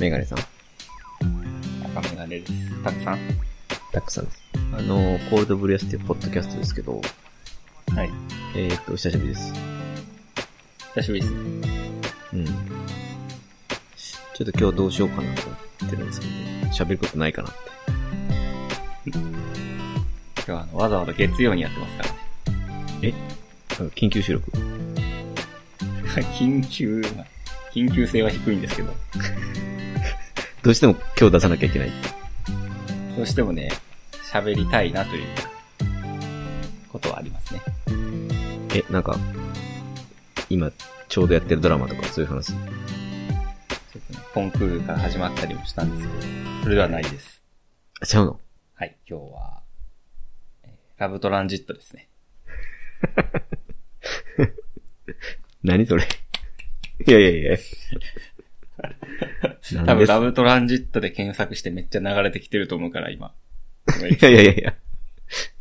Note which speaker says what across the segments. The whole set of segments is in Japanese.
Speaker 1: メガネさん。
Speaker 2: 赤メガネです。たくさん。
Speaker 1: たくさんです。あの、コールドブリアスっていうポッドキャストですけど、
Speaker 2: はい。
Speaker 1: えー、っと、お久しぶりです。
Speaker 2: 久しぶりです。
Speaker 1: うん。ちょっと今日どうしようかなと思ってるんですけど、喋ることないかなって。
Speaker 2: 今日はあの、わざわざ月曜にやってますからね。
Speaker 1: なんか緊急収録。
Speaker 2: 緊急、まあ緊急性は低いんですけど、
Speaker 1: どうしても今日出さなきゃいけない。
Speaker 2: どうしてもね、喋りたいなということはありますね。
Speaker 1: え、なんか、今、ちょうどやってるドラマとかそういう話。
Speaker 2: ちょっとね、コンクールから始まったりもしたんですけど、それではないです。
Speaker 1: あちゃうの
Speaker 2: はい、今日は、えーラブトランジットですね。
Speaker 1: 何それいやいやいや。 な
Speaker 2: 多
Speaker 1: んで
Speaker 2: 分
Speaker 1: す
Speaker 2: ラブトランジットで検索してめっちゃ流れてきてると思うから、 今。ごめん
Speaker 1: いやいやいやいや。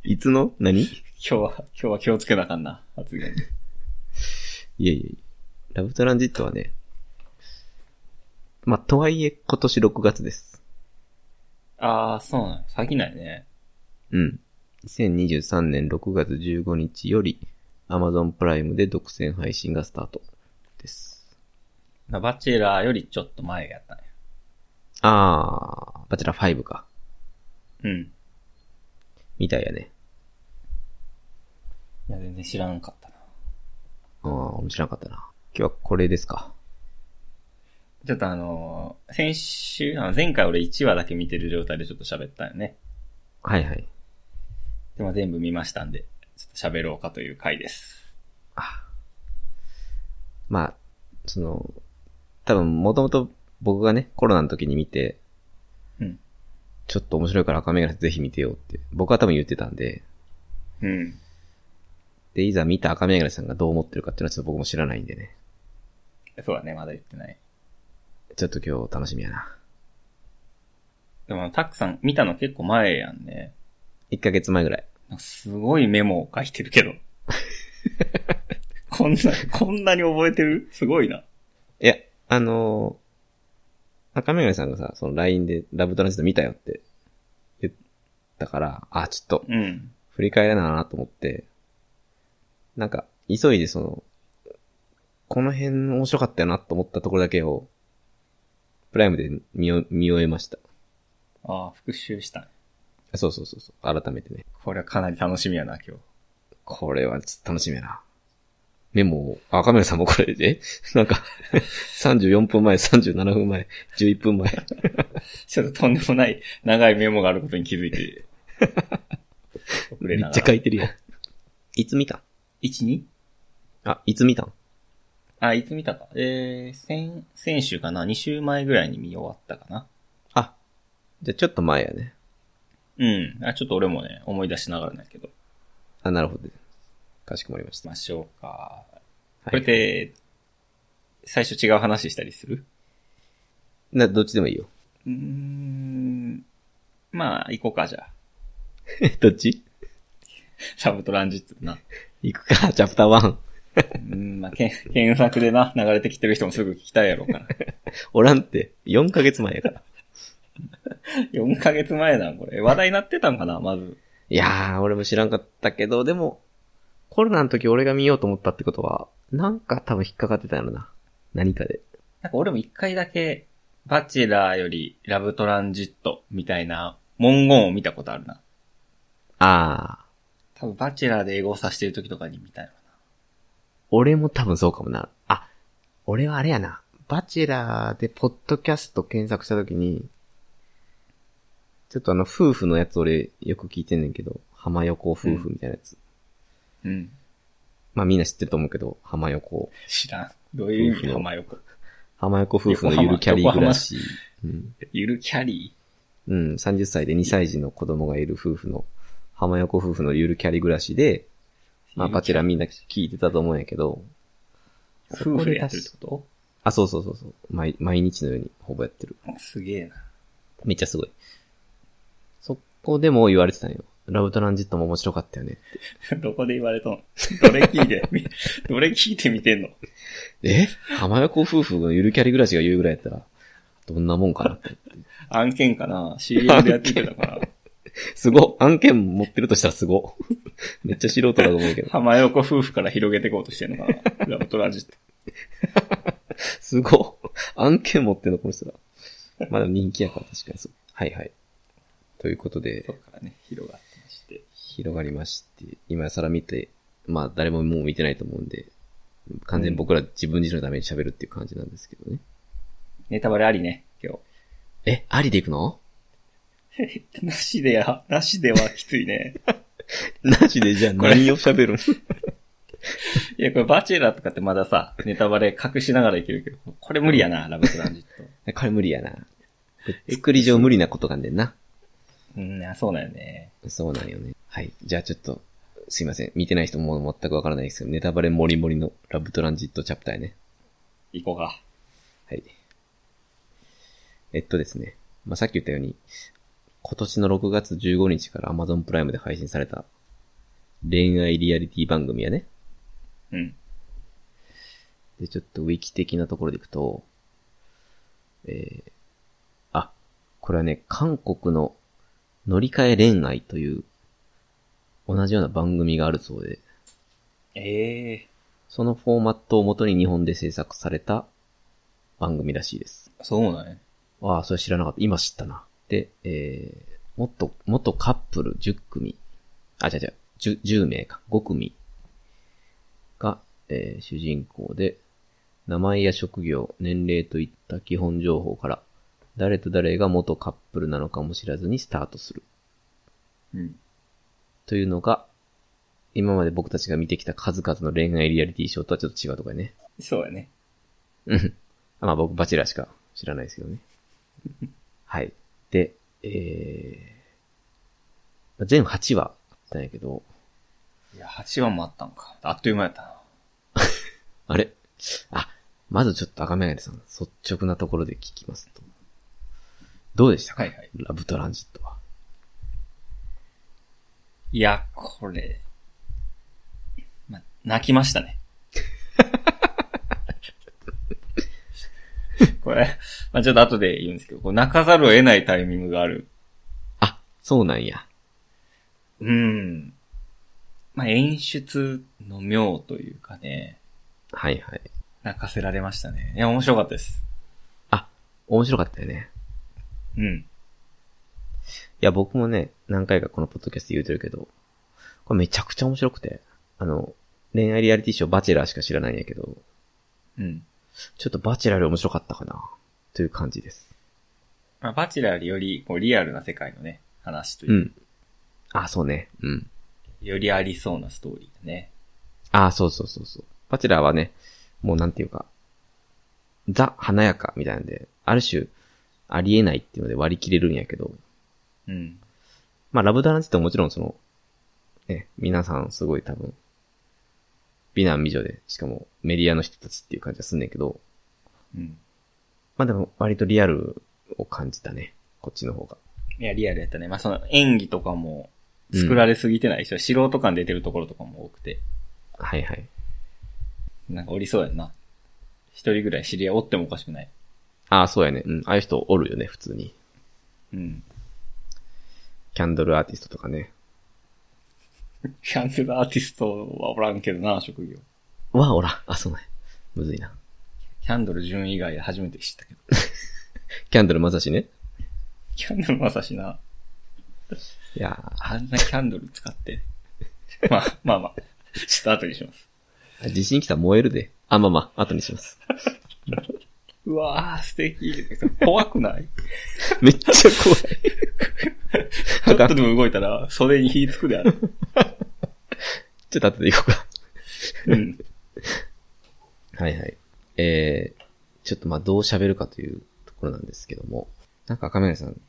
Speaker 1: いつの何い
Speaker 2: 今日は、今日は気をつけなあかんな、発言に。
Speaker 1: やいやいや。ラブトランジットはね、まあ、とはいえ今年6月です。
Speaker 2: あー、そうなの。先ないね。
Speaker 1: うん。2023年6月15日より Amazon プライムで独占配信がスタートです。
Speaker 2: まあバチェラーよりちょっと前やったね。
Speaker 1: あー、バチェラー5か。
Speaker 2: うん。
Speaker 1: みたいやね。
Speaker 2: いや、全然知らんかったな。
Speaker 1: あー、面白かったな。今日はこれですか。
Speaker 2: ちょっとあのー先週、あの前回俺1話だけ見てる状態でちょっと喋ったよね。
Speaker 1: はいはい。
Speaker 2: でも全部見ましたんで、ちょっと喋ろうかという回です。
Speaker 1: まあ、その、多分もともと僕がね、コロナの時に見て、
Speaker 2: うん。
Speaker 1: ちょっと面白いから赤目がぜひ見てよって、僕は多分言ってたんで、
Speaker 2: うん。
Speaker 1: で、いざ見た赤目がさんがどう思ってるかっていうのはちょっと僕も知らないんでね。
Speaker 2: そうだね、まだ言ってない。
Speaker 1: ちょっと今日楽しみやな。
Speaker 2: でもあの、たくさん見たの結構前やんね。
Speaker 1: 1ヶ月前ぐらい。
Speaker 2: なんかすごいメモを書いてるけ ど。こんな、こんなに覚えてるすごいな。
Speaker 1: いや、あのー、赤目がさんがさ、その LINE でラブトランジット見たよって言ったから、あ、ちょっと
Speaker 2: うん。
Speaker 1: 振り返らななと思って、なんか、急いでその、この辺面白かったよなと思ったところだけを、プライムで見よ見終えました。
Speaker 2: ああ、復習した。
Speaker 1: あそうそうそうそう、改めてね。
Speaker 2: これはかなり楽しみやな、今日。
Speaker 1: これはちょっと楽しみやな。メモを、あ、カメラさんもこれで、 なんか、34分前、37分前、11分前。
Speaker 2: ちょっととんでもない長いメモがあることに気づ いて。遅
Speaker 1: め
Speaker 2: れな
Speaker 1: っ
Speaker 2: が
Speaker 1: ちゃ
Speaker 2: ら。
Speaker 1: 書いてるやん。いつ見たん
Speaker 2: 1,2?
Speaker 1: あ、いつ見たん
Speaker 2: あ、いつ見たか。えー、先、先週かな ?2 週前ぐらいに見終わったかな
Speaker 1: あ、じゃあちょっと前やね。
Speaker 2: うん。あ、ちょっと俺もね、思い出しながらだけど。
Speaker 1: あ、なるほど。かしこまりまし。
Speaker 2: したましょうか。
Speaker 1: はい
Speaker 2: これって、最初違う話したりする
Speaker 1: な、どっちでもいいよ。
Speaker 2: うーん。まあ、行こうか、じゃあ。
Speaker 1: どっち
Speaker 2: ラブトランジットでな。
Speaker 1: 行くか、チャプター1。
Speaker 2: うん、まあ、けん検索でな、流れてきてる人もすぐ聞きたいやろ うから。
Speaker 1: おらんって、4ヶ月前やから。
Speaker 2: 4ヶ月前な、これ。話題になってたんかな、まず。
Speaker 1: いやー、俺も知らんかったけど、でも、コロナの時俺が見ようと思ったってことは、なんか多分引っかかってたんやろな。何かで。
Speaker 2: なんか俺も一回だけ、バチェラーよりラブトランジットみたいな文言を見たことあるな。
Speaker 1: あー、
Speaker 2: 多分バチェラーで英語をさしてる時とかに見たよ
Speaker 1: 俺も多分そうかもな。あ、俺はあれやな。バチェラーでポッドキャスト検索した時に、ちょっとあの夫婦のやつ俺よく聞いてんねんけど、浜横夫婦みたいなやつ。
Speaker 2: な。うん。
Speaker 1: まあみんな知ってると思うけど、浜横。
Speaker 2: 知らん。どういう意
Speaker 1: 夫婦
Speaker 2: 味
Speaker 1: の
Speaker 2: 浜横。
Speaker 1: 浜横夫婦のゆるキャリー暮らし。うん
Speaker 2: ゆるキャリ
Speaker 1: うん、30歳で2歳児の子供がいる夫婦の、浜横夫婦のゆるキャリ暮らしで、
Speaker 2: ー
Speaker 1: まあ、バチェラーみんな聞いてたと思うんやけど、
Speaker 2: 夫婦でやってるってこ
Speaker 1: あ、そうそうそうそう毎、毎日のようにほぼやってる。
Speaker 2: とすげえな。
Speaker 1: めっちゃすごい。そこでも言われてたんよ。ラブトランジットも面白かったよね。
Speaker 2: どこで言われたのどれ聞いて、み どれ聞いて見てんの
Speaker 1: え浜横夫婦のゆるキャリ暮らしが言うぐらいやったら、どんなもんかなって。
Speaker 2: 案件かな ?CM でやってきてたから。
Speaker 1: すごっ。案件持ってるとしたらすごっ。 めっちゃ素人だと思うけど。
Speaker 2: 浜横夫婦から広げていこうとしてるのかなラブトラジって。
Speaker 1: すごっ。案件持ってるの、この人ら。まだ人気やから確かにそう。はいはい。ということで
Speaker 2: そ、っからね、広がってまして。
Speaker 1: 広がりまして、今更見て、まあ誰ももう見てないと思うんで、完全に僕ら自分自身のために喋るっていう感じなんですけどね。
Speaker 2: ネタバレありね、今日。
Speaker 1: え、ありでいくの
Speaker 2: なしでや、なしではきついね。
Speaker 1: なしでじゃあ
Speaker 2: これ
Speaker 1: 何を喋るん
Speaker 2: いや、これバチェラーとかってまださ、ネタバレ隠しながらいけるけど、これ無理やな、ラブトランジッ ト。
Speaker 1: これ無理やな。作り上無理なことなんでんな。
Speaker 2: うん、あそうだよね。
Speaker 1: そうなんよね。はい。じゃあちょっと、すいません。見てない人も全くわからないですけど、ネタバレもりもりのラブトランジットチャプターね。
Speaker 2: 行こうか。
Speaker 1: はい。えっとですね。まあ、さっき言ったように、今年の6月15日から Amazon プライムで配信された恋愛リアリティ番組やね。
Speaker 2: うん。
Speaker 1: で、ちょっとウィキ的なところでいくと、えー、あ、これはね、韓国の乗り換え恋愛という同じような番組があるそうで、
Speaker 2: ええ
Speaker 1: そのフォーマットをもとに日本で制作された番組らしいです。
Speaker 2: そうだね。
Speaker 1: ああ、それ知らなかった。今知ったな。で、えー、もっと、元カップル10組。あ、違う違う、10, 10名か、5組が、えー主人公で、名前や職業、年齢といった基本情報から、誰と誰が元カップルなのかも知らずにスタートする。
Speaker 2: うん。
Speaker 1: というのが、今まで僕たちが見てきた数々の恋愛リアリティショーとはちょっと違うとこやね。
Speaker 2: そうだね。
Speaker 1: うん。まあ僕、バチェラーしか知らないですけど ね。はい。で、えー、まあ全8話あったんやけど、
Speaker 2: いや、8話もあったんか。あっという間やったな。
Speaker 1: あれあ、まずちょっと赤目がさん、率直なところで聞きますと。どうでしたか、
Speaker 2: はいはい
Speaker 1: ラブトランジットは。
Speaker 2: いや、これ、ま、泣きましたね。 これ、まあ、ちょっと後で言うんですけど、こう泣かざるを得ないタイミングがある。
Speaker 1: あ、そうなんや。
Speaker 2: うん。まあ、演出の妙というかね、
Speaker 1: はいはい。
Speaker 2: 泣かせられましたね。いや、面白かったです。
Speaker 1: あ、面白かったよね。
Speaker 2: うん。
Speaker 1: いや、僕もね、何回かこのポッドキャストで言うてるけど、これめちゃくちゃ面白くて、あの、恋愛リアリティショーバチェラーしか知らないんやけど、
Speaker 2: うん。
Speaker 1: ちょっとバチェラーより面白かったかな、という感じです。
Speaker 2: まあ、バチェラーよりよりこうリアルな世界のね、話というう、
Speaker 1: ん。あ、そうね。うん。
Speaker 2: よりありそうなストーリーだね。
Speaker 1: あ、そうそうそうそう。バチェラーはね、もうなんていうか、ザ華やかみたいなんで、ある種、ありえないっていうので割り切れるんやけど、
Speaker 2: うん。
Speaker 1: まあ、ラブダランスってもちろんその、ね、皆さんすごい多分、美男美女で、しかもメディアの人たちっていう感じがすんねんけど、
Speaker 2: うん。
Speaker 1: まあでも割とリアルを感じたね。こっちの方が。
Speaker 2: いや、リアルやったね。まあ、その演技とかも作られすぎてないし、素人感出てるところとかも多くて、
Speaker 1: はいはい。
Speaker 2: なんかおりそうやんな。一人ぐらい知り合いおってもおかしくない。
Speaker 1: ああ、そうやね。うん。ああいう人おるよね、普通に。
Speaker 2: うん。
Speaker 1: キャンドルアーティストとかね。
Speaker 2: キャンセルアーティストはおらんけどな、職業。
Speaker 1: わあ、おら。あ、そうなんや。むずいな。
Speaker 2: キャンドル順以外で初めて知ったけど。
Speaker 1: キャンドルまさしね。
Speaker 2: キャンドルまさしな、
Speaker 1: いや
Speaker 2: あんなキャンドル使って。まあ、まあまあ、ちょっと後にします。
Speaker 1: ー、地震来たら燃えるで。あ、まあまあ、後にします。
Speaker 2: うわー、素敵。怖くない
Speaker 1: めっちゃ怖い。
Speaker 2: ちょっとでも動いたら、袖に火つくである。
Speaker 1: ちょっと後で行こうか。
Speaker 2: うん。
Speaker 1: はいはい。えー、ちょっとまあ、どう喋るかというところなんですけども。なんか、赤嶺さん、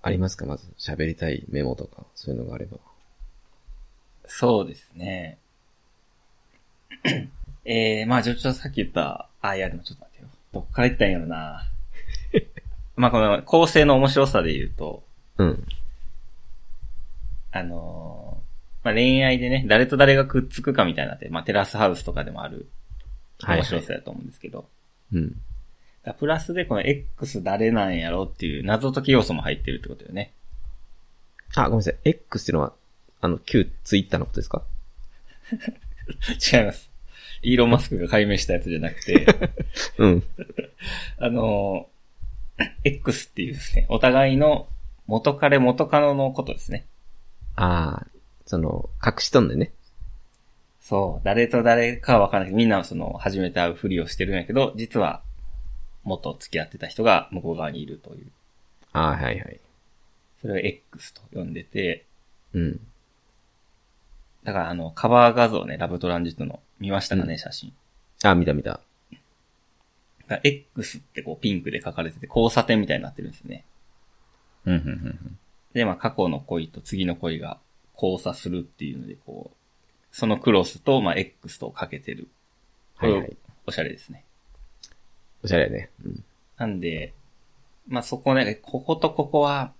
Speaker 1: ありますかまず、喋りたいメモとか、そういうのがあれば。
Speaker 2: そうですね。えー、まあちょ、ちょ、さっき言った、あ、いや、でもちょっと待ってよ。どっから言ったんやろな。まあこの構成の面白さで言うと、
Speaker 1: うん。
Speaker 2: あのーまあ恋愛でね、誰と誰がくっつくかみたいなって、まあテラスハウスとかでもある
Speaker 1: はい、
Speaker 2: 面
Speaker 1: は
Speaker 2: 白
Speaker 1: い。
Speaker 2: さだと思うんですけど、
Speaker 1: うん。
Speaker 2: だプラスでこの X 誰なんやろっていう謎解き要素も入ってるってことよね。
Speaker 1: あ、ごめんなさい。X っていうのは、あの、旧ツイッターのことですか
Speaker 2: 違います。イーロンマスクが解明したやつじゃなくて、
Speaker 1: うん。
Speaker 2: あのー、X っていうですね、お互いの元彼元カノのことですね。
Speaker 1: ああ、その、隠しとんでね。
Speaker 2: そう、誰と誰かはわからないけど、みんなその、初めて会うふりをしてるんやけど、実は、元付き合ってた人が向こう側にいるという。
Speaker 1: ああ、はいはい。
Speaker 2: それを X と呼んでて、
Speaker 1: うん。
Speaker 2: だからあの、カバー画像ね、ラブトランジットの、見ましたかね、
Speaker 1: うん
Speaker 2: 写真。
Speaker 1: ああ、見た見た。
Speaker 2: だから X ってこう、ピンクで書かれてて、交差点みたいになってるんですよね。
Speaker 1: うん、うん、うん。
Speaker 2: で、まあ、過去の恋と次の恋が交差するっていうので、こう、そのクロスと、まあ、X とかけてる。
Speaker 1: はいはい。
Speaker 2: おしゃれですね。
Speaker 1: おしゃれやね。うん。
Speaker 2: なんで、まあ、そこね、こことここは、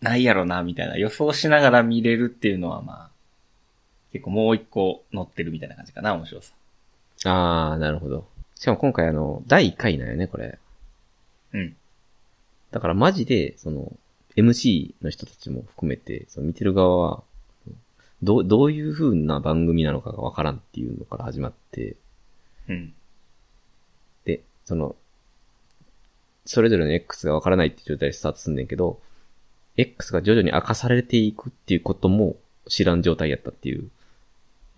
Speaker 2: ないやろな、みたいな予想しながら見れるっていうのは、まあ、結構もう一個乗ってるみたいな感じかな、面白さ。
Speaker 1: ああ、なるほど。しかも今回あの、第1回なんよね、これ。
Speaker 2: うん。
Speaker 1: だからマジで、その、MC の人たちも含めて、その見てる側は、どう、どういう風な番組なのかがわからんっていうのから始まって、
Speaker 2: うん。
Speaker 1: で、その、それぞれの X がわからないって状態でスタートすんねんけど、X が徐々に明かされていくっていうことも知らん状態やったっていう、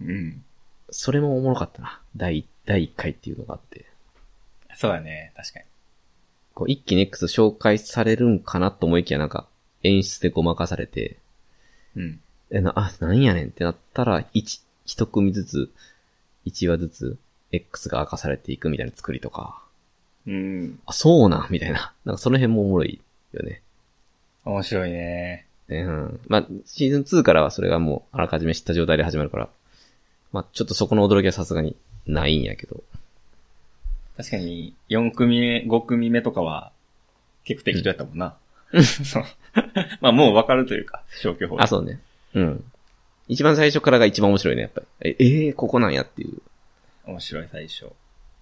Speaker 2: うん。
Speaker 1: それもおもろかったな。第、第1回っていうのがあって。
Speaker 2: そうだね、確かに。
Speaker 1: こう、一気に X 紹介されるんかなと思いきや、なんか、演出でごまかされて、
Speaker 2: うん。
Speaker 1: え、な、あ、なんやねんってなったら、一、一組ずつ、一話ずつ、X が明かされていくみたいな作りとか、
Speaker 2: うん。
Speaker 1: あ、そうなん、みたいな。なんかその辺もおもろいよね。
Speaker 2: 面白いね。
Speaker 1: うん。まあ、シーズン2からはそれがもう、あらかじめ知った状態で始まるから、まあ、ちょっとそこの驚きはさすがにないんやけど。
Speaker 2: 確かに、4組目、5組目とかは、結構適当やったもんな。そう まあ、もうわかるというか、消去法。
Speaker 1: あ、そうね。うん。一番最初からが一番面白いね、やっぱり。え、えーここなんやっていう。
Speaker 2: 面白い最初。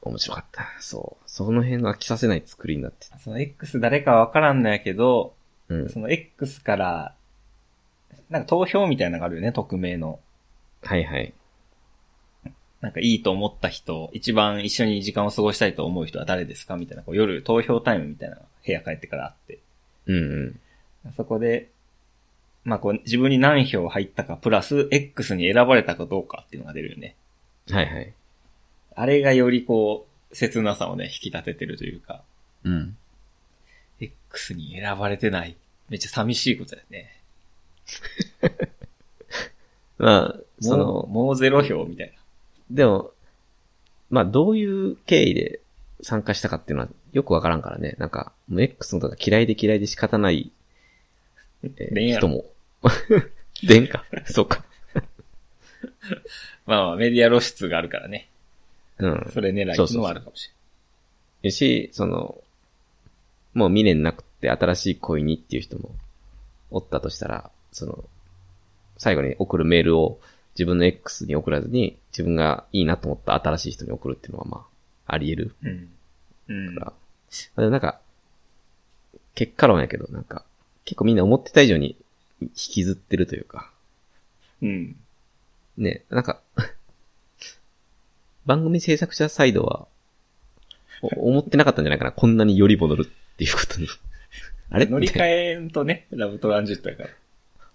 Speaker 1: 面白かった。そう。その辺が飽きさせない作りになってた。
Speaker 2: その X 誰かわからんのやけど、
Speaker 1: うん。
Speaker 2: その X から、なんか投票みたいなのがあるよね、匿名の。
Speaker 1: はいはい。
Speaker 2: なんかいいと思った人、一番一緒に時間を過ごしたいと思う人は誰ですかみたいな、こう夜投票タイムみたいなのが部屋帰ってからあって。
Speaker 1: うんうん。
Speaker 2: そこで、まあこう自分に何票入ったか、プラス X に選ばれたかどうかっていうのが出るよね。
Speaker 1: はいはい。
Speaker 2: あれがよりこう、切なさをね、引き立ててるというか、
Speaker 1: うん。
Speaker 2: X に選ばれてない。めっちゃ寂しいことだよね。
Speaker 1: まあ、そ
Speaker 2: もう、
Speaker 1: の、
Speaker 2: もうゼロ票みたいな。
Speaker 1: でも、まあどういう経緯で参加したかっていうのはよくわからんからね。なんか、もう X のことが嫌いで嫌いで仕方ない、えー
Speaker 2: 恋愛
Speaker 1: 人も。 でんか。そうか。
Speaker 2: まあまあ、メディア露出があるからね。
Speaker 1: うん。
Speaker 2: それ狙いっていうのはあるかもし
Speaker 1: よし、その、もう未練なくて新しい恋にっていう人もおったとしたら、その、最後に送るメールを自分の X に送らずに、自分がいいなと思った新しい人に送るっていうのはまあ、あり得る
Speaker 2: れない。うん。うん
Speaker 1: か。ら。まあなんか、結果論やけど、なんか、結構みんな思ってた以上に引きずってるというか、
Speaker 2: うん。
Speaker 1: ね、なんか、番組制作者サイドは、お思ってなかったんじゃないかな。こんなにより戻るっていう ことに。あれ
Speaker 2: 乗り
Speaker 1: みたい
Speaker 2: 換
Speaker 1: な
Speaker 2: えんとね、ラブトランジットやから。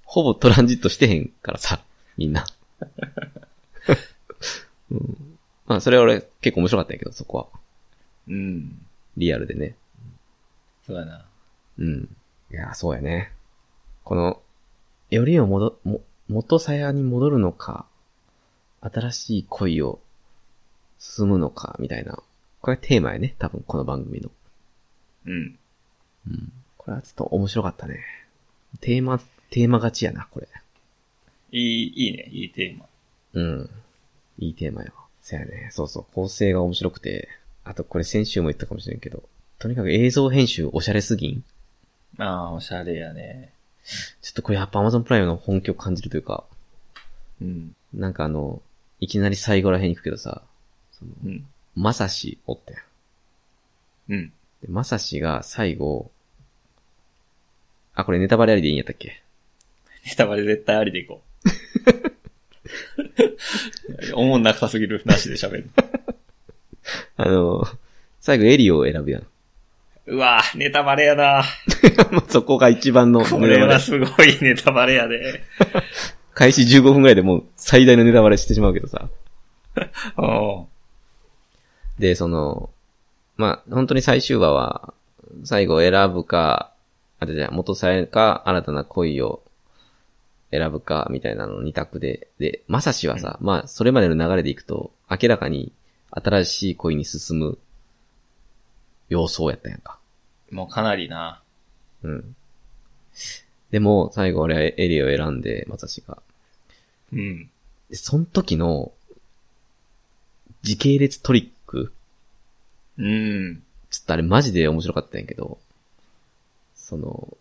Speaker 1: ほぼトランジットしてへんからさ、みん な。うん、まあ、それは俺結構面白かったんやけど、そこは。
Speaker 2: うん。
Speaker 1: リアルでね。
Speaker 2: そうだな。
Speaker 1: うん。いや、そうやね。この、よりを戻、も、元さやに戻るのか、新しい恋を進むのか、みたいな。これテーマやね、多分この番組の。
Speaker 2: うん。
Speaker 1: うん。これはちょっと面白かったね。テーマ、テーマ勝ちやな、これ。
Speaker 2: いい、いいね、いいテーマ。
Speaker 1: うん。いいテーマよ。そやね。そうそう。構成が面白くて。あと、これ先週も言ったかもしれんけど。とにかく映像編集おしゃれすぎん
Speaker 2: ああ、おしゃれやね。
Speaker 1: ちょっとこれやっぱ Amazon プライムの本気を感じるというか、
Speaker 2: うん。
Speaker 1: なんかあの、いきなり最後らへん行くけどさ、
Speaker 2: うん。
Speaker 1: まさしおったやん。
Speaker 2: うん。
Speaker 1: で、まさしが最後、あ、これネタバレありでいいんやったっけ
Speaker 2: ネタバレ絶対ありでい こう。おもんなくさすぎる。なしで喋る。
Speaker 1: あの、最後エリオを選ぶやん。
Speaker 2: うわぁ、ネタバレやな
Speaker 1: もうそこが一番の
Speaker 2: こ
Speaker 1: ネ
Speaker 2: れ
Speaker 1: タバ
Speaker 2: は
Speaker 1: レ。
Speaker 2: すごいネタバレやで。
Speaker 1: 開始15分ぐらいでもう最大のネタバレしてしまうけどさ。
Speaker 2: うん。
Speaker 1: で、その、まあ、本当に最終話は、最後選ぶか、あ、じゃじゃ元さえか、新たな恋を選ぶか、みたいなの二択で、で、まさしはさ、まあ、それまでの流れでいくと、明らかに新しい恋に進む様相やったやんか。
Speaker 2: もうかなりな
Speaker 1: うん。でも、最後俺はエリを選んで、まさしが。
Speaker 2: うん。
Speaker 1: で、その時の、時系列トリック
Speaker 2: うん。
Speaker 1: ちょっとあれマジで面白かったんやけど、その、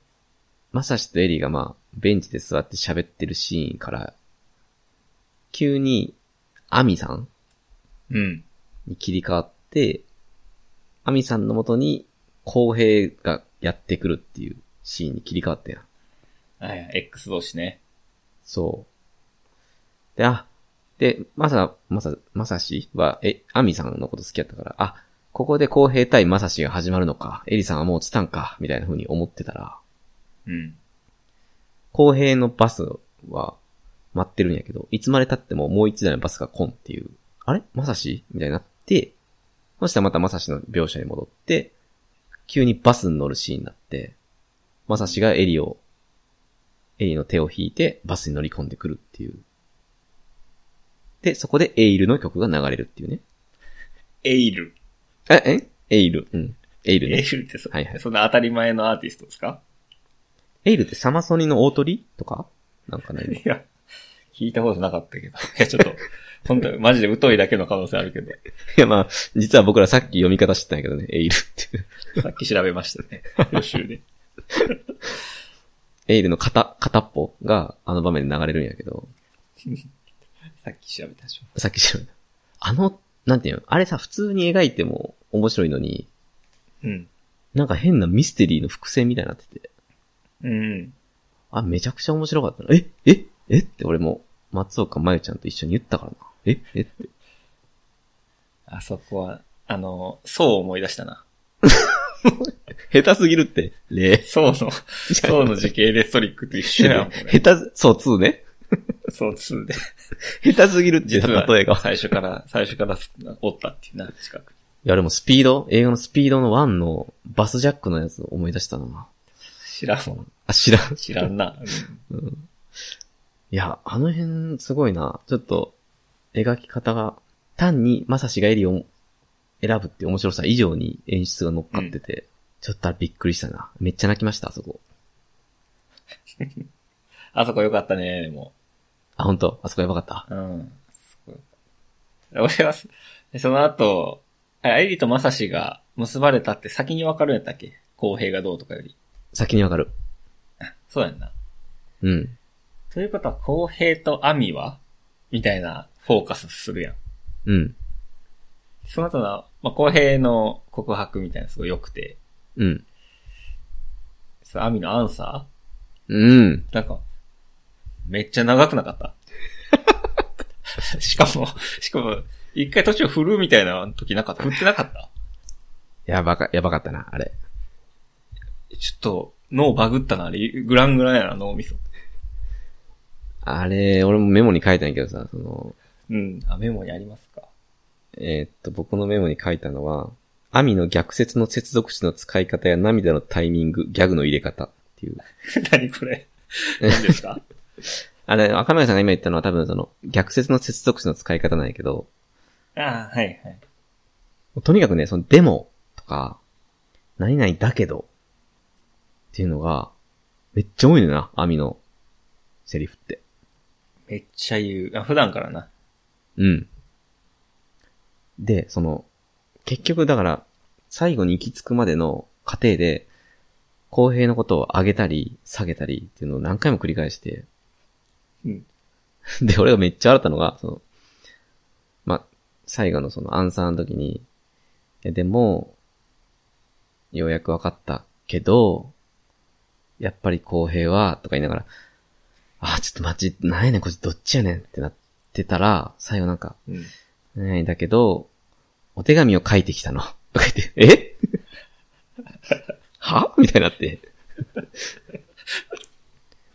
Speaker 1: まさしとエリーがまあ、ベンチで座って喋ってるシーンから、急に、アミさん
Speaker 2: うん。
Speaker 1: に切り替わって、アミさんのもとに、公平がやってくるっていうシーンに切り替わったやん。
Speaker 2: はい、X 同士ね。
Speaker 1: そう。で、あ、で、まさ、まさ、まさしは、え、アミさんのこと好きやったから、あ、ここで公平対まさしが始まるのか、エリさんはもう落ちたんか、みたいな風に思ってたら、
Speaker 2: うん。
Speaker 1: 公平のバスは待ってるんやけど、いつまで経ってももう一台のバスが来んっていう、あれまさしみたいになって、そしたらまたまさしの描写に戻って、急にバスに乗るシーンになって、まさしがエリを、エリの手を引いてバスに乗り込んでくるっていう。で、そこでエイルの曲が流れるっていうね。
Speaker 2: エイル。
Speaker 1: え、えエイル。うん。エイル
Speaker 2: エ
Speaker 1: ね。
Speaker 2: イルってそ,、
Speaker 1: はいはい
Speaker 2: そんな当たり前のアーティストですか
Speaker 1: エイルってサマソニの大鳥とかなんかないの
Speaker 2: いや、聞いたことなかったけど。いや、ちょっと、 本当にマジで疎いだけの可能性あるけど。
Speaker 1: いや、まあ、実は僕らさっき読み方知ったんやけどね、エイルっていう。
Speaker 2: さっき調べました ね。予習で。
Speaker 1: エイルの片、片っぽがあの場面で流れるんやけど、
Speaker 2: さっき調べたでしょ。
Speaker 1: さっき知らないあの、なんていうのあれさ、普通に描いても面白いのに、
Speaker 2: うん。
Speaker 1: なんか変なミステリーの伏線みたいになってて、
Speaker 2: うん。
Speaker 1: あ、めちゃくちゃ面白かったな。えええって俺も、松岡真由ちゃんと一緒に言ったからな。ええって。
Speaker 2: あそこは、あの、そう思い出したな。
Speaker 1: 下手すぎるって。ね
Speaker 2: そうの、そうの時系列トリックと一緒やん、こ れ。
Speaker 1: 下手、そう、2ね。
Speaker 2: そう2で。
Speaker 1: 下手すぎるって、
Speaker 2: 実は
Speaker 1: 例えが。
Speaker 2: 最初から、最初からおったっていうな、近く。
Speaker 1: いや、でもスピード映画のスピードの1のバスジャックのやつ思い出したな。
Speaker 2: 知らんわ。
Speaker 1: あ、知らん。
Speaker 2: 知らんな。
Speaker 1: いや、あの辺すごいな。ちょっと、描き方が、単にまさしがエリを選ぶっていう面白さ以上に演出が乗っかってて、ちょっとあれびっくりしたな。めっちゃ泣きました、あそこ。
Speaker 2: あそこよかったね、でも。
Speaker 1: あ、本当あそこやばかった。
Speaker 2: うん。すごい俺はそ、その後、あエリとマサシが結ばれたって先にわかるんやったっけ公平がどうとかより。
Speaker 1: 先にわかる。
Speaker 2: そうやんな。
Speaker 1: うん。
Speaker 2: ということは、公平とアミはみたいなフォーカスするやん。
Speaker 1: うん。
Speaker 2: その後の、まあ、公平の告白みたいなのすごい良くて、
Speaker 1: うん。
Speaker 2: そのアミのアンサ
Speaker 1: うん。
Speaker 2: ーなんか、めっちゃ長くなかった。しかも、しかも、一回途中振るみたいな時なかった。振ってなかった
Speaker 1: やばか、やばかったな、あれ。
Speaker 2: ちょっと、脳バグったな、あれグラングランやな、脳みそ。
Speaker 1: あれ、俺もメモに書いたんやけどさ、その、
Speaker 2: うん。あ、メモにありますか。
Speaker 1: えーっと、僕のメモに書いたのは、アミの逆説の接続詞の使い方や涙のタイミング、ギャグの入れ方っていう。
Speaker 2: 何これ。何ですか
Speaker 1: あれ、赤嶺さんが今言ったのは多分その、逆説の接続詞の使い方なんやけど、
Speaker 2: ああ、はい、はい。
Speaker 1: とにかくね、その、でもとか、何々だけど、っていうのが、めっちゃ多いのよな、アミの、セリフって。
Speaker 2: めっちゃ言う。あ、普段からな。
Speaker 1: うん。で、その、結局だから、最後に行き着くまでの過程で、公平のことを上げたり、下げたりっていうのを何回も繰り返して、
Speaker 2: うん。
Speaker 1: で、俺がめっちゃ笑ったのが、その、ま、最後のそのアンサーの時に、えでも、ようやく分かったけど、やっぱり公平は、とか言いながら、あー、ちょっと待ち、なんやねん、こっちどっちやねんってなってたら、最後なんか、
Speaker 2: うん。
Speaker 1: ねえ、だけど、お手紙を書いてきたの。 とか言って、え はみたいにな って。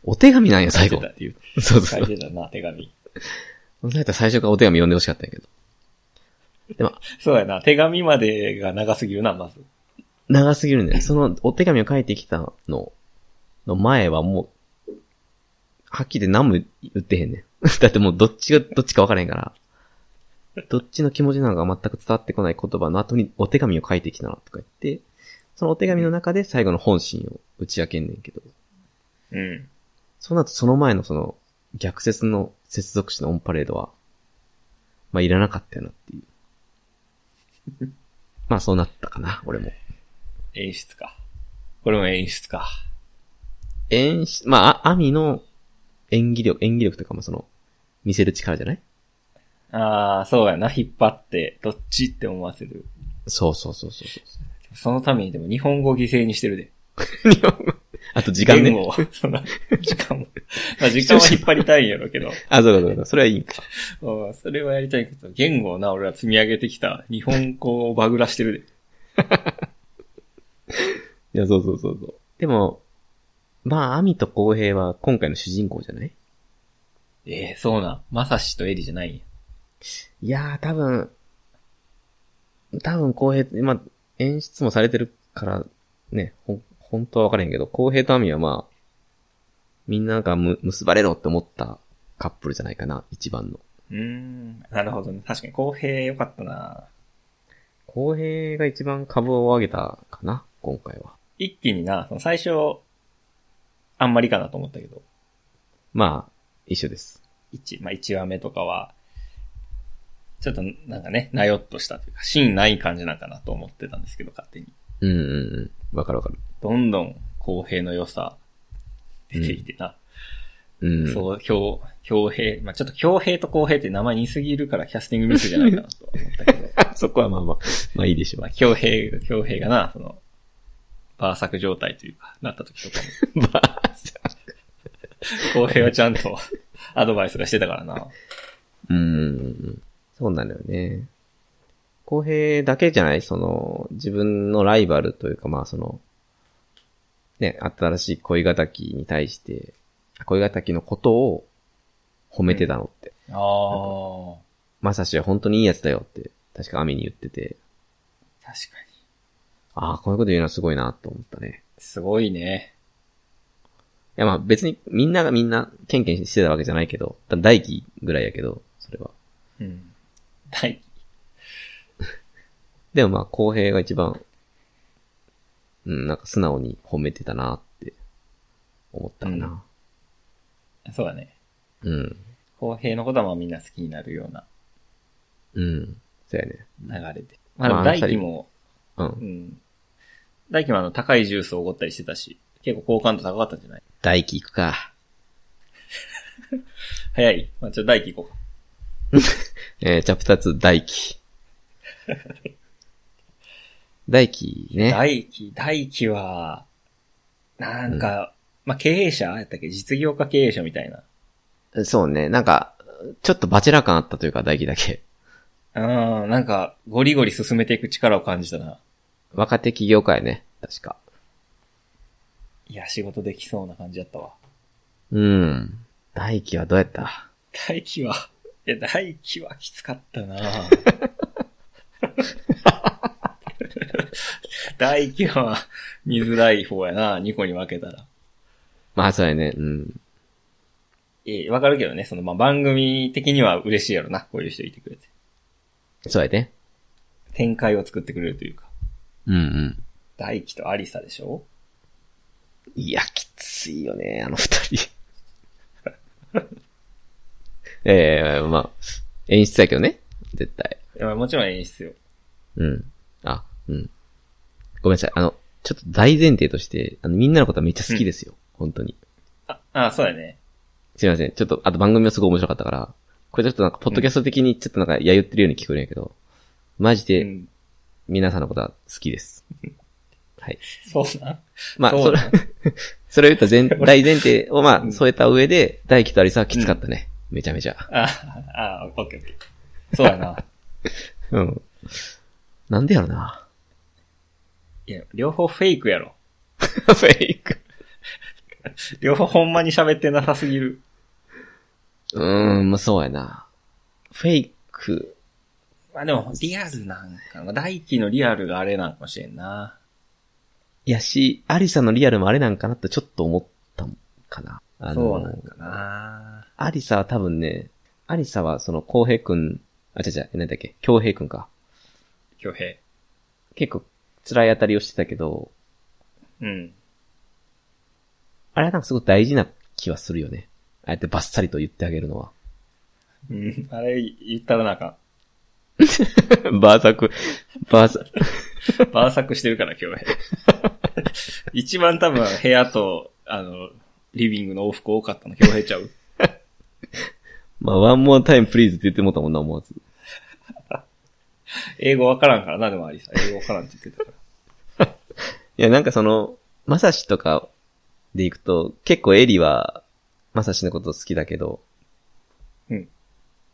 Speaker 1: お手紙なんや、最後。
Speaker 2: 書いて
Speaker 1: そう
Speaker 2: た
Speaker 1: そ
Speaker 2: 書
Speaker 1: う
Speaker 2: い。てたな、手紙。
Speaker 1: そうやったら最初からお手紙読んでほしかったんやけど。
Speaker 2: そうやな、手紙までが長すぎるな、まず。
Speaker 1: 長すぎるんだよね。そのお手紙を書いてきたの、の前はもう、はっきり言って何も言ってへん ねん。だってもうどっちがどっちか分からへんから。どっちの気持ちなのか全く伝わってこない言葉の後にお手紙を書いてきたのとか言って、そのお手紙の中で最後の本心を打ち明けんねんけど。
Speaker 2: うん。
Speaker 1: その後その前のその逆説の接続詞のオンパレードは、まあいらなかったよなっていう。まあそうなったかな、俺も。
Speaker 2: 演出か。これも演出か。
Speaker 1: 演出、まあ、あアミの演技力、演技力というかもその、見せる力じゃない
Speaker 2: ああ、そうやな、引っ張って、どっちって思わせる。
Speaker 1: そうそうそうそうそ
Speaker 2: そのためにでも日本語を犠牲にしてるで。
Speaker 1: う。 日本語あと時間
Speaker 2: 言
Speaker 1: ね。
Speaker 2: 語を その時間も。まあ時間は引っ張りたいんやろうけど。
Speaker 1: あ、そうかそうか。それはいいんか。
Speaker 2: うんそれはやりたいけど、言語をな、俺は積み上げてきた日本語をバグらしてる
Speaker 1: いや、そうそうそうそう。でも、まあ、アミと公平は今回の主人公じゃない
Speaker 2: で。ええそうなん。まさしとエリじゃないんや。
Speaker 1: いやー、多分、多分公平、まあ、演出もされてるから、ね、ほん、本当はわからへんけど、公平とアミはまあ、みんながむ結ばれろって思ったカップルじゃないかな、一番の。
Speaker 2: うーん。なるほどね。確かに公平よかったな。
Speaker 1: 公平が一番株を上げたかな、今回は。
Speaker 2: 一気にな、その最初、あんまりかなと思ったけど、
Speaker 1: まあ、一緒です。
Speaker 2: 一、まあ一話目とかは、ちょっとなんかね、なよっとしたというか、芯ない感じなんかなと思ってたんですけど、勝手に。
Speaker 1: うんうんうん。わかるわかる。
Speaker 2: どんどん公平の良さ、出てきてな。
Speaker 1: うん。
Speaker 2: そう、強、強平。まあちょっと強平と公平って名前似すぎるからキャスティングミスじゃないかなと思ったけど。
Speaker 1: そこはまあまあ、まあいいでしょ
Speaker 2: まあ強平、強平がな、その、バー作状態というか、なった時とかも
Speaker 1: う。まあ、
Speaker 2: 公平はちゃんとアドバイスがしてたからな。
Speaker 1: うんうんうん。そうなのよね。公平だけじゃないその、自分のライバルというか、まあその、ね、新しい恋敵に対して、恋敵のことを褒めてたのって。
Speaker 2: ああ。
Speaker 1: まさしは本当にいいやつだよって、確かアミに言ってて、
Speaker 2: 確かに。
Speaker 1: ああ、こういうこと言うのはすごいなと思ったね。
Speaker 2: すごいね。
Speaker 1: いやまあ別にみんながみんなケンケンしてたわけじゃないけど、だ大輝ぐらいやけど、それは。
Speaker 2: うん。はい。
Speaker 1: でもまあ公平が一番、うん、なんか素直に褒めてたなって思ったかな。
Speaker 2: そうだね。
Speaker 1: うん。
Speaker 2: 公平のことはまあみんな好きになるような
Speaker 1: うん。そうやね。
Speaker 2: 流れで。まあ
Speaker 1: ま
Speaker 2: でも
Speaker 1: あ
Speaker 2: 大輝も、
Speaker 1: う。
Speaker 2: うんん。大輝もあの高いジュースをおごったりしてたし、結構好感度高かったんじゃない
Speaker 1: 大輝行くか。
Speaker 2: 早い。まあちょ、大輝行こうか。
Speaker 1: えー、チャプター2大輝。大輝ね。
Speaker 2: 大輝、大輝は、なんか、まあ経営者やったっけ実業家経営者みたいな。
Speaker 1: そうね。なんか、ちょっとバチェラ感あったというか大輝だけ。
Speaker 2: うん、なんか、ゴリゴリ進めていく力を感じたな。
Speaker 1: 若手起業家やね。確か。
Speaker 2: いや、仕事できそうな感じやったわ。
Speaker 1: うん。大輝はどうやった
Speaker 2: 大輝は、いや、大輝はきつかったな 大輝は見づらい方やな、2個に分けたら。
Speaker 1: まあそうやね。うん。
Speaker 2: ええわかるけどね、その、まあ、番組的には嬉しいやろな、こういう人いてくれて。
Speaker 1: そうやね。
Speaker 2: 展開を作ってくれるというか。
Speaker 1: うんうん。
Speaker 2: 大輝とアリサでしょ
Speaker 1: いや、きついよね、あの二人。 ええまあ、演出やけどね。絶対。
Speaker 2: いやもちろん演出よ。
Speaker 1: うん。あ、うん。ごめんなさい。あの、ちょっと大前提として、あの、みんなのことはめっちゃ好きですよ。本当に。
Speaker 2: あ、あそうやね。
Speaker 1: すいません。ちょっと、あと番組もすごい面白かったから、これちょっとなんか、ポッドキャスト的にちょっとなんか、やゆってるように聞こえるんやけど、マジ
Speaker 2: う
Speaker 1: で、
Speaker 2: ん。
Speaker 1: 皆さんのことは好きです。はい。
Speaker 2: そうなん
Speaker 1: まあ、
Speaker 2: そう
Speaker 1: それ
Speaker 2: だ、
Speaker 1: それを言った前、 大前提をま
Speaker 2: う
Speaker 1: あ、
Speaker 2: ん
Speaker 1: 添えた上で、大輝とアリサはきつかったね。めちゃめちゃ。
Speaker 2: ああ、オッケーオッケー。そうやな。
Speaker 1: うん。なんでやろ な。
Speaker 2: いや、両方フェイクやろ。
Speaker 1: フェイク。
Speaker 2: 両方ほんまに喋ってなさすぎる。
Speaker 1: うーん、まあそうやな。フェイク。
Speaker 2: まあでも、リアルなんかな。大輝のリアルがあれなんかもしれんな。
Speaker 1: やし、アリサのリアルもあれなんかなってちょっと思ったんかな。あの
Speaker 2: そうなんかな。
Speaker 1: アリサは多分ね、アリサはその、浩平くん、あ、違う違う、何だっけ、京平くんか。
Speaker 2: 巨平。
Speaker 1: 結構辛い当たりをしてたけど、
Speaker 2: うん。
Speaker 1: あれはなんかすごく大事な気はするよね。ああやってバッサリと言ってあげるのは。
Speaker 2: うん。あれ言ったらなんか、
Speaker 1: バーサク、バーサ、
Speaker 2: バーサクしてるから、今日 一番多分、部屋と、あの、リビングの往復多かったの、今日ちゃう。
Speaker 1: まあ、ワンモアタイムプリーズって言ってもうたもんな、思わず。
Speaker 2: 英語わからんからな、でもありさ。英語わからんって言ってたから。
Speaker 1: いや、なんかその、マサシとかで行くと、結構エリは、マサシのこと好きだけど、
Speaker 2: うん。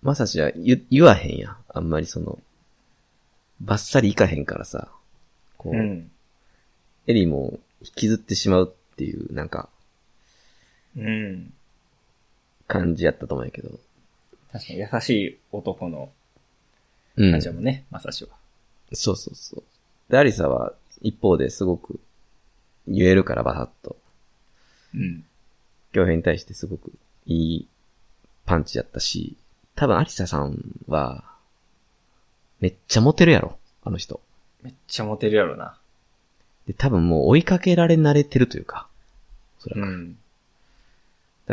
Speaker 1: マサシは言、言わへんやん。あんまりその、バッサリいかへんからさ、こう、
Speaker 2: うん。
Speaker 1: エリも引きずってしまうっていう、なんか、
Speaker 2: うん。
Speaker 1: 感じやったと思うんやけど。
Speaker 2: 確かに優しい男の
Speaker 1: う
Speaker 2: 感じだもんね、まさしは。
Speaker 1: そうそうそう。で、アリサは、一方ですごく、言えるからバサッと。
Speaker 2: うん。
Speaker 1: 京平に対してすごくいいパンチやったし、多分アリサさんは、めっちゃモテるやろ、あの人。
Speaker 2: めっちゃモテるやろな。
Speaker 1: で、多分もう追いかけられ慣れてるというか、そらく。
Speaker 2: ん。
Speaker 1: だか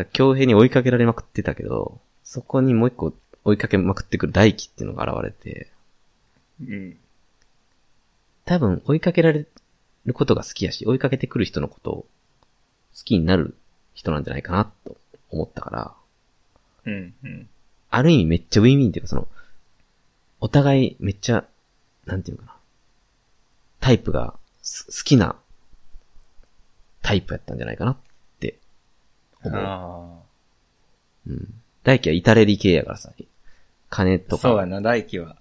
Speaker 1: ら京平に追いかけられまくってたけど、そこにもう一個追いかけまくってくる大輝っていうのが現れて、
Speaker 2: うん。
Speaker 1: 多分追いかけられることが好きやし、追いかけてくる人のことを好きになる人なんじゃないかなと思ったから、
Speaker 2: うん。うん。
Speaker 1: ある意味めっちゃウィンウィンっていうかその、お互いめっちゃ、なんていうのかな。タイプがす好きなタイプやったんじゃないかなって思う。
Speaker 2: あ
Speaker 1: うん。大輝は至れり系やからさ、金
Speaker 2: あ。
Speaker 1: とか。
Speaker 2: そうやな、大輝は、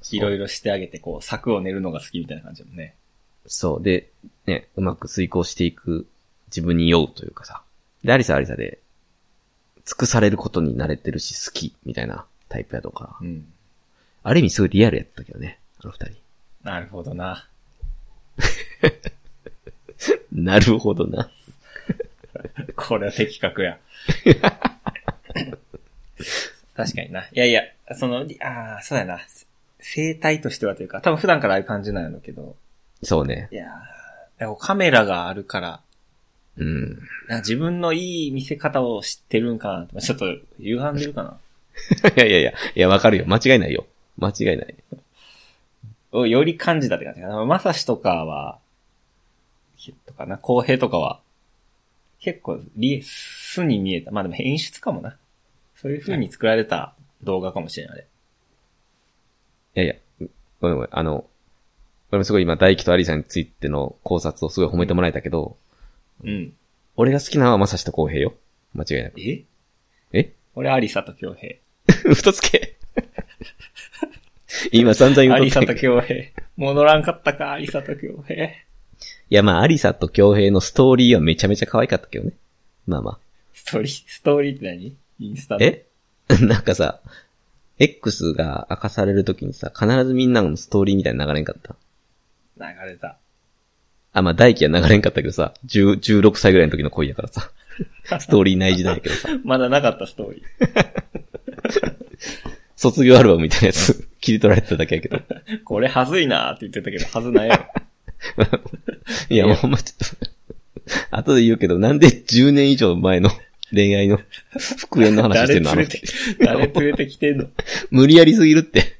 Speaker 1: そう
Speaker 2: いろいろしてあげて、こう、柵を練るのが好きみたいな感じだもんね。
Speaker 1: そう。で、ね、うまく遂行していく自分に酔うというかさ。で、アリサはアリサで、尽くされることに慣れてるし好きみたいなタイプやとか
Speaker 2: う。ん。
Speaker 1: ある意味すごいリアルやったけどね、あの二人。
Speaker 2: なるほどな。
Speaker 1: なるほどな。
Speaker 2: これは的確や。確かにな。いやいや、その、りああ、そうやな。生態としてはというか、多分普段からああいう感じなんだけど、
Speaker 1: そうね。
Speaker 2: いやーでもカメラがあるから、
Speaker 1: うん。
Speaker 2: なんか自分のいい見せ方を知ってるんかなと。ちょっと、歪んでるかな。
Speaker 1: いやいやいや、いや、わかるよ。間違いないよ。間違いない。
Speaker 2: をより感じたって感じかな。まさしとかは、とかな、公平とかは、結構リ、素に見えた。まあでも演出かもな。そういう風に作られた動画かもしれない。
Speaker 1: いやいや、ごめんごめん。あの、俺もすごい今、大輝とアリさんについての考察をすごい褒めてもらえたけど、
Speaker 2: うん。
Speaker 1: 俺が好きなのはまさしと公平よ。間違いなく。
Speaker 2: え
Speaker 1: え
Speaker 2: 俺、アリサと京平。
Speaker 1: 嘘つ け今散々言
Speaker 2: ア
Speaker 1: う
Speaker 2: リ
Speaker 1: と
Speaker 2: サ
Speaker 1: った
Speaker 2: と
Speaker 1: けど。い
Speaker 2: 京平。戻らんかったか、アリサと京平。
Speaker 1: やまあ、アリサと京平のストーリーはめちゃめちゃ可愛かったけどね。まあま
Speaker 2: ストーリー、ストーリーって何インスタ
Speaker 1: あ。
Speaker 2: の
Speaker 1: え なんかさ、X が明かされるときにさ、必ずみんなのストーリーみたいなの流れんかった。
Speaker 2: 流れた。
Speaker 1: あ、まあ、大輝は流れんかったけどさ、10 16歳ぐらいの時の恋やからさ。ストーリーない時代やけどさ。
Speaker 2: まだなかったストーリー。
Speaker 1: 卒業アルバムみたいなやつ、 切り取られてただけやけ ど。
Speaker 2: これはずいなーって言ってたけど、はず ないやろ。
Speaker 1: いや、もうほんまちょっと、 後で言うけど、なんで10年以上前の 恋愛の復縁の話して
Speaker 2: 誰
Speaker 1: んのあ
Speaker 2: 連
Speaker 1: の
Speaker 2: れ
Speaker 1: 人
Speaker 2: て、誰連れてきて んの
Speaker 1: 無理やりすぎるって。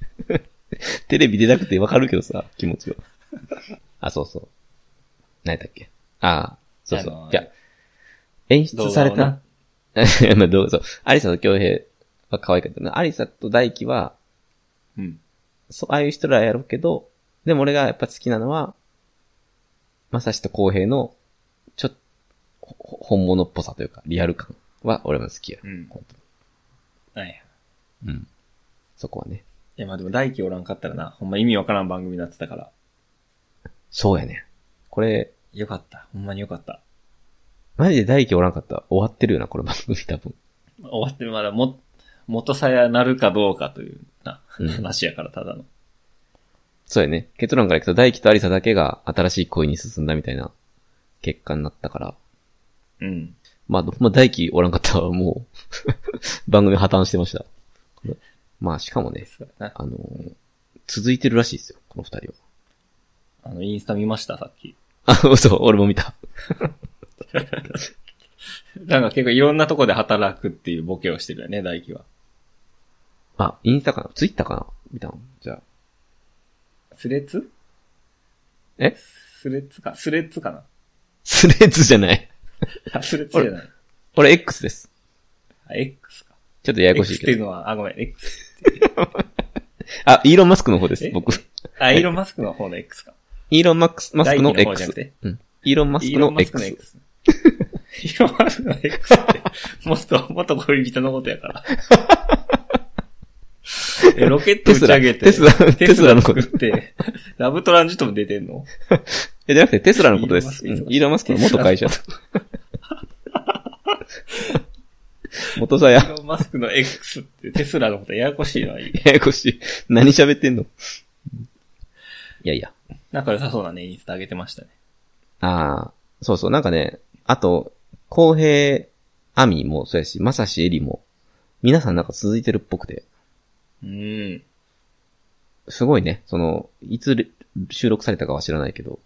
Speaker 1: テレビ出なくてわかるけどさ、気持ちは。あ、そうそう。何やったっけああ、そうそ
Speaker 2: あの
Speaker 1: う。
Speaker 2: ー
Speaker 1: じゃあ演出され
Speaker 2: 動画を
Speaker 1: た
Speaker 2: な。
Speaker 1: まあどうぞ。アリサと京平は可愛かったな。アリサと大輝は、
Speaker 2: うん。
Speaker 1: そう、ああいう人らやろうけど、でも俺がやっぱ好きなのは、まさしと公平の、ちょっと、ほほ本物っぽさというか、リアル感は俺も好きや。
Speaker 2: うん。
Speaker 1: 本
Speaker 2: はい。
Speaker 1: 当にうん。そこはね。
Speaker 2: いや、まあでも大輝おらんかったらな、ほんま意味わからん番組になってたから。
Speaker 1: そうやね。これ、
Speaker 2: よかった。ほんまによかった。
Speaker 1: マジで大輝おらんかったら終わってるよな、これ番組多分。
Speaker 2: 終わってるまだも、元さやなるかどうかというな、
Speaker 1: うん
Speaker 2: 話やからただの。
Speaker 1: そうやね。結論からいくと、大輝とアリサだけが新しい恋に進んだみたいな結果になったから。
Speaker 2: うん。
Speaker 1: まあ、まあ、大輝おらんかったらもう、 番組破綻してました。まあ、しかもね、
Speaker 2: そうやな。
Speaker 1: あのー続いてるらしいですよ、この二人
Speaker 2: あの、インスタ見ました、さっき。
Speaker 1: は。あ、 嘘、俺も見た。
Speaker 2: なんか結構いろんなとこで働くっていうボケをしてるよね、大輝は。
Speaker 1: あ、インスタかなツイッターかな見たのじゃあ。
Speaker 2: スレッツ
Speaker 1: え
Speaker 2: スレッツか。スレッツか な
Speaker 1: スレッズじゃない。
Speaker 2: あスレッツじゃない。
Speaker 1: 俺 X です。
Speaker 2: あ、X か。
Speaker 1: ちょっとややこし
Speaker 2: X
Speaker 1: い
Speaker 2: って
Speaker 1: け
Speaker 2: いう
Speaker 1: ど。
Speaker 2: のは、あ、ごめん、X。
Speaker 1: あ、イーロンマスクの方です
Speaker 2: え、
Speaker 1: 僕。
Speaker 2: あ、イーロンマスクの方の X か。
Speaker 1: イーロンマックスマスクの
Speaker 2: 第二の方じゃなく
Speaker 1: X
Speaker 2: て。
Speaker 1: うん。イーロンマス
Speaker 2: イ
Speaker 1: ク
Speaker 2: ーロ
Speaker 1: の
Speaker 2: ンマスクの
Speaker 1: X。
Speaker 2: X。イーロンマスクの X って、元、元恋人のことやから。えロケット打ち上げて、
Speaker 1: テスラテスラ
Speaker 2: テスラ
Speaker 1: テスラのこと
Speaker 2: 作って、ラブトランジットも出てん の
Speaker 1: え、じゃなくてテスラのことです。う
Speaker 2: イーロンマスク
Speaker 1: んイーロンマスクの元会 社。元さや
Speaker 2: イ。ーロンマスクの X ってテスラのことややこしいのはいい。
Speaker 1: ややこしい。何喋ってんのいやいや。
Speaker 2: なんか良さそうなね、インスタ上げてましたね。
Speaker 1: ああ、そうそう、なんかね、あと、公平、アミもそうやし、まさしえりも、皆さんなんか続いてるっぽくて、
Speaker 2: うん。
Speaker 1: すごいね、その、いつれ収録されたかは知らないけど、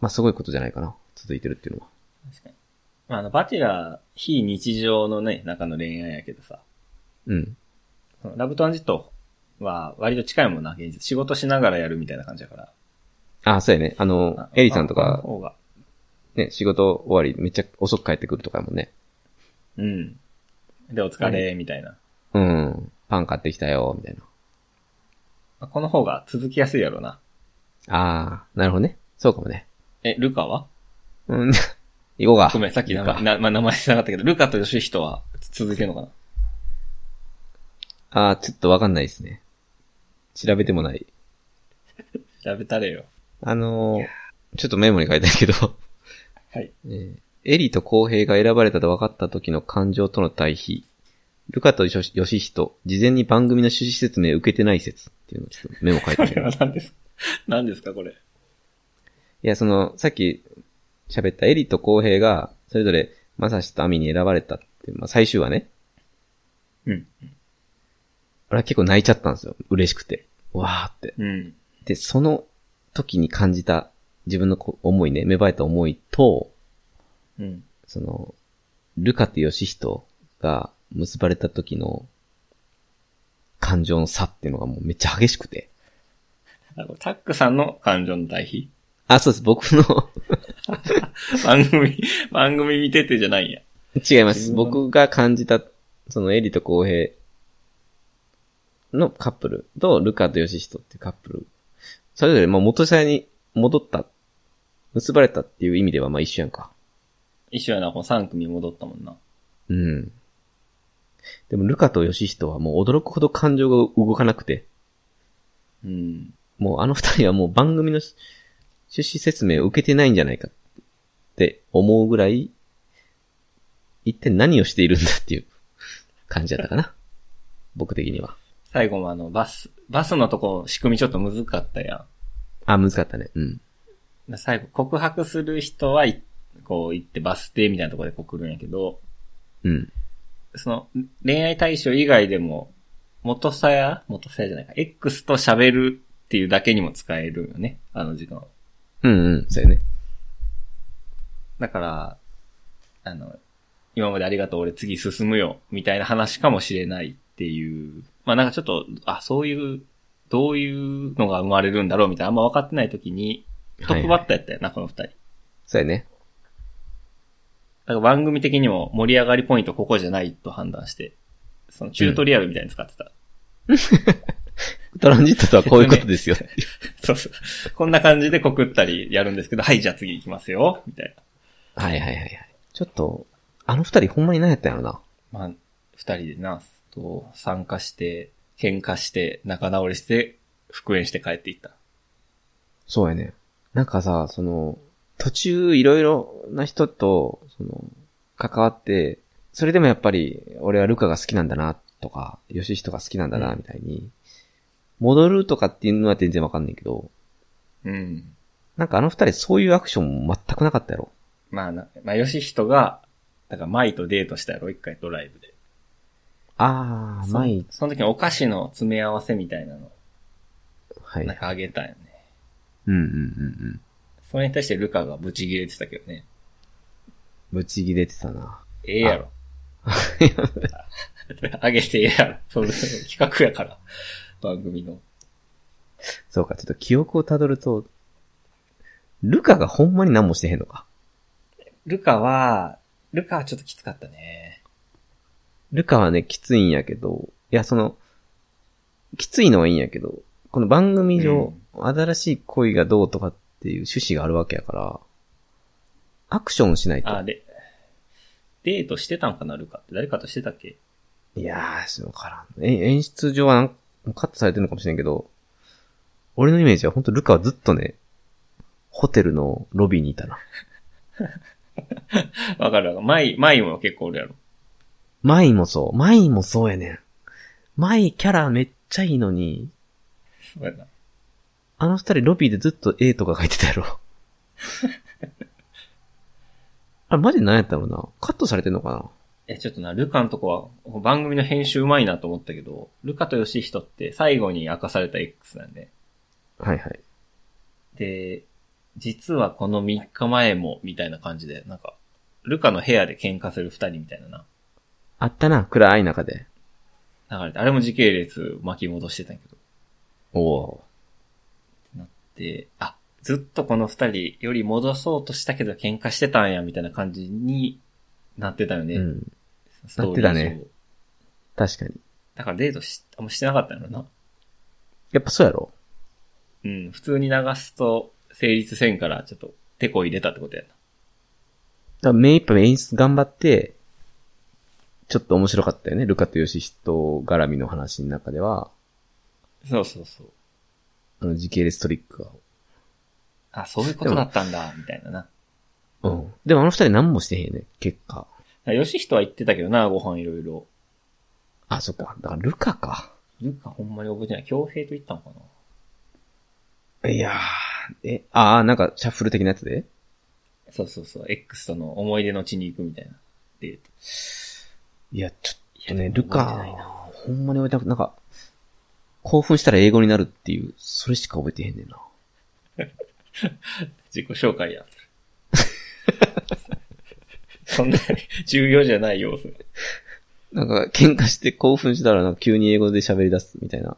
Speaker 1: まあすごいことじゃないかな、続いてるっていうのは。
Speaker 2: 確かに。まあ、あの、バチェラー、非日常のね、中の恋愛やけどさ、
Speaker 1: うん。
Speaker 2: そのラブトランジットは割と近いもんな、現実。仕事しながらやるみたいな感じだから。
Speaker 1: ああ、そうやね、あの
Speaker 2: あ、
Speaker 1: えりさんと
Speaker 2: あ
Speaker 1: か
Speaker 2: の、方が
Speaker 1: ね、仕事終わりめっちゃ遅く帰ってくるとかもね、
Speaker 2: うん。で、お疲れ、みたいな。
Speaker 1: うん、パン買ってきたよ、みたいな。
Speaker 2: まあこの方が続きやすいやろうな。
Speaker 1: ああ、なるほどね。そうかもね。
Speaker 2: え、ルカは
Speaker 1: うん。 行こうか。
Speaker 2: ごめん、さっき名
Speaker 1: 行こうか
Speaker 2: 前、なまあ、名前しなかったけど、ルカとヨシヒトは続いてるのかな
Speaker 1: ああ、ちょっとわかんないですね。調べてもない。
Speaker 2: 調べたれよ。
Speaker 1: あのー、ちょっとメモに書いたけど、
Speaker 2: はい。
Speaker 1: えーエリと公平が選ばれたと分かった時の感情との対比。ルカとヨシヨシヒト、事前に番組の趣旨説明を受けてない説っていうのをちょっとメモ書い
Speaker 2: こ
Speaker 1: て
Speaker 2: れ
Speaker 1: る。
Speaker 2: は何ですか何ですか、これ。
Speaker 1: いや、その、さっき喋ったエリと公平が、それぞれ、マサシとアミに選ばれたって、まあ最終話ね。
Speaker 2: うん。
Speaker 1: 俺は結構泣いちゃったんですよ。嬉しくて。わーって。
Speaker 2: うん。
Speaker 1: で、その時に感じた自分のこ思いね、芽生えた思いと、
Speaker 2: うん。
Speaker 1: その、ルカとヨシヒトが結ばれた時の感情の差っていうのがもうめっちゃ激しくて。
Speaker 2: あこれタックさんの感情の対比
Speaker 1: あ、そうです。僕の、
Speaker 2: 番組、番組見ててじゃないんや。
Speaker 1: 違います。僕が感じた、そのエリと公平のカップルとルカとヨシヒトっていうカップル。それぞれ、まあ元さに戻った、結ばれたっていう意味ではまあ一緒やんか。
Speaker 2: 一緒やな、この3組戻ったもんな。
Speaker 1: うん。でも、ルカとヨシヒトはもう驚くほど感情が動かなくて、
Speaker 2: うん。
Speaker 1: もうあの二人はもう番組のし趣旨説明を受けてないんじゃないかって思うぐらい、一体何をしているんだっていう感じだったかな。 僕的には。
Speaker 2: 最後もあの、バス、バスのとこ、仕組みちょっと難かったや
Speaker 1: あ、難かったね。うん。
Speaker 2: ん。最後、告白する人はい、こう行ってバス停みたいなとこでこう来るんやけど、
Speaker 1: うん。
Speaker 2: その、恋愛対象以外でも、元さや、元さやじゃないか、X と喋るっていうだけにも使えるよね、あの時間。
Speaker 1: うんうん。そうよね。
Speaker 2: だから、あの、今までありがとう、俺次進むよ、みたいな話かもしれないっていう。まあなんかちょっと、あ、そういう、どういうのが生まれるんだろうみたいな、あんま分かってない時に、トップバッターやったよな、この二人。だ
Speaker 1: そうやね。
Speaker 2: から番組的にも盛り上がりポイントここじゃないと判断して、そのチュートリアルみたいに使ってた。
Speaker 1: トランジットとはこういうことですよ。
Speaker 2: そうそう。こんな感じで告ったりやるんですけど、はい、じゃあ次行きますよ、みたい
Speaker 1: はいはいはいはい。ちょっと、あの二人ほんまに何やったんやろな。
Speaker 2: な。まあ、二人でな、と参加して、喧嘩して、仲直りして、復縁して帰っていった。
Speaker 1: そうやね。なんかさ、その、途中いろいろな人と、その、関わって、それでもやっぱり、俺はルカが好きなんだな、とか、ヨシヒトが好きなんだな、みたいに、戻るとかっていうのは全然わかんないけど、
Speaker 2: うん。
Speaker 1: なんかあの二人そういうアクション全くなかったやろ。
Speaker 2: まあな、まあ、ヨシヒトが、だから、マイとデートしたやろ、一回ドライブで。
Speaker 1: あー、
Speaker 2: そ
Speaker 1: マイ、
Speaker 2: その時にお菓子の詰め合わせみたいなの、
Speaker 1: はい。
Speaker 2: なんかあげたよね。
Speaker 1: うんうんうんうん。
Speaker 2: それに対してルカがブチギレてたけどね。
Speaker 1: ぶち切れてたな。
Speaker 2: ええや ろ。あげてええやろ。その 企画やから。番組の。
Speaker 1: そうか、ちょっと記憶をたどると、ルカがほんまに何もしてへんのか。
Speaker 2: ルカは、ルカはちょっときつかったね。
Speaker 1: ルカはね、きついんやけど、いや、その、きついのはいいんやけど、この番組上、新しい恋がどうとかっていう趣旨があるわけやから、アクションしないと。
Speaker 2: あ、で、デートしてたんかな、ルカって。誰かとしてたっけ
Speaker 1: いやー、そのからん。え演出上はなんカットされてるのかもしれんけど、俺のイメージは本当ルカはずっとね、ホテルのロビーにいたな。
Speaker 2: わかるわかる。マイ、マイも結構おるやろ。
Speaker 1: マイもそう。マイもそうやねん。マイキャラめっちゃいいのに、
Speaker 2: そうやな。
Speaker 1: あの二人ロビーでずっと A とか書いてた やろ。あれ、マジで何やったろうな。カットされてんのかな
Speaker 2: え、ちょっとな、ルカのとこは、番組の編集うまいなと思ったけど、ルカとヨシヒトって最後に明かされた X なんで。
Speaker 1: はいはい。
Speaker 2: で、実はこの3日前も、みたいな感じで、なんか、ルカの部屋で喧嘩する2人みたいな
Speaker 1: あったな、暗い中で。
Speaker 2: な、流れて、あれも時系列巻き戻してたんやけど。
Speaker 1: おお
Speaker 2: で、あ、ずっとこの2人より戻そうとしたけど喧嘩してたんや、みたいな感じになってたよね。
Speaker 1: ー。うん。
Speaker 2: ストーリー
Speaker 1: なってたね
Speaker 2: 上。
Speaker 1: 確かに。
Speaker 2: だからデートし、あんましてなかったんやろな。
Speaker 1: やっぱそうやろ
Speaker 2: うん、普通に流すと成立せんから、ちょっと、テコ入れたってことやな。
Speaker 1: だから目いっぱい演出頑張って、ちょっと面白かったよね。ルカとヨシヒト絡みの話の中では、
Speaker 2: そうそうそう。
Speaker 1: あの時系列トリックが。
Speaker 2: あ、そういうことだったんだ、みたいなな。だか
Speaker 1: うん。でもあの二人何もしてへんよね、結果。
Speaker 2: らヨシヒトは言ってたけどな、ご飯いろいろ。
Speaker 1: あ、そっか。だからルカか。
Speaker 2: ルカほんまに覚えてない。強兵と言ったのかない
Speaker 1: やー、え、あー、なんかシャッフル的なやつで
Speaker 2: そうそうそう。X との思い出の地に行くみたいな。デート。
Speaker 1: いや、ちょっと
Speaker 2: い
Speaker 1: ね、
Speaker 2: や
Speaker 1: ル
Speaker 2: 覚えてない
Speaker 1: カ、ほんまに覚えてなくなんか、興奮したら英語になるっていう、それしか覚えてへんねんな。
Speaker 2: 自己紹介や。 そんなに重要じゃない要素。
Speaker 1: なんか、喧嘩して興奮したら、なんか急に英語で喋り出すみたいな、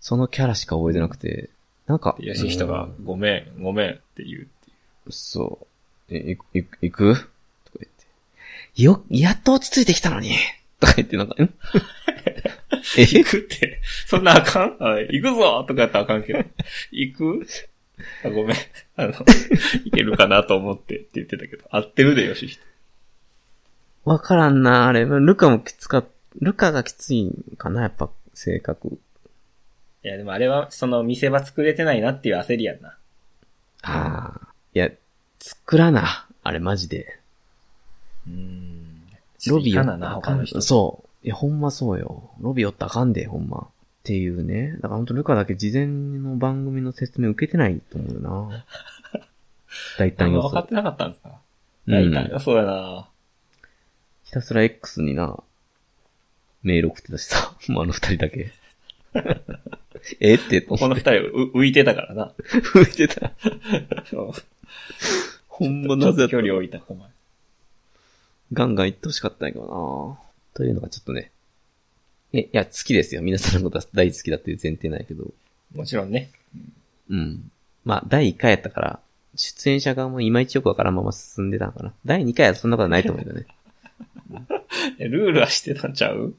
Speaker 1: そのキャラしか覚えてなくて、なんか、
Speaker 2: よし、人が、ごめん、ごめんって言うっていう。
Speaker 1: うんそう、え、いく、いく、いくとか言って、よ、やっと落ち着いてきたのにとか言って、なんか、 んえ
Speaker 2: 行くって、そんなあかんあ行くぞとかやったらあかんけど。行くあごめん。あの、行けるかなと思ってって言ってたけど。合ってるで、よし、人。
Speaker 1: わからんな、あれ。ルカもきつかっ、ルカがきついんかな、やっぱ、性格。
Speaker 2: いや、でもあれは、その、見せ場作れてないなっていう焦りやんな。
Speaker 1: ああ。いや、作らな。あれ、マジで。
Speaker 2: うん。
Speaker 1: ロビー
Speaker 2: か
Speaker 1: 寄
Speaker 2: な
Speaker 1: っ
Speaker 2: な、
Speaker 1: た
Speaker 2: 他の人。
Speaker 1: そう。いや、ほんまそうよ。ロビーおったらあかんで、ほんま。っていうね。だからほんとルカだけ事前の番組の説明受けてないと思うよ な。大
Speaker 2: あ
Speaker 1: 胆予
Speaker 2: 分かっ
Speaker 1: 想。
Speaker 2: てなかったんですか
Speaker 1: う
Speaker 2: 大体、
Speaker 1: ん。
Speaker 2: そうやな
Speaker 1: ひたすら X にな、メール送ってたしさ。 もうあの二人だ け。えって、と
Speaker 2: こ
Speaker 1: 思
Speaker 2: の
Speaker 1: っ
Speaker 2: 二
Speaker 1: て
Speaker 2: 人う浮いてたからな。
Speaker 1: 吹いてた。
Speaker 2: そう
Speaker 1: ほん
Speaker 2: ちょ
Speaker 1: まな
Speaker 2: っ
Speaker 1: ぜ
Speaker 2: と
Speaker 1: やった
Speaker 2: 距離置いた、お前。
Speaker 1: ガンガン行ってほしかったんやけどなというのがちょっとね。え、いや、好きですよ。皆さんのことは大好きだっていう前提なんやけど。
Speaker 2: もちろんね。
Speaker 1: うん。まあ、第1回やったから、出演者側もいまいちよくわからんまま進んでたのかな。第2回はそんなことないと思うけ どね。
Speaker 2: えルールはしてたんちゃう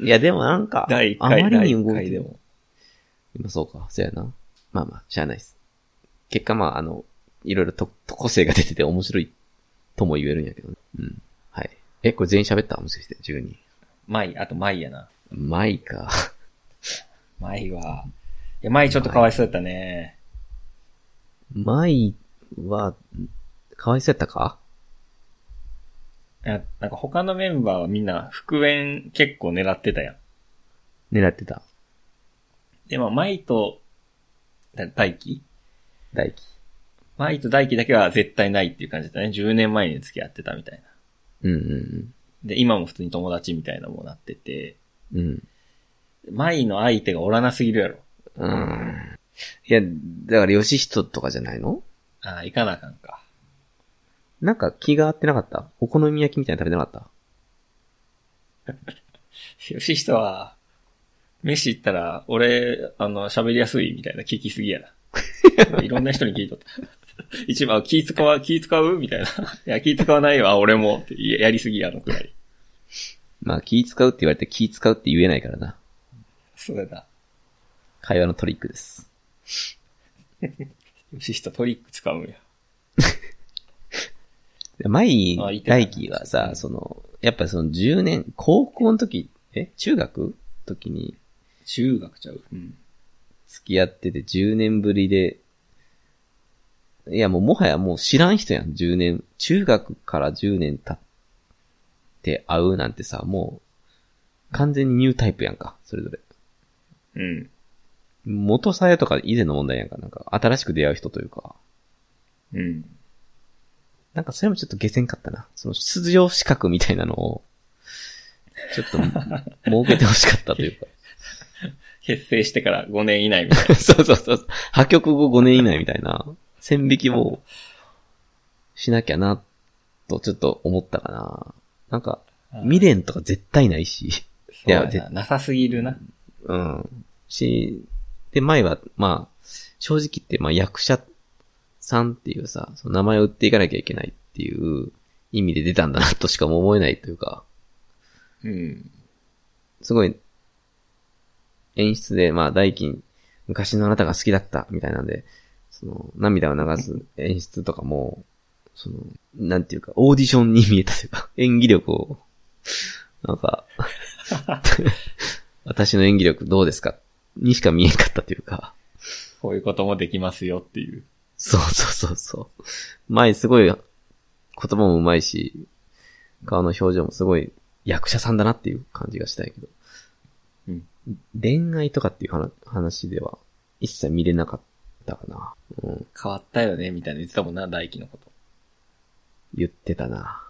Speaker 1: いや、でもなんか、
Speaker 2: 第1
Speaker 1: あ
Speaker 2: 回、
Speaker 1: まり
Speaker 2: 第
Speaker 1: に
Speaker 2: 1
Speaker 1: 動い
Speaker 2: 回
Speaker 1: て
Speaker 2: で
Speaker 1: る。
Speaker 2: も。
Speaker 1: 今そうか。そうやな。まあまあ、しゃあないです。結果まあ、あの、いろいろと、と個性が出てて面白いとも言えるんやけどね。うん。はい。え、これ全員喋ったもしかして、10人。
Speaker 2: マイ、あとマイやな。
Speaker 1: マイか。
Speaker 2: マイは、いや、マイちょっとかわいそうだったね。
Speaker 1: マイは、かわいそうやったか
Speaker 2: いやなんか他のメンバーはみんな復縁結構狙ってたやん。
Speaker 1: 狙ってた。
Speaker 2: でも、マイと、だ大輝
Speaker 1: 大輝。
Speaker 2: マイと大輝だけは絶対ないっていう感じだったね。10年前に付き合ってたみたいな。
Speaker 1: うんうん
Speaker 2: で、今も普通に友達みたいなもんなってて、
Speaker 1: うん。うん。
Speaker 2: マイの相手がおらなすぎるやろ。
Speaker 1: うーんいや、だから、ヨシヒトとかじゃないの
Speaker 2: ああ、行かなあかんか。
Speaker 1: なんか気が合ってなかったお好み焼きみたいなの食べてなかっ
Speaker 2: よし人は、飯行ったら、俺、あの、喋りやすいみたいな聞きすぎや な。いろんな人に聞いとった。一番、気使わ、気使うみたいな。いや、気使わないわ、俺も。ってややりすぎや、あのくらい。
Speaker 1: たまあ、気使うって言われて気使うって言えないからな。
Speaker 2: そうだな。
Speaker 1: 会話のトリックです。
Speaker 2: よし人トリック使うんや。
Speaker 1: で前
Speaker 2: あ言っ、てたね
Speaker 1: 大輝は
Speaker 2: う
Speaker 1: さ、
Speaker 2: ん
Speaker 1: その、やっぱその10年、高校の時、え中学時に
Speaker 2: 中学ちゃう。うん。
Speaker 1: 付き合ってて10年ぶりで、いやもうもはやもう知らん人やん、10年。中学から10年経って会うなんてさ、もう完全にニュータイプやんか、それぞれ。
Speaker 2: うん。
Speaker 1: 元さやとか以前の問題やんか、なんか新しく出会う人というか。
Speaker 2: うん。
Speaker 1: なんかそれもちょっと下せんかったな。その出場資格みたいなのを、ちょっと設けてほしかったというか。
Speaker 2: 結成してから5年以内みたいな。
Speaker 1: そうそうそうそう。破局後5年以内みたいな、線引きをしなきゃな、とちょっと思ったかな。なんか、 未練とか絶対ないし。
Speaker 2: そうや
Speaker 1: いや
Speaker 2: な。なさすぎるな。
Speaker 1: うん。し、で、前は、まあ、正直言って、まあ、役者さんっていうさ、その名前を売っていかなきゃいけないっていう意味で出たんだなとしか思えないというか、
Speaker 2: うん。
Speaker 1: すごい、演出で、まあ、大金、昔のあなたが好きだった、みたいなんで、その、涙を流す演出とかも、その、なんていうか、オーディションに見えたというか、 演技力を、なんか、私の演技力どうですかにしか見えんかったというか、
Speaker 2: こういうこともできますよっていう。
Speaker 1: そうそうそうそう。前すごい、言葉もうまいし、顔の表情もすごい役者さんだなっていう感じがしたんやけど。
Speaker 2: うん
Speaker 1: 恋愛とかっていう話話では一切見れなかったかな。うん。
Speaker 2: 変わったよね、みたいな言ってたもんな、大輝のこと。
Speaker 1: 言ってたな。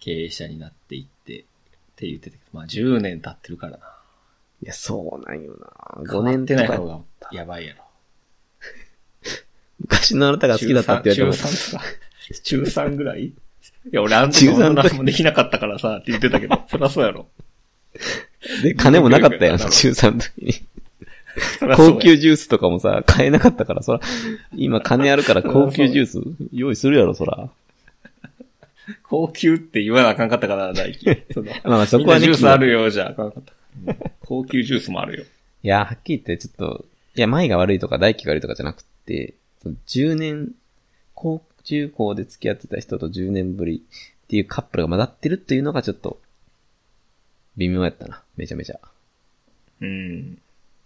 Speaker 2: 経営者になっていって、って言ってたけど、まあ10年経ってるからな。
Speaker 1: いや、そうなんよな。
Speaker 2: 5
Speaker 1: 5年
Speaker 2: 年って
Speaker 1: と
Speaker 2: ない
Speaker 1: か
Speaker 2: 方がやばいやろ。
Speaker 1: 昔のあなたが好きだったって言われて
Speaker 2: 中
Speaker 1: も、
Speaker 2: 3とか、 中3ぐらいいや、俺あの時女の子もできなかったからさ、って言ってたけ ど、そりゃそうやろ。
Speaker 1: で、金もなかったやん、
Speaker 2: 中学
Speaker 1: 中3の時に。
Speaker 2: そりゃそうや
Speaker 1: 高級ジュースとかもさ、買えなかったから、そら、今金あるから高級ジュース用意するやろ、そら。
Speaker 2: 高級って言わなあかんかったから、大輝。 その
Speaker 1: まあまあそこはね
Speaker 2: みんなジュースあるよ、じゃああかんかった。高級ジュースもあるよ。
Speaker 1: いや、はっきり言って、ちょっと、いや、前が悪いとか、大輝が悪いとかじゃなくて、その10年、高、中高で付き合ってた人と10年ぶりっていうカップルが混ざってるっていうのがちょっと、微妙やったな。めちゃめちゃ。
Speaker 2: うん。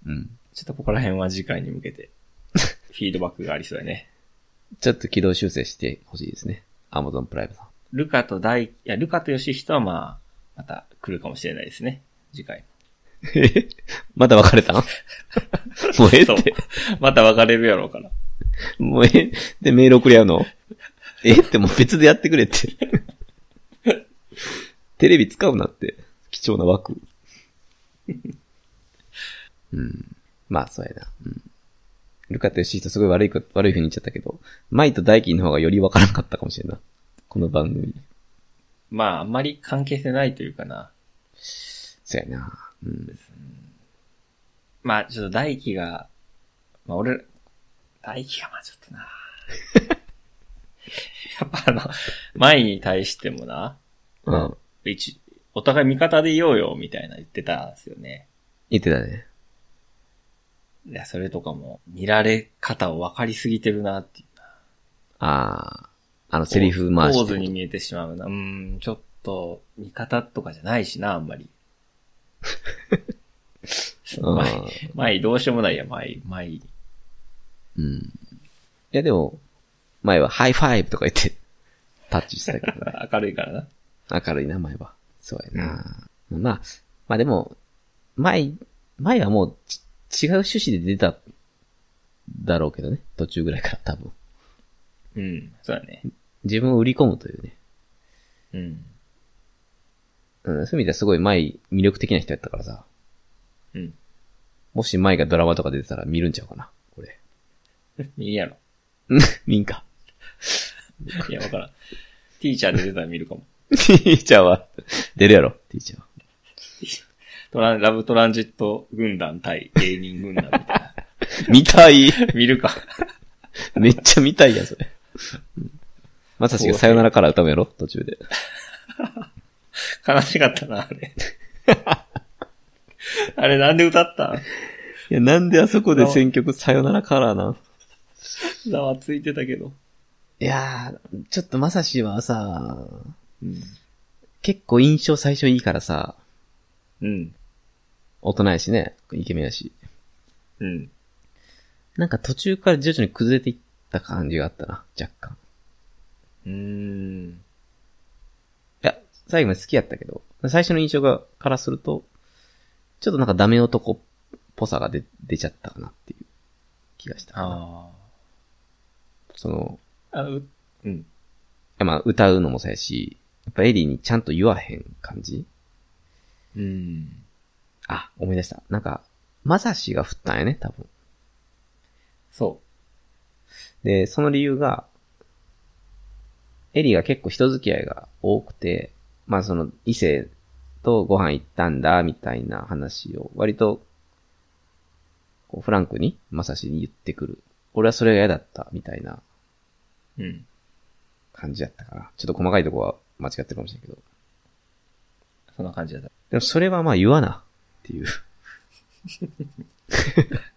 Speaker 1: うん。
Speaker 2: ちょっとここら辺は次回に向 けて、フィードバックがありそうやね。
Speaker 1: ちょっと軌道修正してほしいですね。アマゾンプライムさん。
Speaker 2: ルカと大、いや、ルカとヨシヒトはまあ、また来るかもしれないですね。次回。
Speaker 1: えまだ別れたん もうええ
Speaker 2: そう
Speaker 1: って。
Speaker 2: また別れるやろうから。
Speaker 1: もうええ で、メール送り合うの えって、もう別でやってくれって。 テレビ使うなって。貴重な枠。うん。まあ、そうやな。うん。ルカとヨシヒトすごい悪いこと、悪い風に言っちゃったけど、マイとダイキンの方がよりわからなかったかもしれんない。この番組。
Speaker 2: まあ、あんまり関係性ないというかな。
Speaker 1: そうやな。うん。
Speaker 2: まあ、ちょっと大輝が、まあ俺ら、大輝がまあちょっとな。 やっぱあの、前に対してもな、
Speaker 1: うん。
Speaker 2: 一、お互い味方でいようよ、みたいな言ってたんですよね。
Speaker 1: 言ってたね。
Speaker 2: いや、それとかも、見られ方を分かりすぎてるなっていう。
Speaker 1: ああ、あのセリフ回し
Speaker 2: ポ
Speaker 1: て
Speaker 2: ーズに見えてしまうな。うん、ちょっと、見方とかじゃないしな、あんまり。
Speaker 1: うん
Speaker 2: 前、前どうしようもないや、前、前。い
Speaker 1: うん。いや、でも、前はハイファイブとか言って、タッチしてたけど ね。
Speaker 2: 明るいからな。
Speaker 1: 明るいな、前は。そうやな。まあ、まあでも、前、前はもうち違う趣旨で出た、だろうけどね。途中ぐらいから多分。
Speaker 2: うん、そうだね。
Speaker 1: 自分を売り込むというね。
Speaker 2: うん。
Speaker 1: うん、そういう意味ではすごい前、魅力的な人やったからさ。
Speaker 2: うん。
Speaker 1: もし前がドラマとか出てたら見るんちゃうかな。これ。
Speaker 2: いいやろ。
Speaker 1: 見んか。
Speaker 2: いや、わからん。ティーチャーで出たら見るかも。
Speaker 1: ティーチャーは、出るやろ、ティーチャーは。
Speaker 2: トラン、ラブトランジット軍団対芸人軍団みたいな。
Speaker 1: 見たい
Speaker 2: 見るか。
Speaker 1: めっちゃ見たいやん、それ。まさしがさよならから歌うやろ途中で。
Speaker 2: 悲しかったな、あれ。あれなんで歌った
Speaker 1: いや、なんであそこで選曲さよならからな。
Speaker 2: ざわついてたけど。
Speaker 1: いやー、ちょっとまさしはさ、
Speaker 2: うん。
Speaker 1: 結構印象最初いいからさ、
Speaker 2: うん。
Speaker 1: 大人やしね、イケメンやし。
Speaker 2: うん。
Speaker 1: なんか途中から徐々に崩れていった感じがあったな、若干。
Speaker 2: うーん。
Speaker 1: いや、最後まで好きやったけど、最初の印象が、からすると、ちょっとなんかダメ男っぽさが出、出ちゃったかなっていう気がしたかな。
Speaker 2: あ
Speaker 1: その、
Speaker 2: あ。あ、う、うん。
Speaker 1: いやまあ、歌うのもそうやし、やっぱエリーにちゃんと言わへん感じ
Speaker 2: うん。
Speaker 1: あ、思い出した。なんか、まさしが振ったんやね、多分。
Speaker 2: そ
Speaker 1: で、その理由が、エリーが結構人付き合いが多くて、まあその異性とご飯行ったんだ、みたいな話を割と、こうフランクに、まさしに言ってくる。俺はそれが嫌だった、みたいな
Speaker 2: う。うん。
Speaker 1: 感じやったかな。ちょっと細かいとこは間違ってるかもしれんけど。
Speaker 2: そんな感じだった。
Speaker 1: でもそれはまあ言わな、っていう。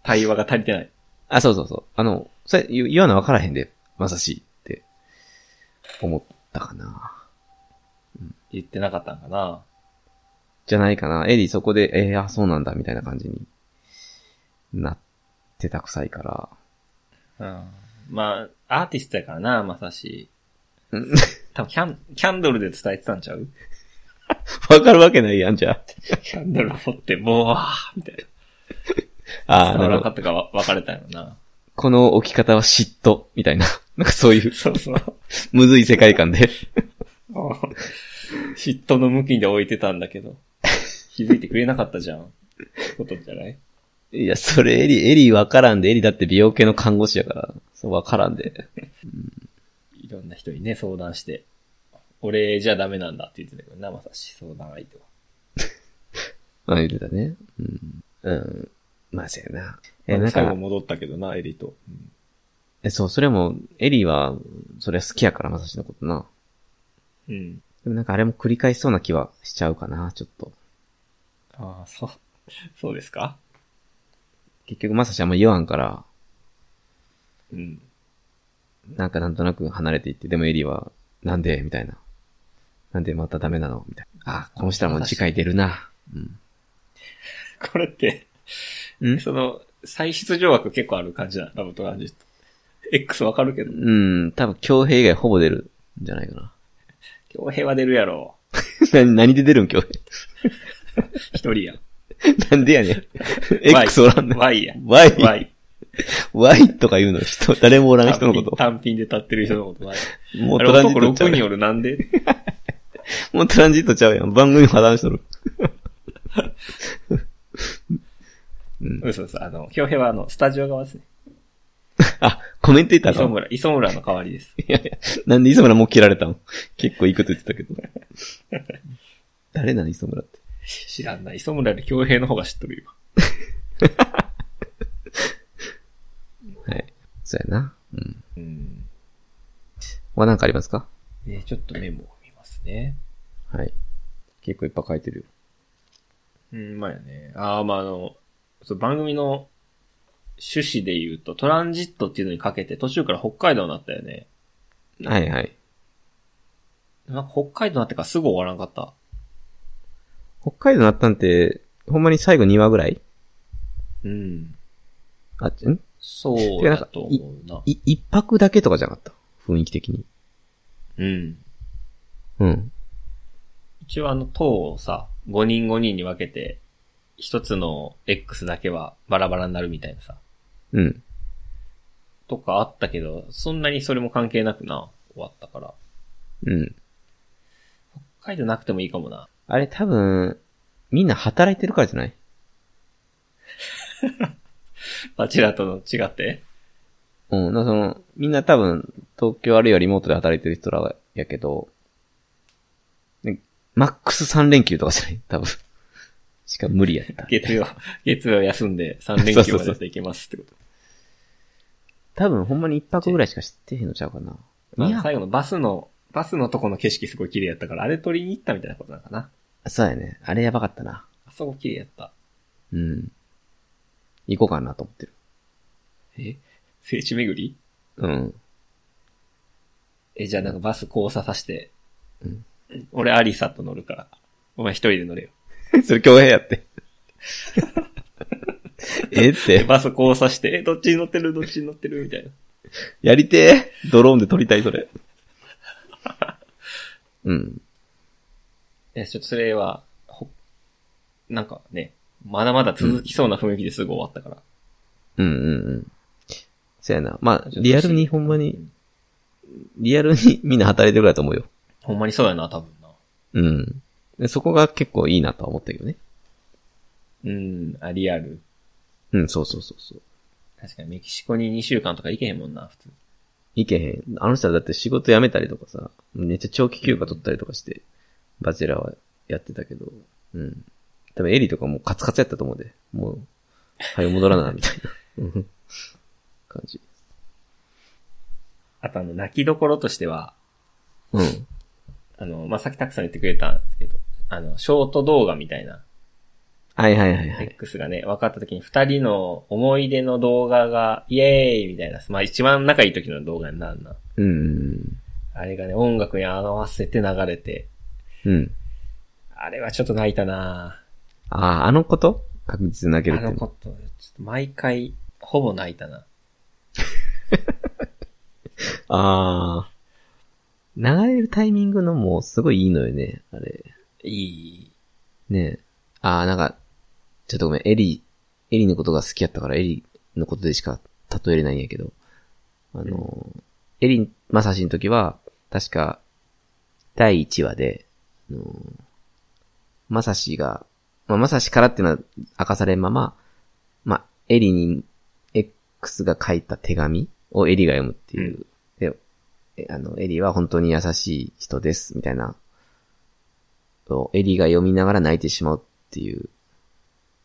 Speaker 2: 対話が足りてない。
Speaker 1: あ、そうそうそう。あの、それ言言わな分からへんで、まさしって思ったかな。
Speaker 2: 言ってなかったんかな。
Speaker 1: じゃないかな。エリーそこで、えー、あ、そうなんだ、みたいな感じになってた臭いから。
Speaker 2: うん。まあ、アーティストやからな、まさし。
Speaker 1: うん
Speaker 2: 多分キャン、キャンドルで伝えてたんちゃう
Speaker 1: わかるわけないやん、じゃ
Speaker 2: キャンドル持って、もう、わーみたい
Speaker 1: あ。あー
Speaker 2: な。伝わ
Speaker 1: な
Speaker 2: ら
Speaker 1: る
Speaker 2: ん
Speaker 1: ほ
Speaker 2: か
Speaker 1: ど。
Speaker 2: ったかわ別れたんやろな。
Speaker 1: この置き方は嫉妬、みたいな。 なんかそういう、
Speaker 2: そうそう。
Speaker 1: むずい世界観で。
Speaker 2: 嫉妬の向きで置いてたんだけど。気づいてくれなかったじゃん。ってことじゃない
Speaker 1: いや、それエリー、エリーわからんで、エリーだって美容系の看護師やから、そうわからんで。
Speaker 2: いろんな人にね、相談して。俺じゃダメなんだって言ってたけどな、まさし、相談相手
Speaker 1: あ、
Speaker 2: は。
Speaker 1: 言ってたね。うん。うん。まあ、せやな。え、なんか
Speaker 2: 最後、戻ったけどな、エリと。うん
Speaker 1: え、そう、それも、エリーは、それは好きやから、まさしのことな。
Speaker 2: うん。
Speaker 1: でもなんかあれも繰り返しそうな気はしちゃうかな、ちょっと。
Speaker 2: ああ、そう、そうですか
Speaker 1: 結局まさしあんま言わんから、
Speaker 2: うん。
Speaker 1: なんかなんとなく離れていって、でもエリーは、なんでみたいな。なんでまたダメなのみたいな。あ、この人はもう次回出るな。うん。
Speaker 2: これって、
Speaker 1: うん
Speaker 2: その、再出場枠結構ある感じなの、ラブトランジット。X わかるけど、
Speaker 1: うん、多分、京平以外ほぼ出るんじゃないか な。
Speaker 2: 京平は出るやろ。
Speaker 1: 何、何で出るん、京
Speaker 2: 一人や。
Speaker 1: 平。 なんでやねん。X おらんねん。
Speaker 2: Y や。
Speaker 1: Y
Speaker 2: Y。
Speaker 1: Y とか言うの、人、誰もおらん人のこと。
Speaker 2: 単品単品で立ってる人のこと。Y
Speaker 1: もうト
Speaker 2: あれ
Speaker 1: ランジ
Speaker 2: 男
Speaker 1: ットちゃ
Speaker 2: 6
Speaker 1: うや
Speaker 2: 人
Speaker 1: ん
Speaker 2: おるなんで
Speaker 1: もうトランジットちゃうやん。番組破綻しとる。
Speaker 2: うんそうそう、あの、京平はあの、スタジオ側ですね。
Speaker 1: あ、コメンテーター
Speaker 2: 磯
Speaker 1: の。
Speaker 2: 村、磯村の代わりです。
Speaker 1: いやいや、なんで磯村もう切られたの結構いくと言ってたけ ど。誰なの磯村って。
Speaker 2: 知らんない。磯村より京平の方が知っとるよ。
Speaker 1: はい。そうやな。うん。
Speaker 2: うん。
Speaker 1: はなんかありますか
Speaker 2: えーちょっとメモを見ますね。
Speaker 1: はい。結構いっぱい書いてるよ。
Speaker 2: うん、まあやね。ああ、まああの、そう、番組の趣旨で言うと、トランジットっていうのにかけて、途中から北海道になったよね。
Speaker 1: はいはい。
Speaker 2: なんか北海道になってからすぐ終わらんかった。
Speaker 1: 北海道になったんて、ほんまに最後2話ぐらい
Speaker 2: うん。
Speaker 1: あっち、ん
Speaker 2: そうだと思うな。
Speaker 1: い、一泊だけとかじゃなかった。雰囲気的に。
Speaker 2: うん。
Speaker 1: うん。
Speaker 2: 一応あの塔をさ、5人5人に分けて、一つの X だけはバラバラになるみたいなさ、
Speaker 1: うん。
Speaker 2: とかあったけど、そんなにそれも関係なくな、終わったから。
Speaker 1: うん。
Speaker 2: 北海道なくてもいいかもな。
Speaker 1: あれ多分、みんな働いてるからじゃない
Speaker 2: バチェラーとの違って。
Speaker 1: うん。だからその、みんな多分、東京あるいはリモートで働いてる人らやけど、ねマックス3連休とかじゃない多分。 しか無理やった。
Speaker 2: 月 曜、月曜休んで3連休までしていけますってこと。
Speaker 1: 多分ほんまに一泊ぐらいしか知ってへんのちゃうかな。
Speaker 2: まあ
Speaker 1: いや、
Speaker 2: 最後のバスの、バスのとこの景色すごい綺麗やったから、あれ撮りに行ったみたいなことなのかな。
Speaker 1: そうやね。あれやばかったな。
Speaker 2: あそこ綺麗やった。
Speaker 1: うん。行こうかなと思ってる。
Speaker 2: え聖地巡り
Speaker 1: うん。
Speaker 2: え、じゃあなんかバス交差させて、
Speaker 1: うん
Speaker 2: 俺アリサと乗るから、お前一人で乗れよ。
Speaker 1: それ共演やって。 ええって、
Speaker 2: バス交差して、え、どっちに乗ってるどっちに乗ってるみたいな。
Speaker 1: やりてえ。ドローンで撮りたい、それ。うん。
Speaker 2: え、ちょっとそれは、ほ、なんかね、まだまだ続きそうな雰囲気ですぐ終わったから。
Speaker 1: うんうんうん。そやな。まあ、
Speaker 2: ちょっと
Speaker 1: リアルにほんま
Speaker 2: う
Speaker 1: に、リアルにみんな働いてるからいと思うよ。
Speaker 2: ほんまにそうやな、多分な。
Speaker 1: うん。でそこが結構いいなとは思ったけどね。
Speaker 2: うん、あ、リアル。
Speaker 1: うん、そうそうそうそう。
Speaker 2: 確かにメキシコに2週間とか行けへんもんな、普通。
Speaker 1: いけへん。あの人はだって仕事辞めたりとかさ、めっちゃ長期休暇取ったりとかして、バチェラーはやってたけど、うん。多分エリとかもうカツカツやったと思うで。もう、早よ戻らな、みたいな うん感じ。
Speaker 2: あとあの、泣きどころとしては、
Speaker 1: うん。
Speaker 2: あの、まあ、さっきたくさん言ってくれたんですけど、あの、ショート動画みたいな、
Speaker 1: はいはいはいはい。
Speaker 2: X がね、分かった時に二人の思い出の動画が、イエーイみたいな、まあ、一番仲いい時の動画になるな。
Speaker 1: うんうん
Speaker 2: あれがね、音楽に合わせて流れて、
Speaker 1: うん。うん。
Speaker 2: あれはちょっと泣いたな
Speaker 1: ああ、あのこと確実に泣
Speaker 2: ぁ
Speaker 1: け
Speaker 2: あ
Speaker 1: るってい
Speaker 2: の
Speaker 1: うの。
Speaker 2: こと、ちょっと毎回、ほぼ泣いたな。
Speaker 1: ああ。流れるタイミングのもうすごいいいのよね、あれ。
Speaker 2: いい。
Speaker 1: ねえ。ああ、なんか、ちょっとごめん、エリー、エリーのことが好きやったから、エリーのことでしか例えれないんやけど、あのー、エリー、まさしの時は、確か、第1話で、あのーまさしが、まあ、まさしからっていうのは明かされんまま、まあ、エリーに X が書いた手紙をエリーが読むっていう。で、えあの、エリーは本当に優しい人です、みたいなとエリーが読みながら泣いてしまうっていう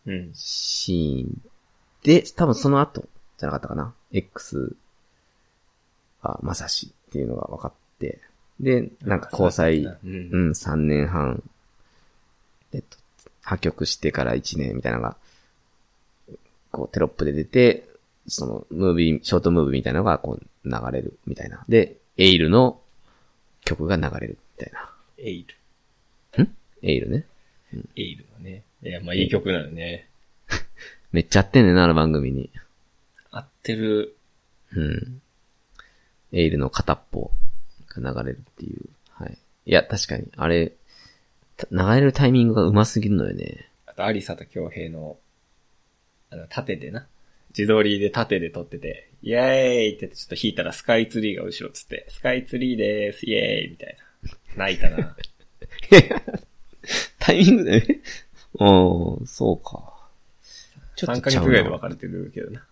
Speaker 2: うん。
Speaker 1: シーンで、多分その後じゃなかったかな。X がまさしっていうのが分かって、で、なんか交際、
Speaker 2: う。
Speaker 1: うんん、3年半、えっと、破局してから1年みたいなのが、こうテロップで出て、そのムービー、ショートムービーみたいなのがこう流れるみたいな。で、エイルの曲が流れるみたいな。
Speaker 2: エイル。
Speaker 1: エイルね。
Speaker 2: エイルはね。いや、まあいい曲なのね。
Speaker 1: めっちゃ合ってんねんな、あの番組に。
Speaker 2: 合ってる。
Speaker 1: うん。エイルの片っぽが流れるっていう。はい。いや、確かに、あれ、た流れるタイミングがうますぎるのよね。
Speaker 2: あと、アリサと京平の、あの、縦でな。自撮りで縦で撮ってて、イエーイってちょっと弾いたらスカイツリーが後ろつって、スカイツリーでーす、イエーイみたいな。泣 いたな。
Speaker 1: タイミングで ね。うん、そうか。ちょっ
Speaker 2: 3
Speaker 1: と
Speaker 2: ヶ
Speaker 1: ちゃう
Speaker 2: 月
Speaker 1: な
Speaker 2: ぐらいで別れてるけどな。
Speaker 1: い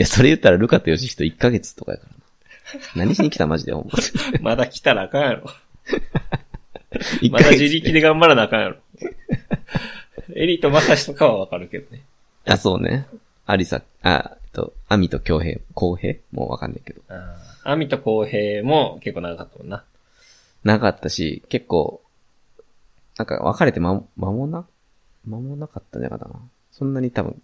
Speaker 1: や、それ言ったらルカとヨシヒト1ヶ月とかやからな。何しに来たマジで、ほんま。
Speaker 2: まだ来たらあかんやろ。
Speaker 1: 一
Speaker 2: ま
Speaker 1: ヶ
Speaker 2: だ
Speaker 1: 月
Speaker 2: 自力で頑張らなあ かんやろ。エリとマサシとかはわかるけどね。
Speaker 1: あ、そうね。アリサ、あ、えっと、アミと京平、公平もうわかんないけど。
Speaker 2: あーアミと公平も結構長かったもんな。
Speaker 1: なかったし、結構、なんか別れて間も間もな、間もなかったんじゃなかったかな。そんなに多分、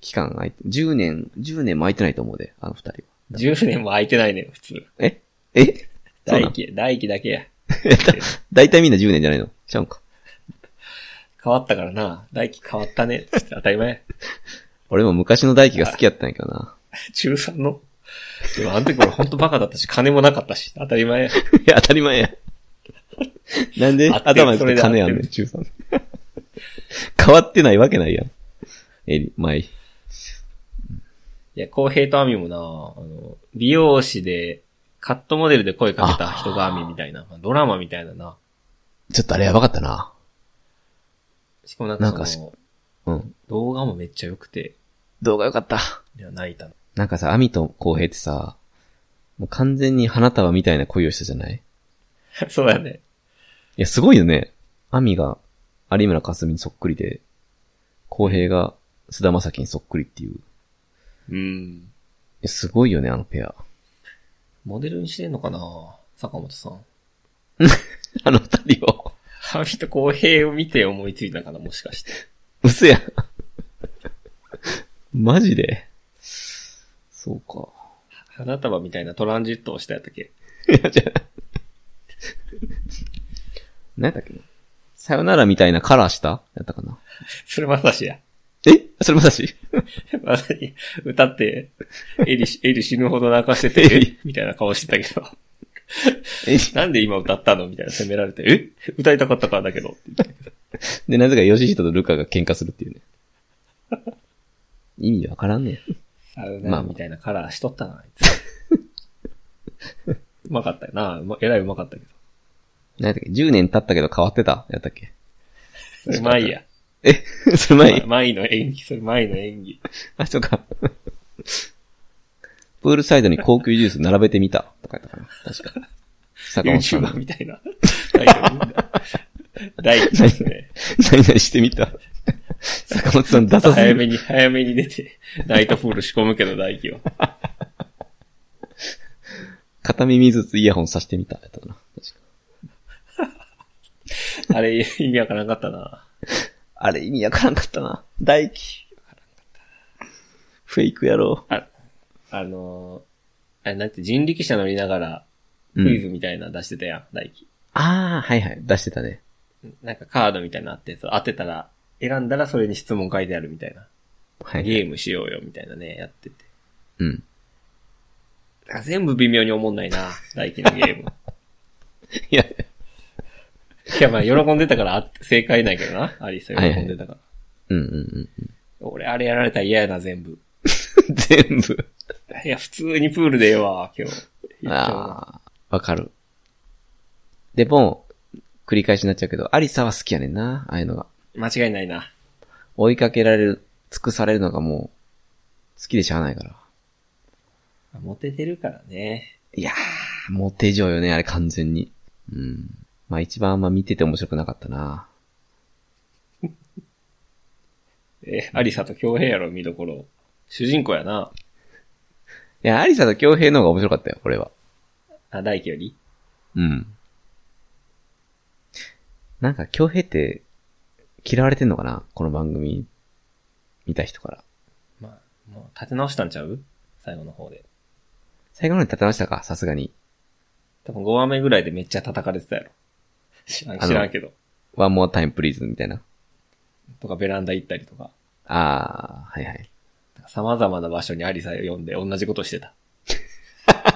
Speaker 1: 期間が空いて、10年、10年も空いてないと思うで、あの二人は。
Speaker 2: 10年も空いてないね、普通。
Speaker 1: ええ そうな
Speaker 2: 大
Speaker 1: の
Speaker 2: 輝、大輝だけや。
Speaker 1: 大体みんな10年じゃないのちゃうんか。
Speaker 2: 変わったからな。大輝変わったね。つって当たり前。
Speaker 1: 俺も昔の大輝が好きやったんやけどな。
Speaker 2: 中3の。でもあの時俺ほんとバカだったし、金もなかったし、当たり前や。
Speaker 1: いや、当たり前や。 なんで
Speaker 2: 合ってる
Speaker 1: 頭に
Speaker 2: それで合って
Speaker 1: 金
Speaker 2: る
Speaker 1: やんねん、中3。変わってないわけないやん。えり、まあいい。
Speaker 2: いや、浩平とアミもな、あの、美容師で、カットモデルで声かけた人がアミみたいな、まあドラマみたいなな。
Speaker 1: ちょっとあれやばかったな。
Speaker 2: しかもなんかその
Speaker 1: なんかしうん。
Speaker 2: 動画もめっちゃ良くて、
Speaker 1: 動画よかった。
Speaker 2: いや、泣いたの。
Speaker 1: なんかさ、アミと公平ってさ、もう完全に花束みたいな恋をしたじゃない
Speaker 2: そうだね。
Speaker 1: いや、すごいよね。アミが有村架純にそっくりで、公平が菅田将暉にそっくりっていう。い
Speaker 2: うん。
Speaker 1: や、すごいよね、あのペア。
Speaker 2: モデルにしてんのかな坂本さん。
Speaker 1: あの二人を。
Speaker 2: アミと浩平を見て思いついたかな、もしかして。
Speaker 1: 嘘やん。 マジでそうか。
Speaker 2: 花束みたいなトランジットをしたやったっけ
Speaker 1: いや、じゃあ何やったっけなさよならみたいなカラーしたやったかな
Speaker 2: それまさしや。
Speaker 1: えそれまさし
Speaker 2: まさに、歌って、エ リ、エリ死ぬほど泣かせて、
Speaker 1: エリ
Speaker 2: えみたいな顔してたけど、
Speaker 1: え
Speaker 2: なんで今歌ったのみたいな責められて、え歌いたかったからだけどって言って。
Speaker 1: で、なぜかヨシヒトとルカが喧嘩するっていうね。意味わからんね
Speaker 2: あの
Speaker 1: まあ
Speaker 2: な、みたいなカラーしとったな、あいつ うまかったよな。うまえらいうまかったけど。
Speaker 1: 何やったっけ ?10 年経ったけど変わってたやったっけ
Speaker 2: それ、マイや。
Speaker 1: え それ前に
Speaker 2: マイの演技、それ、マイの演技。
Speaker 1: あ、そうか。プールサイドに高級ジュース並べてみた。とかやったかな確か。坂本さん。
Speaker 2: YouTuber
Speaker 1: 何
Speaker 2: みたいな。 大輝です ね。
Speaker 1: 々してみた。坂本さんダサすぎ
Speaker 2: 早
Speaker 1: る。
Speaker 2: めに、早めに出て、ナイトプール仕込むけど、大輝は。
Speaker 1: 片耳ずつイヤホンさしてみた。やったかな確か
Speaker 2: あれ、意味わからんかったな。
Speaker 1: あれ意味わからんかったな。大輝。フェイクやろ
Speaker 2: あ、あのー、あれなんて人力車乗りながら
Speaker 1: う。
Speaker 2: クイ
Speaker 1: ん。
Speaker 2: ズみたいなの出してたやん、大輝。
Speaker 1: ああ、はいはい。出してたね。
Speaker 2: なんかカードみたいなのあって、そう当てたら、選んだらそれに質問書いてあるみたいな。
Speaker 1: はい。
Speaker 2: ゲームしようよみたいなね、やってて。
Speaker 1: うん。
Speaker 2: あ全部微妙に思んないな、大輝のゲーム。
Speaker 1: いや、
Speaker 2: いや、まあ、喜んでたからあ正解ないけどな、アリスは喜んでたから。
Speaker 1: うんうんうん
Speaker 2: 俺、あれやられたら嫌やな、全部。
Speaker 1: うん。全部。
Speaker 2: いや、普通にプールでええわ、今日。言っちゃうな
Speaker 1: ああ、わかる。でも、繰り返しになっちゃうけど、アリサは好きやねんな、ああいうのが。
Speaker 2: 間違いないな。
Speaker 1: 追いかけられる、尽くされるのがもう、好きでしゃあないから。
Speaker 2: モテてるからね。
Speaker 1: いやー、モテ上よね、あれ完全に。うん。まあ一番あんま見てて面白くなかったな。
Speaker 2: えー、アリサと京平やろ、見どころ。主人公やな。
Speaker 1: いや、アリサと京平の方が面白かったよ、俺は。
Speaker 2: あ、大輝より。
Speaker 1: うん。なんか京平って、嫌われてんのかなこの番組、見た人から。
Speaker 2: まあ、もう立て直したんちゃう最後の方で。
Speaker 1: 最後の方に立てましたかさすがに。
Speaker 2: 多分5話目ぐらいでめっちゃ叩かれてたやろ。知らん、
Speaker 1: あの
Speaker 2: 知らんけど。
Speaker 1: ワンモアタイムプリーズみたいな。
Speaker 2: とかベランダ行ったりとか。
Speaker 1: あー、はいはい。
Speaker 2: なんか様々な場所にアリサ呼んで同じことしてた。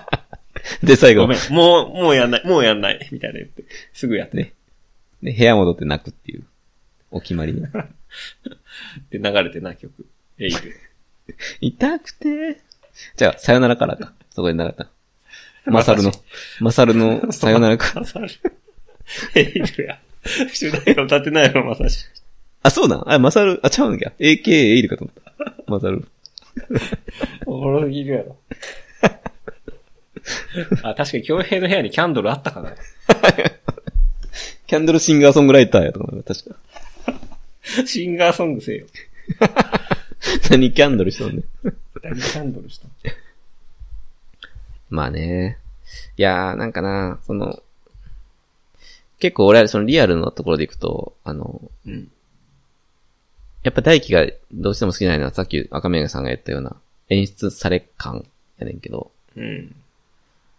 Speaker 1: で、最
Speaker 2: ご
Speaker 1: 後、
Speaker 2: めん、もう、もうやんない、もうやんない、みたいな言って。すぐやって。
Speaker 1: ねで部屋戻って泣くっていう。お決まりの。
Speaker 2: で、流れてな、曲。エイル。
Speaker 1: 痛くて。じゃあ、さよならからか。そこでなか った。マサルの、マサル のさよならか。
Speaker 2: マサル。 エイルや。主題歌歌ってないの、まさし。
Speaker 1: あ、そうなんあ、マサル、あ、ちゃうんや。AKA エイルかと思った。マサル。
Speaker 2: おもろすぎるやろ。 あ、確かに京平の部屋にキャンドルあったかな。
Speaker 1: キャンドルシンガーソングライターやと思う。確か。
Speaker 2: シンガーソングせよ。
Speaker 1: 何キャンドルしとんねん。
Speaker 2: 何キャンドルしたの
Speaker 1: まあね。いやー、なんかな、その、結構俺はそのリアルのところでいくと、あの、
Speaker 2: うん。
Speaker 1: やっぱ大輝がどうしても好きなのはさっき赤目さんが言ったような演出され感やねんけど、
Speaker 2: うん。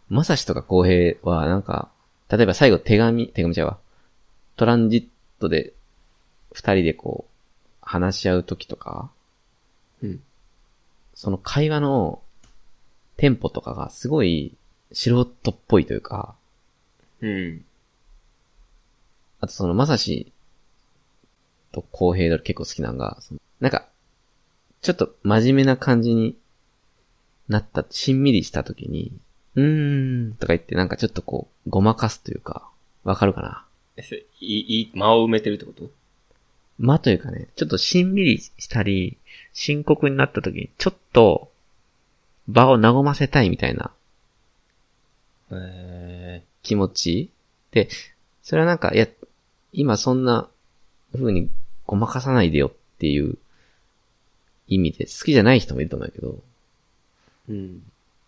Speaker 1: まさしとか公平はなんか、例えば最後手紙、手紙ちゃうわ。トランジットで二人でこう、話し合う時とか、
Speaker 2: うん。
Speaker 1: その会話のテンポとかがすごい素人っぽいというか、
Speaker 2: うん。
Speaker 1: あとそのまさしと公平だと結構好きなんが、そのなんか、ちょっと真面目な感じになった、しんみりした時に、うーんとか言ってなんかちょっとこう、ごまかすというか、わかるかな
Speaker 2: えそれいい、いい、間を埋めてるってこと
Speaker 1: 間というかね、ちょっとしんみりしたり、深刻になった時に、ちょっと、場を和ませたいみたいな
Speaker 2: へえ。
Speaker 1: 気持ちで、それはなんか、いや、今そんな風にごまかさないでよっていう意味で、好きじゃない人もいると思うんだけど、
Speaker 2: うん。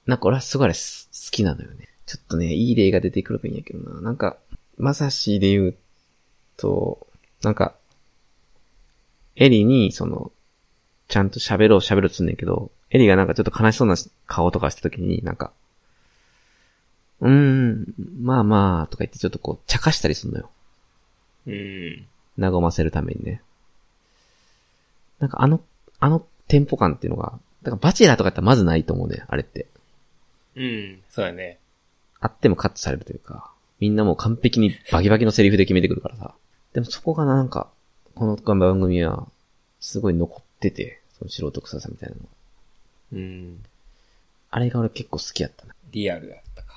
Speaker 1: なんか俺はすごいあれす好きなのよね。ちょっとね、いい例が出てくるといいんやけどな。なんか、まさしで言うと、なんか、エリに、その、ちゃんと喋ろう喋ろうとすんねんけど、エリがなんかちょっと悲しそうな顔とかした時に、なんか、うーん、まあまあ、とか言ってちょっとこう、茶化したりすんのよ。
Speaker 2: うん。
Speaker 1: 和ませるためにね。なんかあの、あのテンポ感っていうのが、だからバチェラーとかやったらまずないと思うね、あれって。
Speaker 2: うん。そうやね。
Speaker 1: あってもカットされるというか、みんなもう完璧にバキバキのセリフで決めてくるからさ。でもそこがなんか、この番組は、すごい残ってて、その素人臭さみたいなの。
Speaker 2: うん。
Speaker 1: あれが俺結構好きやったな。
Speaker 2: リアルだったか。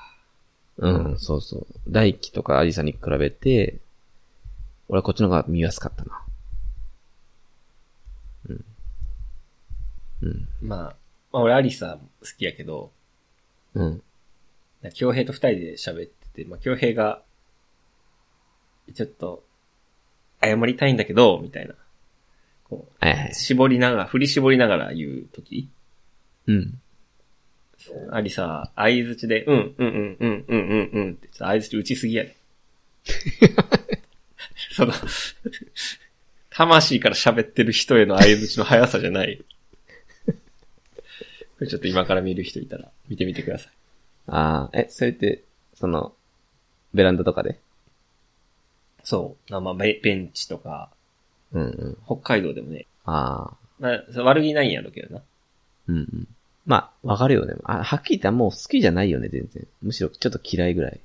Speaker 1: うん、そうそう。大輝とかアリサに比べて、俺はこっちの方が見やすかったな。うん。
Speaker 2: まあ、まあ、俺アリサ好きやけど、
Speaker 1: うん。うん。
Speaker 2: なんか京平と二人で喋ってて、まあ、京平が、ちょっと、謝りたいんだけど、みたいな。こ、。
Speaker 1: はいはいう
Speaker 2: 絞りながら、振り絞りながら言うとき、
Speaker 1: うん。
Speaker 2: アリサ、相づちで、うん、うん、うん、うん、うん、うん、うんって、ちょっと相づち打ちすぎや ね。その、魂から喋ってる人への相づちの速さじゃない。これちょっと今から見る人いたら、見てみてください。
Speaker 1: ああ、え、それって、その、ベランダとかで
Speaker 2: そう。まあ、ベベンチとか、
Speaker 1: うんうん。
Speaker 2: 北海道でもね、
Speaker 1: ああ。
Speaker 2: まあ、それ悪気ないんやろうけどな。
Speaker 1: うんうん。まあ、わかるよね。あ、はっきり言ったらもう好きじゃないよね、全然。むしろちょっと嫌いぐらい。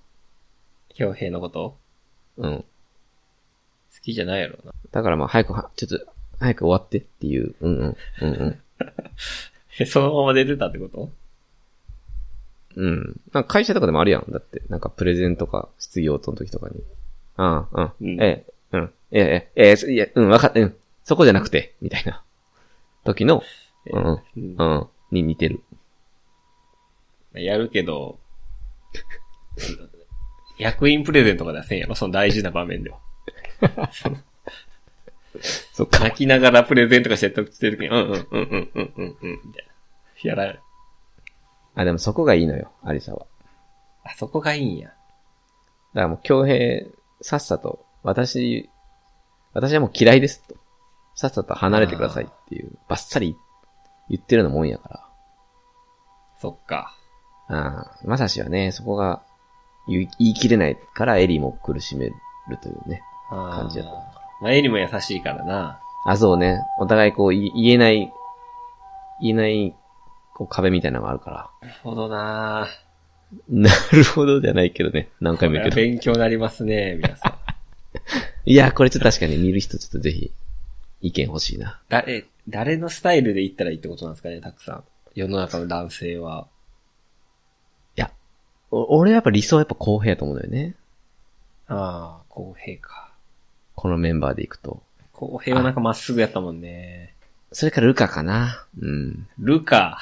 Speaker 2: 京平のこと
Speaker 1: うん。
Speaker 2: 好きじゃないやろうな。
Speaker 1: だからまあ、早くは、ちょっと、早く終わってっていう。うんうん。うんうん。
Speaker 2: え そのまま出てたってこと
Speaker 1: うん。なんか会社とかでもあるやん。だって、なんかプレゼンとか、失業との時とかに。ああ、う。
Speaker 2: うんん
Speaker 1: ええ、うん。ええ、ええ、ええ、いや、うん、わかって、うん。そこじゃなくて、みたいな。時の、うんうん、
Speaker 2: うん
Speaker 1: うん、に似てる。
Speaker 2: やるけど、 役員プレゼントとか出せんやろその大事な場面では。
Speaker 1: そっか。
Speaker 2: 泣きながらプレゼントとかしてたしてる時に、うんうんうんうんうんうんうん、みたいな。やらない。
Speaker 1: あ、でもそこがいいのよ、アリサは。
Speaker 2: あそこがいいんや。
Speaker 1: だからもう、京平、さっさと、私、私はもう嫌いですと。さっさと離れてくださいっていう、バッサリ言ってるようなもんやか
Speaker 2: そっか。
Speaker 1: ら。ああ、まさしはね、そこが言い言い切れないからエリも苦しめるというね。
Speaker 2: あー
Speaker 1: 感じやった
Speaker 2: まあ、エリも優しいからな。
Speaker 1: あ、そうね。お互いこうい言えない、言えないこう壁みたいなのがあるから。
Speaker 2: なるほどな
Speaker 1: なるほどじゃないけどね。何回も言うけど。
Speaker 2: 勉強になりますね、皆 さん。
Speaker 1: いや、これちょっと確かに見る人ちょっとぜひ意見欲しいな。
Speaker 2: 誰、誰のスタイルで行ったらいいってことなんですかね、たくさん。世の中の男性は。
Speaker 1: いや、お俺はやっぱ理想はやっぱ公平やと思うんだよね。
Speaker 2: ああ、公平か。
Speaker 1: このメンバーで行くと。
Speaker 2: 公平はなんかまっすぐやったもんね。
Speaker 1: それからルカかな。うん。
Speaker 2: ルカ。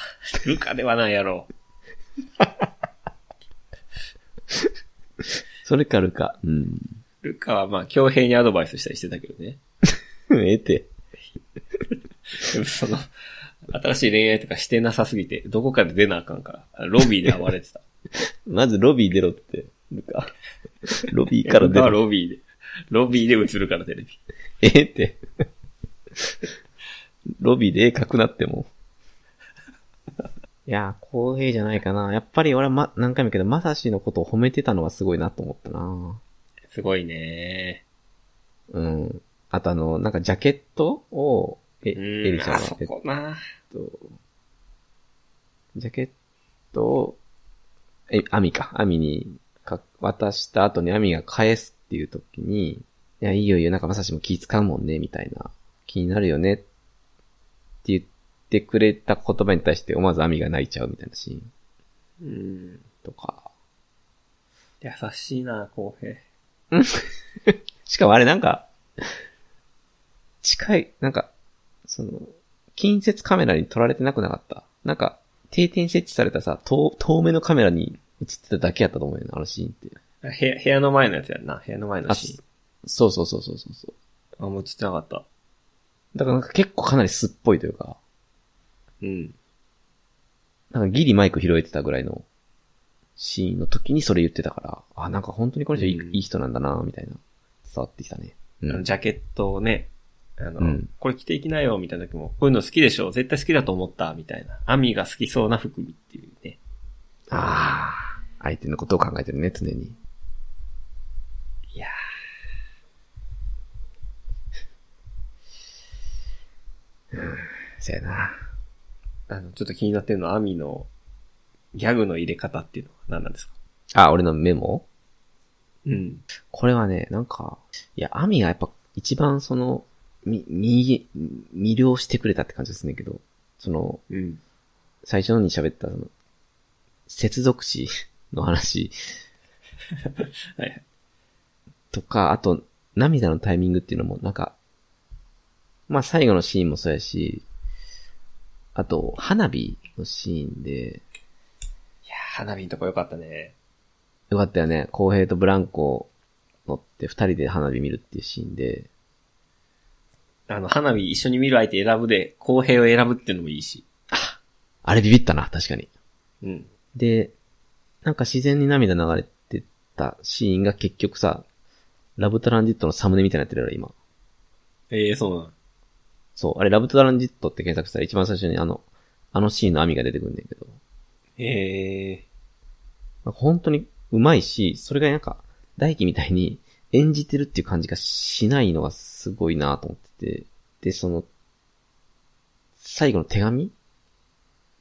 Speaker 2: ルカではないやろ。
Speaker 1: それかルカ。うん。
Speaker 2: ルカはまあ、強平にアドバイスしたりしてたけどね。
Speaker 1: ええて。
Speaker 2: でもその、新しい恋愛とかしてなさすぎて、どこかで出なあかんから、ロビーで暴 れてた。
Speaker 1: まずロビー出ろって。ル カ。ロビーから
Speaker 2: ルカ
Speaker 1: 出
Speaker 2: は
Speaker 1: ろ。
Speaker 2: ロビーで。ロビーで映るから、テレビ。
Speaker 1: ええって。 ロビーで絵描くなっても。 いやー、公平じゃないかな。やっぱり俺はま、何回も言うけど、まさしのことを褒めてたのはすごいなと思ったな
Speaker 2: すごいね。
Speaker 1: うん。あとあの、なんかジャケットを、え、エ
Speaker 2: うん
Speaker 1: リちゃんが、
Speaker 2: あそ
Speaker 1: えっ
Speaker 2: こな。
Speaker 1: と、ジャケットを、え、アミか。アミにか渡した後にアミが返すっていう時に、いや、いいよいいよ、なんかまさしも気使うもんね、みたいな。気になるよね。って言ってくれた言葉に対して思わずアミが泣いちゃうみたいなシーン
Speaker 2: うん。
Speaker 1: とか。
Speaker 2: 優しいな、公平。
Speaker 1: しかもあれなんか、近い、なんか、その、近接カメラに撮られてなくなかった。なんか、定点設置されたさ、遠、遠目のカメラに映ってただけやったと思うよな、あのシーンって。
Speaker 2: あ部屋、部屋の前のやつやんな。部屋の前の
Speaker 1: あ、
Speaker 2: シーン。
Speaker 1: そうそうそうそうそうそう。
Speaker 2: あ、もう映ってなかった。
Speaker 1: だからなんか結構かなりすっぽいというか、
Speaker 2: うん。
Speaker 1: なんかギリマイク拾えてたぐらいのシーンの時にそれ言ってたから、あ、なんか本当にこの人いい,、
Speaker 2: うん
Speaker 1: いい人なんだな、みたいな、伝わってきたね。う
Speaker 2: あの
Speaker 1: ん。
Speaker 2: ジャケットをね、あの、
Speaker 1: うん
Speaker 2: これ着ていきなよ、みたいな時も、こういうの好きでしょ絶対好きだと思った、みたいな。アミが好きそうな服にっていうね。
Speaker 1: ああ、相手のことを考えてるね、常に。
Speaker 2: いや
Speaker 1: そやな。
Speaker 2: ーあの、ちょっと気になってるのは、アミのギャグの入れ方っていうのは何なんですか
Speaker 1: あ、俺のメモ
Speaker 2: うん。
Speaker 1: これはね、なんか、いや、アミがやっぱ一番その、み、み、魅了してくれたって感じですねんけど、その、
Speaker 2: うん。
Speaker 1: 最初のに喋った、その、接続詞の話
Speaker 2: はい。
Speaker 1: とか、あと、涙のタイミングっていうのも、なんか、まあ最後のシーンもそうやし、あと、花火のシーンで、
Speaker 2: いやー花火のとこよかったね。
Speaker 1: よかったよね。公平とブランコ乗って二人で花火見るっていうシーンで、
Speaker 2: あの、花火一緒に見る相手選ぶで、公平を選ぶっていうのもいいし。
Speaker 1: あれビビったな、確かに。
Speaker 2: うん。
Speaker 1: で、なんか自然に涙流れてたシーンが結局さ、ラブトランジットのサムネみたいになってるやろ、今。
Speaker 2: ええそうなん。
Speaker 1: そう、あれラブトランジットって検索したら一番最初にあの、あのシーンの網が出てくるんだけど、
Speaker 2: ええ
Speaker 1: まあ本当にうまいし、それがなんか、大輝みたいに演じてるっていう感じがしないのがすごいなと思ってて、で、その、最後の手紙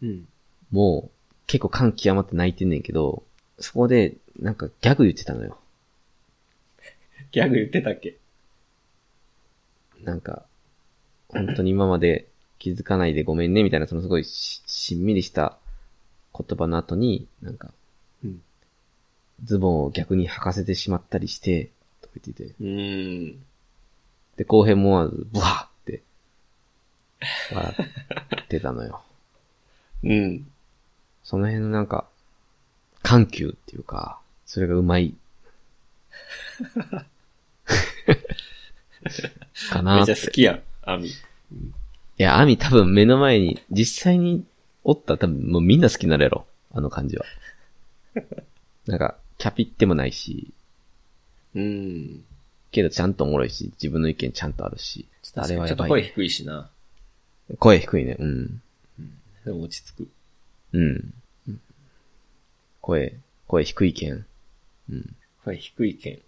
Speaker 2: うん。
Speaker 1: もう結構感極まって泣いてんねんけど、そこでなんかギャグ言ってたのよ。
Speaker 2: ギャグ言ってたっけ
Speaker 1: なんか、本当に今まで気づかないでごめんね、みたいな、そのすごいししんみりした言葉の後に、なんか、
Speaker 2: うん
Speaker 1: ズボンを逆に履かせてしまったりして、とか言ってて、
Speaker 2: うーん。
Speaker 1: で、後編も思わず、ブワーって、笑ってたのよ。
Speaker 2: うん。
Speaker 1: その辺のなんか、緩急っていうか、それがうま い。かな
Speaker 2: め
Speaker 1: っ
Speaker 2: っち
Speaker 1: て
Speaker 2: ゃ好きやん、アミ。
Speaker 1: いや、アミ多分目の前に、実際におったら多分もうみんな好きになるやろ。あの感じは。なんか、キャピってもないし、
Speaker 2: うん。
Speaker 1: けどちゃんとおもろいし、自分の意見ちゃんとあるし。ちょっとあれは
Speaker 2: ちょ
Speaker 1: や
Speaker 2: っと
Speaker 1: ばい。
Speaker 2: 声低いしな。
Speaker 1: 声低いね。うん。
Speaker 2: でも落ち着く。
Speaker 1: うん。声、声低いけん。
Speaker 2: 声低いけん。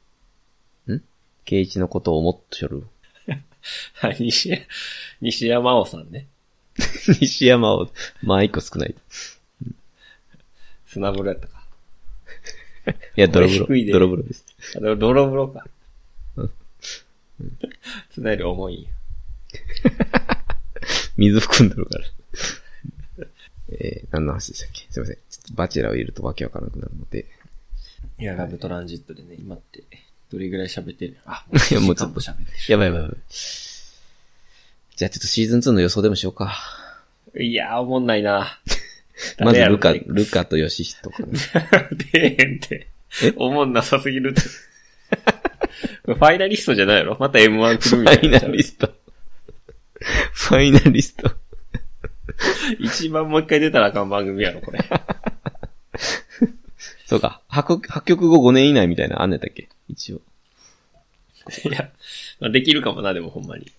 Speaker 1: ケイイチのことをもっとしょ る。
Speaker 2: はい、西山、西山尾さんね。
Speaker 1: 西山を、まあ一個少ない。
Speaker 2: 砂風呂やったか。
Speaker 1: いや、泥風
Speaker 2: 声低い
Speaker 1: 呂。
Speaker 2: ね
Speaker 1: 泥風呂です。
Speaker 2: あの、泥風呂か
Speaker 1: うん。
Speaker 2: 砂より重いんや。
Speaker 1: 水含んでるから。 えー、何の話でしたっけすいません。ちょっとバチェラーを入れるとわけわからなくなるので。
Speaker 2: いや、ラブトランジットでね、今って、どれぐらい喋ってるあ、
Speaker 1: いやもうちょっと
Speaker 2: 1時間も喋って
Speaker 1: やばいやばいやばい。じゃあちょっとシーズン2の予想でもしようか。。
Speaker 2: る。いやー、おもんない な
Speaker 1: まずルカ、
Speaker 2: 誰やろ
Speaker 1: ルカとヨシヒ とかね。
Speaker 2: 出えへんって
Speaker 1: え。
Speaker 2: おもんなさすぎるって。これファイナリストじゃないやろまた M1 来る
Speaker 1: フ
Speaker 2: みた
Speaker 1: ァイ
Speaker 2: いな
Speaker 1: ナ。リスト。ファイナリスト。
Speaker 2: 一番もう一回出たらあかん番組やろ、こ れ。
Speaker 1: そうか。破局、破局後5年以内みたいな、あんねんだっけ一応。
Speaker 2: いや、まあ、できるかもな、でもほんまに。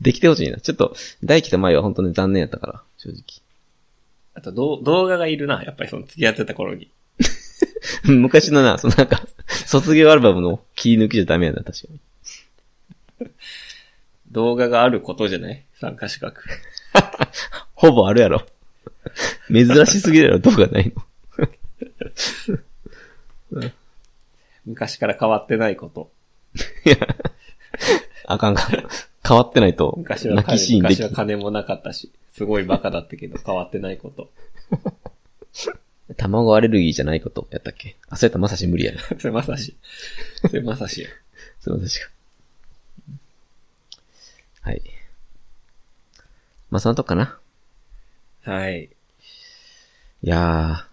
Speaker 1: できてほしいな。ちょっと、大輝と前は本当に残念やったから、正
Speaker 2: あと、どう動画がいるな。やっぱりその付き合ってた頃に。
Speaker 1: 直。 昔のな、そのなんか、卒業アルバムの切り抜きじゃダメやな、確かに。
Speaker 2: 動画があることじゃない参加資格。
Speaker 1: ほぼあるやろ。珍しすぎるやろ、動画ないの。
Speaker 2: 昔から変わってないこと。
Speaker 1: あかんか。変わってないと、
Speaker 2: 昔は
Speaker 1: 泣き
Speaker 2: 金
Speaker 1: シーンで
Speaker 2: 昔
Speaker 1: き
Speaker 2: は金もなかったし、すごいバカだったけど変わってないこと。
Speaker 1: 卵アレルギーじゃないこと、やったっけあ、そうやったらまさし無理やな。
Speaker 2: それまさし。それまさしや。
Speaker 1: それまさしか。はい。まあ、そのとこかな。
Speaker 2: はい。
Speaker 1: いや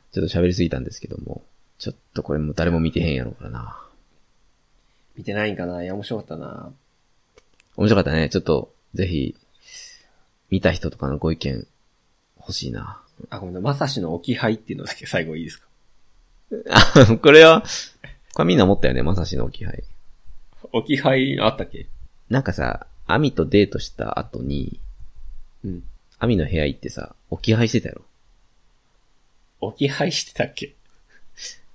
Speaker 1: ー、ちょっと喋りすぎたんですけども、ちょっとこれもう誰も見てへんやろうからな。
Speaker 2: 見てないんかないや、面白かったな。
Speaker 1: 面白かったね。ちょっと、ぜひ、見た人とかのご意見、欲しいな。
Speaker 2: あ、ごめんなまさしの置き配っていうのだけ最後いいですか
Speaker 1: あ、これは、これみんな思ったよね、まさしの置き配。
Speaker 2: 置き配あったっけ
Speaker 1: なんかさ、アミとデートした後に、
Speaker 2: うん。
Speaker 1: アミの部屋行ってさ、置き配してたやろ。
Speaker 2: 置き配してたっけ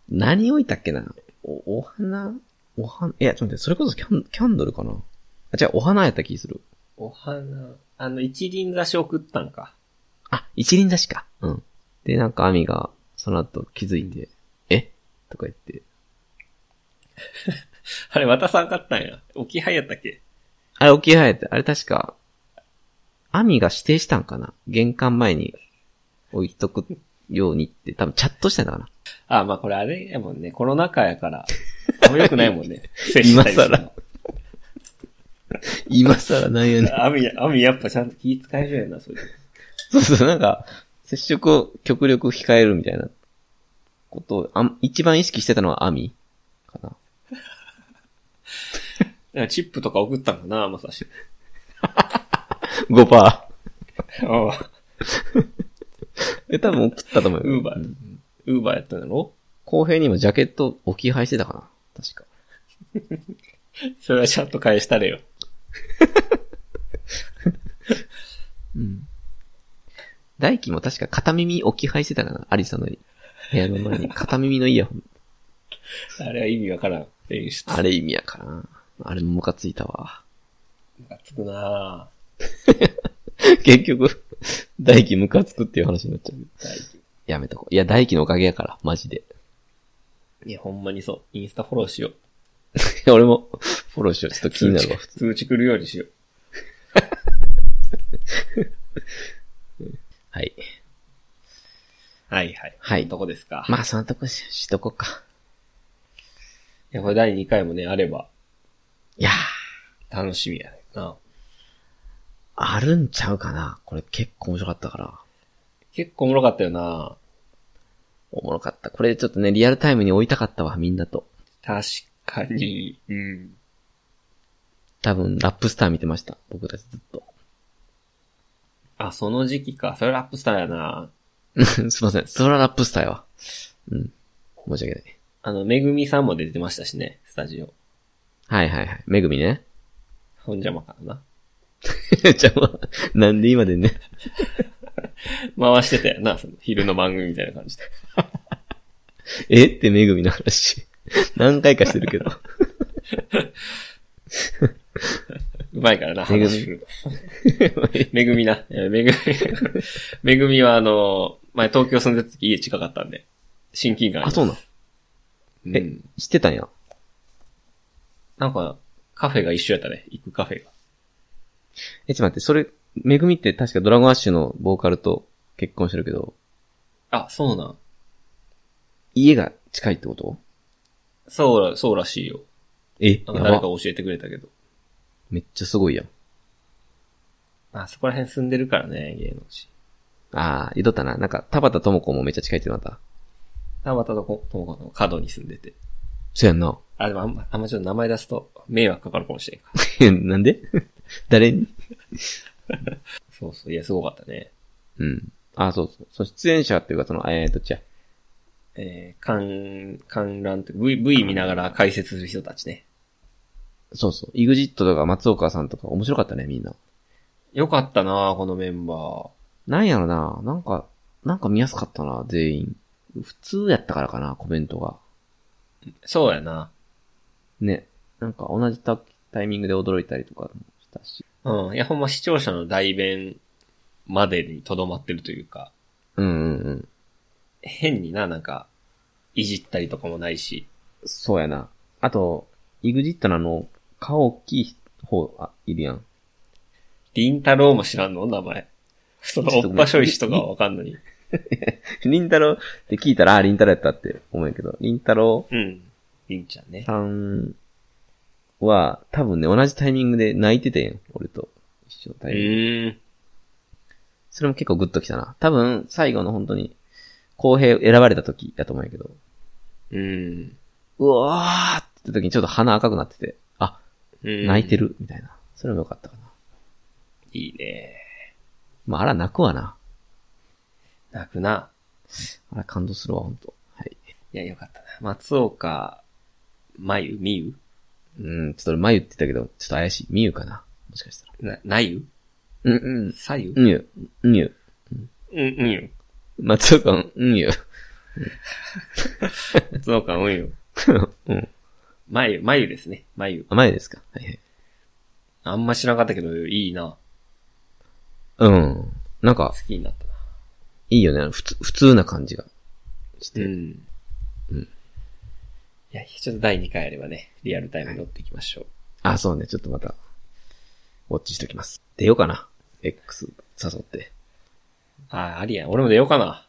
Speaker 1: 何置いたっけなお、お花お花いや、ちょっと待って、それこそキャンキャンドルかなあ、違う、お花やった気する。
Speaker 2: お花、あの、一輪差し送ったんか。
Speaker 1: あ、一輪差しか。うん。で、なんかアミが、その後気づいて、えとか言って。
Speaker 2: あれ、渡さんかったんや。置き配やったっけ
Speaker 1: あれ、置き配って、あれ確か、アミが指定したんかな玄関前に置いとくようにって、多分チャットしたんだかな
Speaker 2: あ、まあこれあれやもんね。コロナ禍やから。あんま良くないも んね。接したりするの。
Speaker 1: 今更なんやねん。
Speaker 2: あみ、あみやっぱちゃんと気遣えるやな、それ。
Speaker 1: そうそう、なんか、接触を極力控えるみたいなことを、あん一番意識してたのはアミかな。
Speaker 2: チップとか送ったんかな、まさし。
Speaker 1: 5%。
Speaker 2: ああ、
Speaker 1: え、多分送ったと思う
Speaker 2: ウ
Speaker 1: よ。
Speaker 2: ーバー。ウーバーやったんだろ
Speaker 1: 公平にもジャケット置き配してたかな確か。
Speaker 2: それはちゃんと返したれよ。
Speaker 1: うん。大輝も確か片耳置き配してたかなアリサの部屋の前に片耳のイヤホン。
Speaker 2: あれは意味わからん。演出。
Speaker 1: あれ意味やからな。あれもムカついたわ。
Speaker 2: ムカつくな
Speaker 1: 結局、大輝ムカつくっていう話になっちゃう。
Speaker 2: ぁ大輝
Speaker 1: やめとこう。いや、大輝のおかげやから、マジで。
Speaker 2: いや、ほんまにそう。インスタフォローしよう。
Speaker 1: 俺も、フォローしよう。ちょっと気になるわ。
Speaker 2: 通知通知来るようにしよう。
Speaker 1: はい。
Speaker 2: はいはい。
Speaker 1: はい
Speaker 2: どこですか。
Speaker 1: まあ、そのとこししとこうか。
Speaker 2: いや、これ第2回もね、あれば
Speaker 1: いやー、
Speaker 2: 楽しみやね。な
Speaker 1: あるんちゃうかな。これ結構面白かったから。
Speaker 2: 結構おもろかったよな
Speaker 1: おもろかった。これちょっとね、リアルタイムに置いたかったわ、みんなと。
Speaker 2: 確かに。うん。
Speaker 1: 多分、ラップスター見てました。僕たちずっと。
Speaker 2: あ、その時期か。それラップスターやな
Speaker 1: すいません。それはラップスターやわ。うん。申し訳ない。
Speaker 2: あの、めぐみさんも出てましたしね、スタジオ。
Speaker 1: はいはいはい。めぐみね。
Speaker 2: ほんじゃまかな。
Speaker 1: じゃあ、まあなんで今でね。
Speaker 2: 回してたよな、その昼の番組みたいな感じで。
Speaker 1: え ってめぐみの話。 何回かしてるけど。
Speaker 2: うまいからな、
Speaker 1: めぐみ
Speaker 2: 話するの めぐみな。えーめぐみ、 めぐみはあの、前東京住んでた時家近かったんで、親近感り
Speaker 1: あ、
Speaker 2: ます
Speaker 1: そうなん。
Speaker 2: う
Speaker 1: え
Speaker 2: ん。
Speaker 1: 知ってたんや。
Speaker 2: なんか、カフェが一緒やったね。行くカフェが。
Speaker 1: え、ちょっと待って、それ、めぐみって確かドラゴンアッシュのボーカルと結婚してるけど、
Speaker 2: あ、そうなん。
Speaker 1: 家が近いってこと
Speaker 2: そうら、そうらしいよ。
Speaker 1: え、
Speaker 2: なんか誰
Speaker 1: や
Speaker 2: か
Speaker 1: ば。
Speaker 2: 教えてくれたけど。
Speaker 1: めっちゃすごいやん。
Speaker 2: まあ、そこら辺住んでるからね、芸能人。
Speaker 1: あー、言うとったな。なんか、田畑智子もめっちゃ近いってまた。
Speaker 2: たまたとこ、ともこの角に住んでて。
Speaker 1: そうやんな。
Speaker 2: あ、でもあんま、あんまちょっと名前出すと迷惑かかるかもしれんか。
Speaker 1: なんで 誰に
Speaker 2: そうそう、いや、すごかったね。
Speaker 1: うん。あ、そうそう。その出演者っていうか、その、えーと、じゃ
Speaker 2: えー、観、観覧って、V、V 見ながら解説する人たちね。
Speaker 1: そうそう。イグジットとか松岡さんとか面白かったね、みんな。
Speaker 2: よかったなこのメンバー。
Speaker 1: なんやろな、なんか、なんか見やすかったな、全員。普通やったからかな、コメントが。
Speaker 2: そうやな。
Speaker 1: ね。なんか同じタタイミングで驚いたりとかもしたし。
Speaker 2: うん。いや、ほんま視聴者の代弁までにとどまってるというか、
Speaker 1: うんうんうん。
Speaker 2: 変にな、なんか、いじったりとかもないし。
Speaker 1: そうやな。あと、イグジットのあの、顔大きい方、あ、いるや ん。
Speaker 2: りんたろーも知らんの名前。その、おっぱしょいしとかはわかんのに。
Speaker 1: りんたろーって聞いたら、あ、りんたろーやったって思うんやけど、りんたろ
Speaker 2: うん。りんちゃんね
Speaker 1: ー。さんは、多分ね、同じタイミングで泣いててんよ俺と一緒の
Speaker 2: う
Speaker 1: タイミング。
Speaker 2: ーん。
Speaker 1: それも結構グッときたな。多分、最後の本当に、公平選ばれた時だと思うんやけど、
Speaker 2: うん。
Speaker 1: うわーって言った時にちょっと鼻赤くなってて、あ、
Speaker 2: うん
Speaker 1: 泣いて。る、みたいな。それも良かったかな。
Speaker 2: いいね。
Speaker 1: まあ、あら泣くわな。
Speaker 2: 泣くな。
Speaker 1: あら感動するわ、ほんと。はい。
Speaker 2: いや、よかったな。松岡、まゆ、みゆ
Speaker 1: うん、ちょっと俺、眉って言ったけど、ちょっと怪しい。みゆかな。もしかしたら。
Speaker 2: な、なゆ
Speaker 1: うん、うん。
Speaker 2: さゆ
Speaker 1: うんゆ。うんゆ。
Speaker 2: うん、うんよ。
Speaker 1: 松岡のうんゆ。
Speaker 2: 松岡、 うんよ。
Speaker 1: うん。
Speaker 2: まゆ、まゆですね。まゆ。
Speaker 1: あ、眉ですか。はいはい。
Speaker 2: あんま知らなかったけど、いいな。
Speaker 1: うん。なん
Speaker 2: 好
Speaker 1: か、
Speaker 2: きになったな。
Speaker 1: いいよね。普通、普通な感じが。して、
Speaker 2: うん。
Speaker 1: うん
Speaker 2: いや、ちょっと第2回あればね、リアルタイムに乗っていきましょう。
Speaker 1: あ、そうね。ちょっとまた、ウォッチしておきます。出ようかな。X 誘って。
Speaker 2: ああ、ありやん。俺も出ようかな。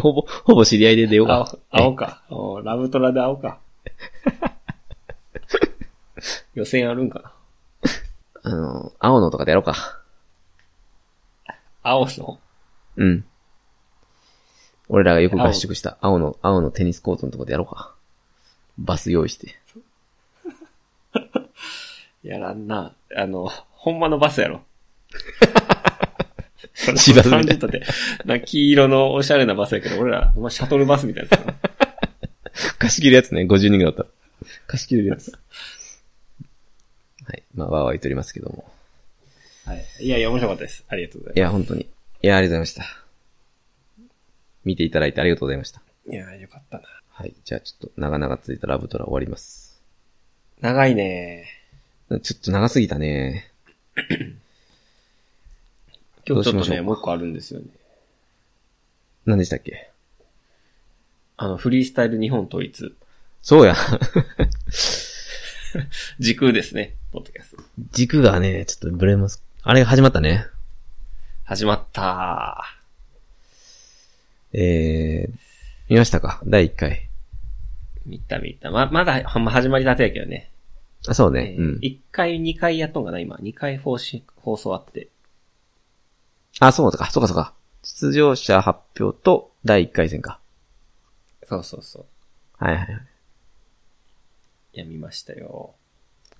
Speaker 1: ほぼ、ほぼ知り合いで出ようか
Speaker 2: 青。青か。おラブトラで青か。 予選あるんか
Speaker 1: あ
Speaker 2: な。
Speaker 1: の、青のとかでやろうか。
Speaker 2: 青の
Speaker 1: うん。俺らがよく合宿した青の、青のテニスコートのとこでやろうか。バス用意して。
Speaker 2: やらんな。あの、ほんまのバスや ろ。
Speaker 1: 芝生みたい
Speaker 2: 感じとって、な黄色のおしゃれなバスやけど、俺ら、ほんまシャトルバスみたいなやつやな。
Speaker 1: 貸し切るやつね、50人ぐらいだったら。貸し切るやつ。はい。まあ、わーわー言っておりますけども。
Speaker 2: はい。いやいや、面白かったです。ありがとうございます
Speaker 1: い。や、本当に。いや、ありがとうございました。見ていただいてありがとうございました。
Speaker 2: いやー、よかったな。
Speaker 1: はい。じゃあ、ちょっと長々続いたラブトラ終わります。
Speaker 2: 長いね。
Speaker 1: ちょっと長すぎたね。
Speaker 2: 今
Speaker 1: ど
Speaker 2: 日ちょっ
Speaker 1: うしま
Speaker 2: と
Speaker 1: しょう
Speaker 2: ね、
Speaker 1: か
Speaker 2: もう一個あるんですよね。
Speaker 1: 何でしたっけ
Speaker 2: あの、フリースタイル日本統一。
Speaker 1: そうや。
Speaker 2: 時空ですね、ポッドキャスト。
Speaker 1: 軸がね、ちょっとブレます。あれが始まったね。
Speaker 2: 始まった
Speaker 1: えー、見ましたか第1回。
Speaker 2: ー。見た見た。ま、まだ、ほんま始まりたてやけどね。
Speaker 1: あ、そう
Speaker 2: え
Speaker 1: ね。う
Speaker 2: ー
Speaker 1: ん。
Speaker 2: 一、回、二回やっとんかな、今。二回放し放送あって。
Speaker 1: あ、そうか、そうか、そうか。出場者発表と第1回戦か。
Speaker 2: そうそうそう。
Speaker 1: はいはいはい。
Speaker 2: いや、見ましたよ。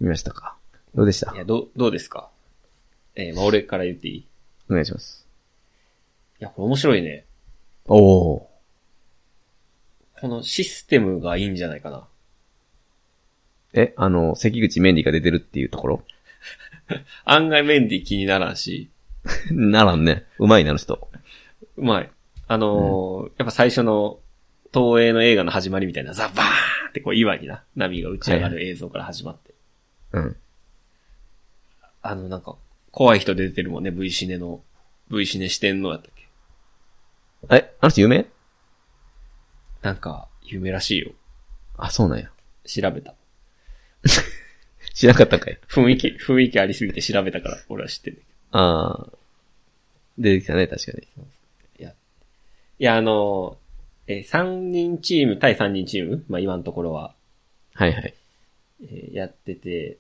Speaker 1: 見ましたか。どうでした
Speaker 2: いや、どう、どうですかえー、まあ、俺から言っていいい
Speaker 1: お願いします。
Speaker 2: や、これ面白いね。
Speaker 1: おお。
Speaker 2: このシステムがいいんじゃないかな。
Speaker 1: え、あの、関口メンディが出てるっていうところ
Speaker 2: 案外メンディ気にならんし。
Speaker 1: ならんね。うまいな、あの人。
Speaker 2: うまい。あのーやっぱ最初の東映の映画の始まりみたいな、ザバーンってこう岩にな、波が打ち上がる映像から始まって。
Speaker 1: うん。
Speaker 2: あの、なんか、怖い人出てるもんね、V シネの、V シネ四天王やったっけ
Speaker 1: え、あの人有名
Speaker 2: なんか、有名らしいよ。
Speaker 1: あ、そうなんや。
Speaker 2: 調べた。
Speaker 1: 知らなかったんかい。
Speaker 2: 雰囲気、雰囲気ありすぎて調べたから、俺は知ってる。
Speaker 1: あー。出てきたね、確かに。
Speaker 2: いや、あのーえー、3人チーム対3人チームまあ今のところは、
Speaker 1: はいはい。
Speaker 2: えーやってて、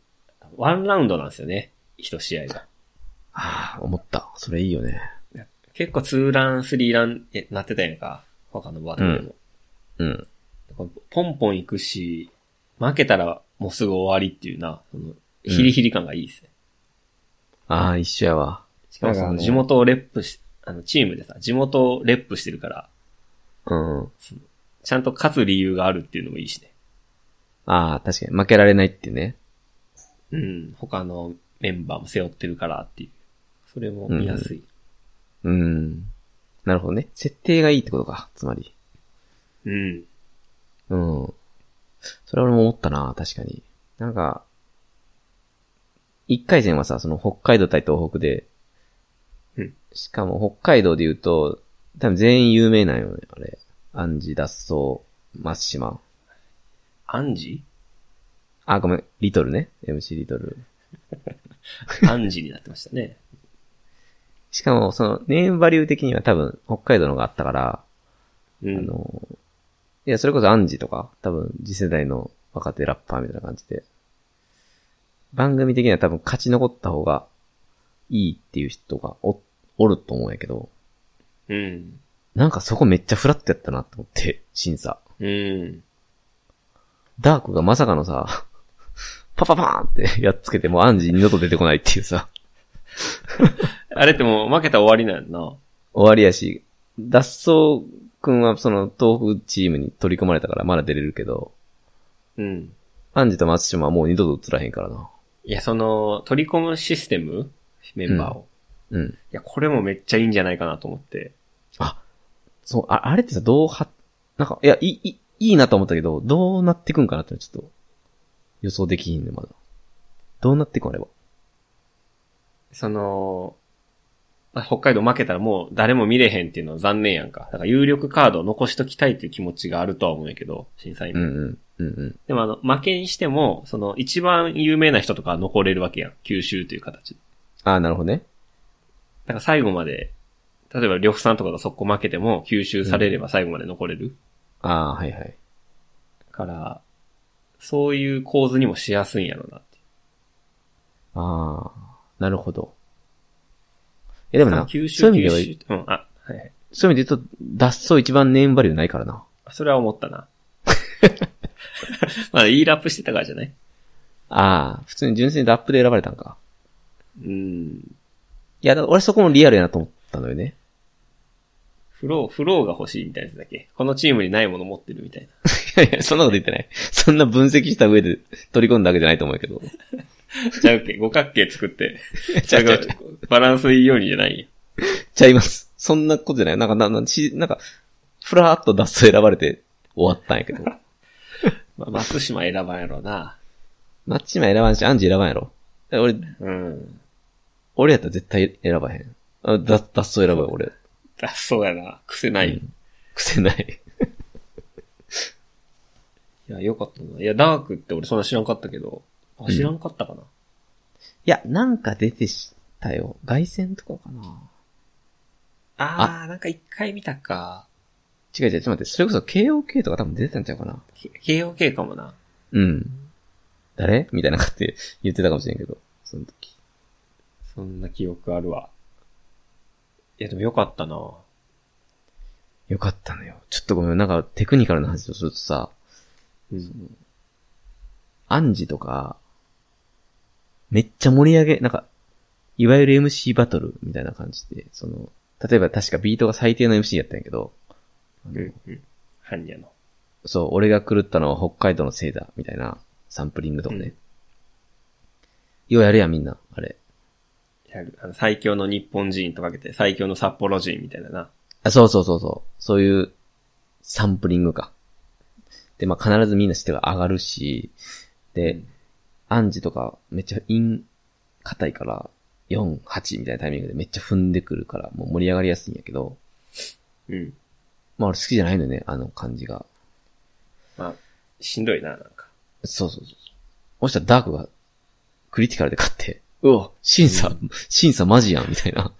Speaker 2: ワンラウンドなんですよね。一試合が。
Speaker 1: あー、思った。それいいよね。
Speaker 2: 結構2ラン、3ラン、え、なってたやんか。他のバトルでも。
Speaker 1: うん。
Speaker 2: ポンポン行くし、負けたらもうすぐ終わりっていうな、その、ヒリヒリ感がいいですね。
Speaker 1: あー、一緒やわ。
Speaker 2: しかもそ
Speaker 1: なんか
Speaker 2: の
Speaker 1: あの
Speaker 2: 地元をレップし、あの、チームでさ、地元をレップしてるから、
Speaker 1: うん。
Speaker 2: ちゃんと勝つ理由があるっていうのもいいしね。
Speaker 1: あー、確かに。負けられないってね。
Speaker 2: うん。他のメンバーも背負ってるからっていう。それも見やすい。
Speaker 1: うん。なるほどね。設定がいいってことか。つまり。
Speaker 2: うん。
Speaker 1: うん。それは俺も思ったな、確かに。なんか、一回戦はさ、その北海道対東北で、
Speaker 2: うん
Speaker 1: しかも北海道で言うと、多分全員有名なんよね、あれ。アンジ、脱走、松島。
Speaker 2: アン ジ
Speaker 1: あ、ごめん、リトルね。MC リトル。
Speaker 2: アンジになってましたね。
Speaker 1: しかも、その、ネームバリュー的には多分、北海道のがあったから、
Speaker 2: うん。
Speaker 1: あの、いや、それこそアンジとか、多分、次世代の若手ラッパーみたいな感じで、番組的には多分、勝ち残った方がいいっていう人がお、おると思うんやけど、
Speaker 2: うん。
Speaker 1: なんかそこめっちゃフラットやったなと思って、 審査。
Speaker 2: うん。
Speaker 1: ダークがまさかのさ、 パパパーンってやっつけて、もうアンジ二度と出てこないっていうさ、
Speaker 2: あれってもう負けたら終わりなんやな。
Speaker 1: 終わりやし、脱走くんはその東北チームに取り込まれたからまだ出れるけど、
Speaker 2: うん。
Speaker 1: アンジと松島はもう二度と映らへんからな。
Speaker 2: いや、その、取り込むシステムメンバーを。
Speaker 1: うん。
Speaker 2: いや、これもめっちゃいいんじゃないかなと思って。
Speaker 1: そう、ああれってさ、どうは、なんか、いや、いい、いいいいなと思ったけど、どうなってくんかなってのはちょっと、予想できひんね、まだ。どうなってくんあれば。
Speaker 2: その、まあ北海道負けたらもう誰も見れへんっていうのは残念やんか。だから有力カードを残しときたいっていう気持ちがあるとは思うんやけど、審査員
Speaker 1: う
Speaker 2: も。
Speaker 1: んうん、うんうん。
Speaker 2: でもあの、負けにしても、その一番有名な人とかは残れるわけやん。吸収という形で。
Speaker 1: ああ、なるほどね。
Speaker 2: だから最後まで、例えば呂布さんとかが速攻負けても吸収されれば最後まで残れる。
Speaker 1: ああ、はいはい。
Speaker 2: から、そういう構図にもしやすいんやろうなって。
Speaker 1: ああ、なるほど。いや、でもな、そういう
Speaker 2: 吸
Speaker 1: 意
Speaker 2: 収、
Speaker 1: 味で
Speaker 2: 吸
Speaker 1: は、
Speaker 2: 収。うん、あ、はいはい。
Speaker 1: そういう意味で言うと、脱走一番ネームバリューないからな。
Speaker 2: それは思ったな。 まあ、いいラップしてたからじゃない
Speaker 1: ああ、普通に純粋にラップで選ばれたんか。
Speaker 2: うん。
Speaker 1: いや、だから俺そこもリアルやなと思ったのよね。
Speaker 2: フロー、フローが欲しいみたいなやつだっけこのチームにないもの持ってるみたいな。
Speaker 1: いやいや、そんなこと言ってない。そんな分析した上で取り込んだわけじゃないと思うけ ど。
Speaker 2: ちゃうっけ五角形作って。
Speaker 1: ちゃうちゃうちゃ
Speaker 2: バランスいいようにじゃないんや
Speaker 1: ちゃいます。そんなことじゃない。なんか、な、な、し、なんか、ふらーっと脱走選ばれて終わったんやけど。
Speaker 2: まあ、松島選ばんやろうな。
Speaker 1: マッチマン選ばんし、アンジ選ばんやろ。俺、
Speaker 2: うん。
Speaker 1: 俺やったら絶対選ばへん。あだ脱走選ばんよ、俺。
Speaker 2: だ、そうやな。癖な
Speaker 1: う
Speaker 2: い。
Speaker 1: ん癖ない。
Speaker 2: いや、よかったな。いや、ダークって俺そんな知らんかったけど。あ、知らんかったかな。
Speaker 1: いや、なんか出てしたよ。外線とかかな。
Speaker 2: あー、なんか一回見たか。
Speaker 1: 違う違う、ちょっと待って。それこそ KOK とか多分出てたんちゃうかな。
Speaker 2: K- KOK かもな。
Speaker 1: うん。誰みたいな感じで言ってたかもしれんけど。その時。
Speaker 2: そんな記憶あるわ。いや、でもよかったな。
Speaker 1: よかったのよ。ちょっとごめん。なんかテクニカルな話をするとさ、
Speaker 2: うん。
Speaker 1: アンジとか、めっちゃ盛り上げ、なんか、いわゆる MC バトルみたいな感じで、その、例えば確かビートが最低の MC やったんやけど、あの
Speaker 2: うん。うん。ハンニャの。
Speaker 1: そう、俺が狂ったのは北海道のせいだ、みたいなサンプリングとかね。
Speaker 2: うん
Speaker 1: ようやるやん、みんな、あれ。
Speaker 2: やるあの最強の日本人とかけて、最強の札幌人みたいなな。
Speaker 1: あ、そうそうそうそう。そういうサンプリングか。で、まあ、必ずみんなしてが上がるし、で、
Speaker 2: うん
Speaker 1: アンジとかめっちゃイン、硬いから、4、8みたいなタイミングでめっちゃ踏んでくるから、もう盛り上がりやすいんやけど、
Speaker 2: うん。
Speaker 1: まあ俺好きじゃないのよね、あの感じが。
Speaker 2: まあ、しんどいな、なんか。
Speaker 1: そうそうそうそう。そしたらダークが、クリティカルで勝って、うわ、審査、
Speaker 2: うん
Speaker 1: 審査マジやん、みたいな。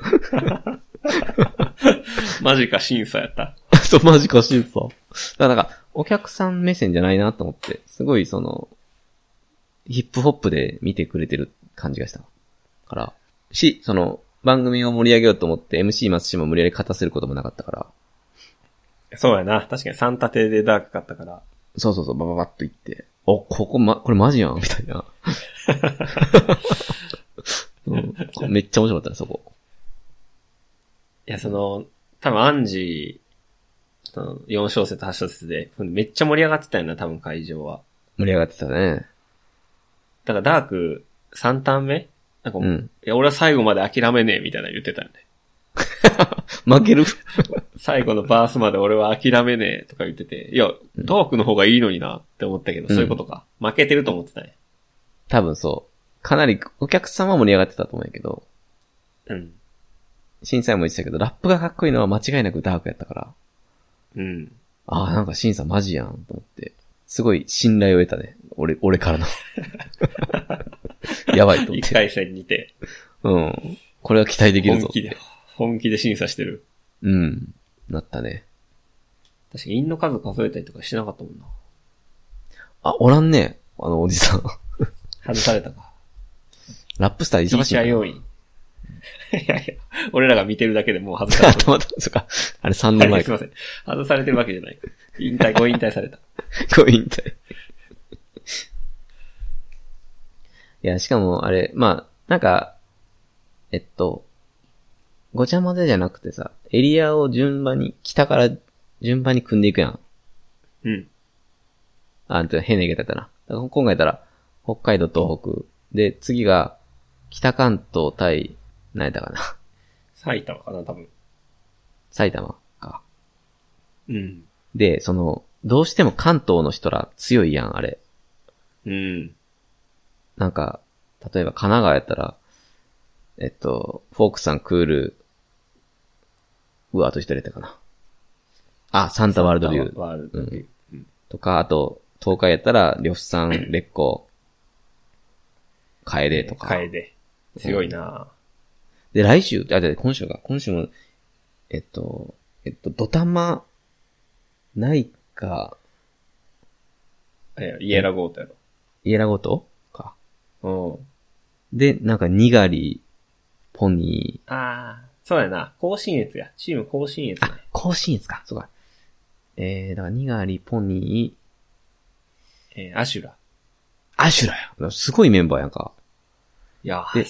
Speaker 2: マジか審査やった。
Speaker 1: そう、マジか、審査。だからなんか、お客さん目線じゃないなと思って、すごいその、ヒップホップで見てくれてる感じがした。から、し、その、番組を盛り上げようと思って MC 松島を無理やり勝たせることもなかったから、
Speaker 2: そうやな。確かに3立てでダーク買ったから。
Speaker 1: そうそうそう、バババッと行って、お、ここま、これマジやん、みたいな。 うん、めっちゃ面白かったね、そこ。
Speaker 2: いや、その、多分アンジその4小節、8小節で、めっちゃ盛り上がってたよな、多分会場は。
Speaker 1: 盛り上がってたね。
Speaker 2: だからダーク3ターン目なんか、
Speaker 1: う
Speaker 2: い
Speaker 1: ん。
Speaker 2: や、俺は最後まで諦めねえみたいなの言ってたんで。
Speaker 1: 負ける。
Speaker 2: 最後のバースまで俺は諦めねえとか言ってて、いや
Speaker 1: うん、
Speaker 2: トークの方がいいのになって思ったけど、
Speaker 1: うん
Speaker 2: そういうことか。負けてると思ってたね。
Speaker 1: 多分そう。かなりお客さんは盛り上がってたと思うんやけど、
Speaker 2: うん。
Speaker 1: 審査員も言ってたけど、ラップがかっこいいのは間違いなくダークやったから、
Speaker 2: うん。
Speaker 1: ああ、なんか審査マジやんと思って、すごい信頼を得たね。俺、俺からの。 やばいと思っ
Speaker 2: 一
Speaker 1: て。
Speaker 2: 回戦にて、
Speaker 1: うん。これは期待できる
Speaker 2: 本
Speaker 1: ぞ。
Speaker 2: 気で、本気で審査してる。
Speaker 1: うん。なったね。
Speaker 2: 確かに、の数数えたりとかしなかったもんな。
Speaker 1: あ、おらんね。あのおじさん。
Speaker 2: 外されたか。
Speaker 1: ラップスター
Speaker 2: 審
Speaker 1: 忙しい
Speaker 2: 査
Speaker 1: な。
Speaker 2: 要員。いやいや、俺らが見てるだけでもう外 さ
Speaker 1: あ、
Speaker 2: れた。
Speaker 1: たまたま、そっか。あれ3年
Speaker 2: は
Speaker 1: 前
Speaker 2: いす
Speaker 1: か。
Speaker 2: いません。外されてるわけじゃない。引退、ご引退された。
Speaker 1: ご引退。いや、しかも、あれ、まあ、なんか、えっと、ごちゃ混ぜじゃなくてさ、エリアを順番に、北から順番に組んでいくやん。
Speaker 2: うん。
Speaker 1: あ、ちょ変な言い方やったな。だから今回やったら、北海道、東北。で、次が、北関東対、何やったかな。
Speaker 2: 埼玉かな、多分。
Speaker 1: 埼玉か。
Speaker 2: うん。
Speaker 1: で、その、どうしても関東の人ら強いやん、あれ。
Speaker 2: うん。
Speaker 1: なんか、例えば神奈川やったら、えっと、フォークさん、クール、うわ、あと一人やったかな。あ、サンタワールドビュー
Speaker 2: ワールドビュー。うん。
Speaker 1: とか、あと、東海やったら、呂布さん、烈光、楓とか。
Speaker 2: 楓。強いな
Speaker 1: で、来週、あ、じゃ今週か、今週も、えっと、えっと、ドタマ、ないか、
Speaker 2: ぁ。いやイエラゴートや
Speaker 1: イエラごとか。
Speaker 2: ろ。うん。
Speaker 1: で、なんか、にがり、ポニー、
Speaker 2: ああ、そうやな。甲信越や。チーム甲信越ね。
Speaker 1: 甲信越か、そうか。えー、だから、にがり、ポニー、
Speaker 2: えー、アシュラ。
Speaker 1: アシュラよ。すごいメンバーやんか。
Speaker 2: いやー
Speaker 1: で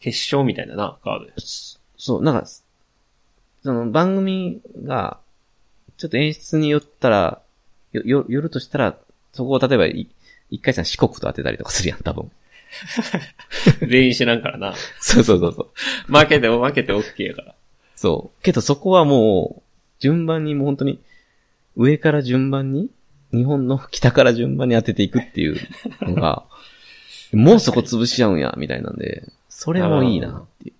Speaker 2: 決勝みたいだな、カード。
Speaker 1: そそう、なんか、その番組が、ちょっと演出によったら、よ、よ、よるとしたら、そこを例えばい、一回戦四国と当てたりとかするやん、多分。
Speaker 2: 全員知らんからな。
Speaker 1: そうそうそうそう。
Speaker 2: 負けて、負けて OK やから。
Speaker 1: そう。けどそこはもう、順番にもう本当に、上から順番に、日本の北から順番に当てていくっていうのが、 もうそこ潰し合うんや、みたいなんで、それもいいなってい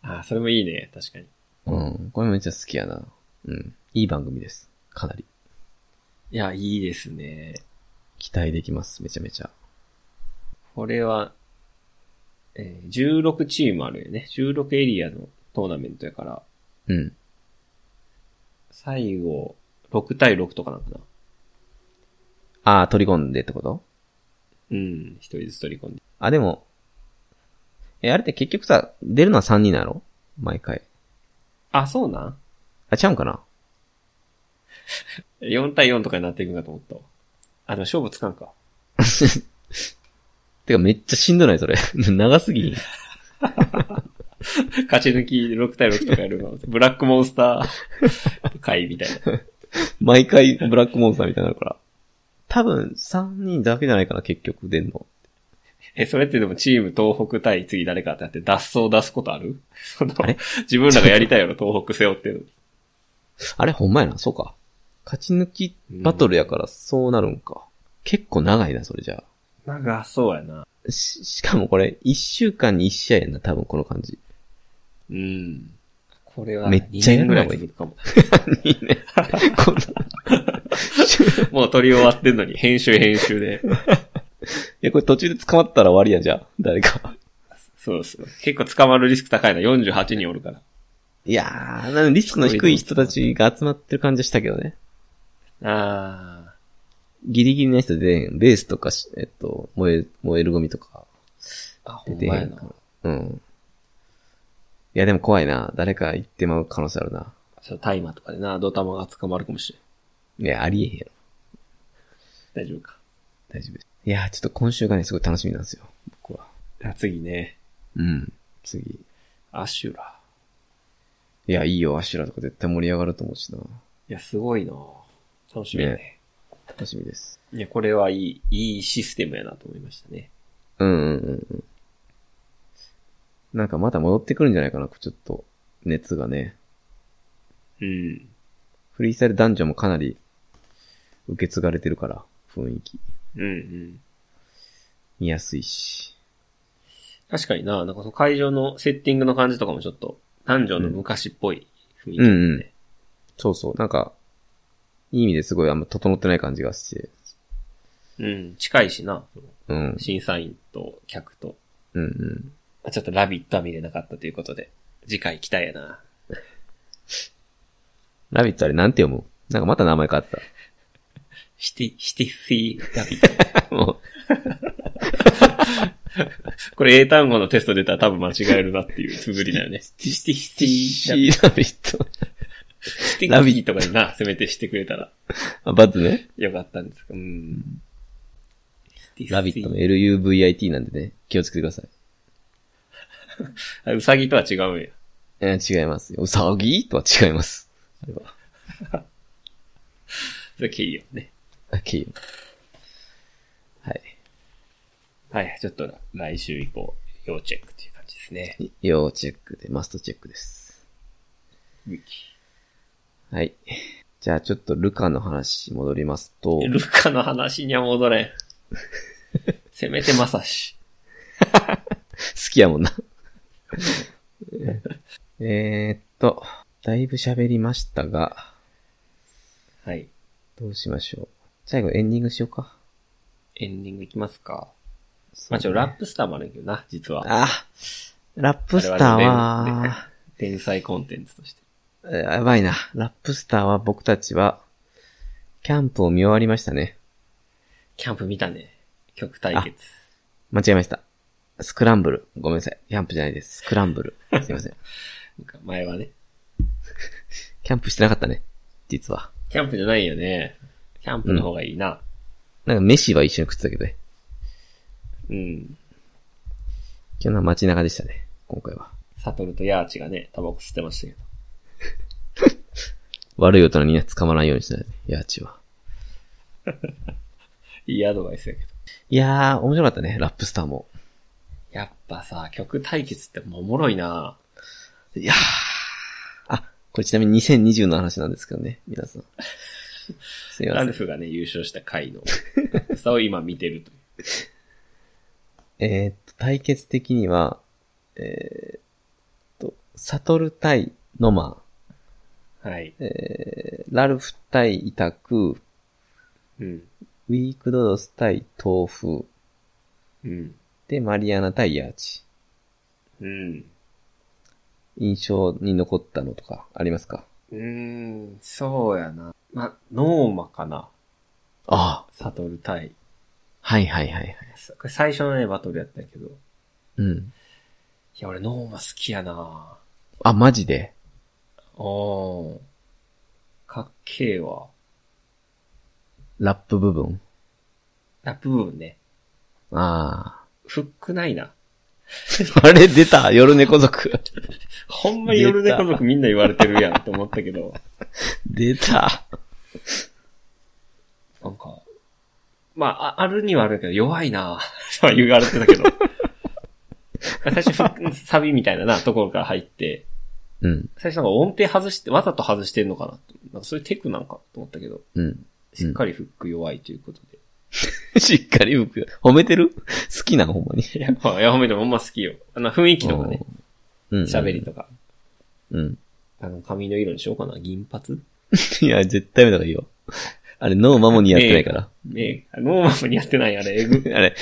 Speaker 2: ああ、それもいいね。確かに。
Speaker 1: う。うん。これめっちゃ好きやな。うん。いい番組です。かなり。
Speaker 2: いや、いいですね。
Speaker 1: 期待できます、めちゃめちゃ。
Speaker 2: これは、えー、16チームあるよね。16エリアのトーナメントやから、
Speaker 1: うん。
Speaker 2: 最後、6対6とかなんかな。
Speaker 1: ああ、取り込んでってこと
Speaker 2: うん、一人ずつ取り込んで。
Speaker 1: あ、でも、え、あれって結局さ、出るのは3人なの毎回。
Speaker 2: あ、そうなん
Speaker 1: あ、ちゃうんかな
Speaker 2: ?4 対4とかになっていくんだと思ったわ。あ、でも勝負つかんか。
Speaker 1: てかめっちゃしんどない、それ。 長すぎん。
Speaker 2: 勝ち抜き6対6とかやるの。ブラックモンスター会みたいな。
Speaker 1: 毎回ブラックモンスターみたいになるから。多分、3人だけじゃないかな、結局出んの。
Speaker 2: え、それってでもチーム東北対次誰かってなって脱走出すことあるその
Speaker 1: あれ、
Speaker 2: 自分らがやりたいやろ、東北背負ってる
Speaker 1: あれ、ほんまやな、そうか。勝ち抜きバトルやからそうなるんか。結構長いな、それじゃ
Speaker 2: の。長そうやな。
Speaker 1: あ。し、しかもこれ、1週間に1試合やんな、多分この感じ。
Speaker 2: うん。これは、
Speaker 1: め
Speaker 2: め
Speaker 1: っ
Speaker 2: っ
Speaker 1: ちゃ
Speaker 2: ちゃ
Speaker 1: やる
Speaker 2: 年
Speaker 1: の
Speaker 2: ぐ
Speaker 1: がい
Speaker 2: ら
Speaker 1: い
Speaker 2: い続くかも。
Speaker 1: いいね。こんな。い
Speaker 2: もう撮り終わってんのに、編集編 集で。
Speaker 1: や、これ途中で捕まったら終わりやん、じゃあ。誰か。
Speaker 2: そうそう。結構捕まるリスク高いな、48人おるから。
Speaker 1: いやー、なんかリスクの低い人たちが集まってる感じしたけどね。
Speaker 2: あ
Speaker 1: ギリギリの人で、ベースとかし、えっと、燃え、燃えるゴミとか、
Speaker 2: ー。あ、ほ
Speaker 1: 出
Speaker 2: ん
Speaker 1: て
Speaker 2: ま
Speaker 1: へ
Speaker 2: や
Speaker 1: ん
Speaker 2: な
Speaker 1: か。ら。うん。いや、でも怖いな。誰か行ってまう可能性あるな。
Speaker 2: そう、タイマーとかでな、ドタマが捕まるかもし
Speaker 1: いや、ありえへんやろ。
Speaker 2: れん。大丈夫か。
Speaker 1: 大丈夫です。いや、ちょっと今週がね、すごい楽しみなんですよ。僕は。
Speaker 2: じゃあ次ね、
Speaker 1: うん。次。
Speaker 2: アシュラ。
Speaker 1: いや、いいよ、アシュラとか絶対盛り上がると思うしな。
Speaker 2: いや、すごいな楽しみだね。
Speaker 1: 楽しみです。
Speaker 2: いや、これはいい、いいシステムやなと思いましたね。
Speaker 1: うんうんうんうん。なんかまた戻ってくるんじゃないかな、ちょっと、熱がね。
Speaker 2: うん。
Speaker 1: フリースタイルダンジョンもかなり、受け継がれてるから、雰囲気。
Speaker 2: うんうん。
Speaker 1: 見やすいし。
Speaker 2: 確かにな、なんかその会場のセッティングの感じとかもちょっと、男女の昔っぽい雰囲気だ
Speaker 1: う
Speaker 2: ね、
Speaker 1: んうん。そうそう。なんか、いい意味ですごいあんま整ってない感じがして。
Speaker 2: うん、近いしな。
Speaker 1: うん。
Speaker 2: 審査員と客と。
Speaker 1: うんうん。
Speaker 2: ちょっとラビットは見れなかったということで、次回期待やな。
Speaker 1: ラビットあれなんて読むなんかまた名前変わって
Speaker 2: シティ、シティフィーラビッ
Speaker 1: た。も
Speaker 2: ト。これ英単語のテスト出たら多分間違えるなっていう綴りだよね。シティ、シティ、シ
Speaker 1: う、
Speaker 2: ティラビッ
Speaker 1: ラビット。
Speaker 2: ト、シティラビットとかにな、せめてしてくれたら
Speaker 1: あ、バズね。
Speaker 2: よかったんですけどうん。
Speaker 1: ラビットの
Speaker 2: ね。
Speaker 1: LUVIT なんでね、気をつけてください。
Speaker 2: あウサギとは違うんや。
Speaker 1: えー違いますよ。うさぎとは違います。あれは。
Speaker 2: それいいよね。
Speaker 1: あ、けいはい。
Speaker 2: はい、ちょっと来週以降、要チェックっていう感じですね。
Speaker 1: 要チェックで、マストチェックです。はい。じゃあちょっとルカの話戻りますと、
Speaker 2: ルカの話には戻れん。せめてまさし。
Speaker 1: 好きやもんな。 えーっと、だいぶ喋りましたが、
Speaker 2: はい。
Speaker 1: どうしましょう。最後エンディングしようか。
Speaker 2: エンディングいきますか。まあ、ちょ、ラップスターもあるけどな、実は。
Speaker 1: あ、ラップスターは、
Speaker 2: 天才コンテンツとして。
Speaker 1: えやばいな。ラップスターは僕たちは、キャンプを見終わりましたね。
Speaker 2: キャンプ見たね。曲対決。
Speaker 1: 間違えました。スクランブル。ごめんなさい。キャンプじゃないです。スクランブル。すいません。
Speaker 2: なんか前はね。
Speaker 1: キャンプしてなかったね。実は。
Speaker 2: キャンプじゃないよね。キャンプの方がいいな。
Speaker 1: なんか飯は一緒に食ってたけどね。
Speaker 2: うん。
Speaker 1: 今日のは街中でしたね。今回は。
Speaker 2: サトルとヤーチがね、タバコ吸ってましたけど。
Speaker 1: 悪い大人にね、捕まらないようにしない。いやーちは。
Speaker 2: いいアドバイスやけど。
Speaker 1: いやー、面白かったね。ラップスターも。
Speaker 2: やっぱさ、曲対決ってもおもろいない
Speaker 1: やー。あ、これちなみに2020の話なんですけどね。皆さん。すいま
Speaker 2: ラ
Speaker 1: せ
Speaker 2: ル
Speaker 1: ん。
Speaker 2: フがね、優勝した回の、さを今見てるという。
Speaker 1: えーっと、対決的には、えーっと、サトル対ノマ
Speaker 2: はい。
Speaker 1: えー、ラルフ対イタク、
Speaker 2: うん。
Speaker 1: ウィークドドス対豆腐、
Speaker 2: うん。
Speaker 1: で、マリアナ対ヤーチ。
Speaker 2: うん。
Speaker 1: 印象に残ったのとかありますか
Speaker 2: うーん、そうやな。ま、ノーマかな。
Speaker 1: ああ。
Speaker 2: サトル対。
Speaker 1: はいはいはいはい。
Speaker 2: これ最初のね、バトルやったんやけど。い
Speaker 1: うん。
Speaker 2: や、俺ノーマ好きやな
Speaker 1: あ、マジで
Speaker 2: おー。かっけえわ。
Speaker 1: ラップ部分
Speaker 2: ラップ部分ね。
Speaker 1: あ
Speaker 2: フックないな。
Speaker 1: あ。 あれ出た夜猫族。
Speaker 2: ほんま夜猫族みんな言われてるやんって思ったけど。
Speaker 1: 出た。
Speaker 2: なんか、まあ、ああるにはあるけど、弱い なぁ、とは言われてたけど。 最初フック、サビみたいなな、ところから入って、
Speaker 1: うん。
Speaker 2: 最初なんか音程外して、わざと外してんのかなとなんかそういうテクなんかと思ったけど、
Speaker 1: うん。
Speaker 2: しっかりフック弱いということで。
Speaker 1: しっかり僕、褒めてる 好きなのほんまに。
Speaker 2: いや、 まあ、いや、褒めてもほんま好きよ。あの、雰囲気とかね、
Speaker 1: うん。
Speaker 2: 喋りとか。
Speaker 1: うん。
Speaker 2: あの、髪の色にしようかな、銀髪
Speaker 1: いや、絶対やめた方がいいよ。あれ、ノーマモにやってないから。
Speaker 2: ねえ、ノーマも似合ってない、あれ、えぐ。
Speaker 1: あれ。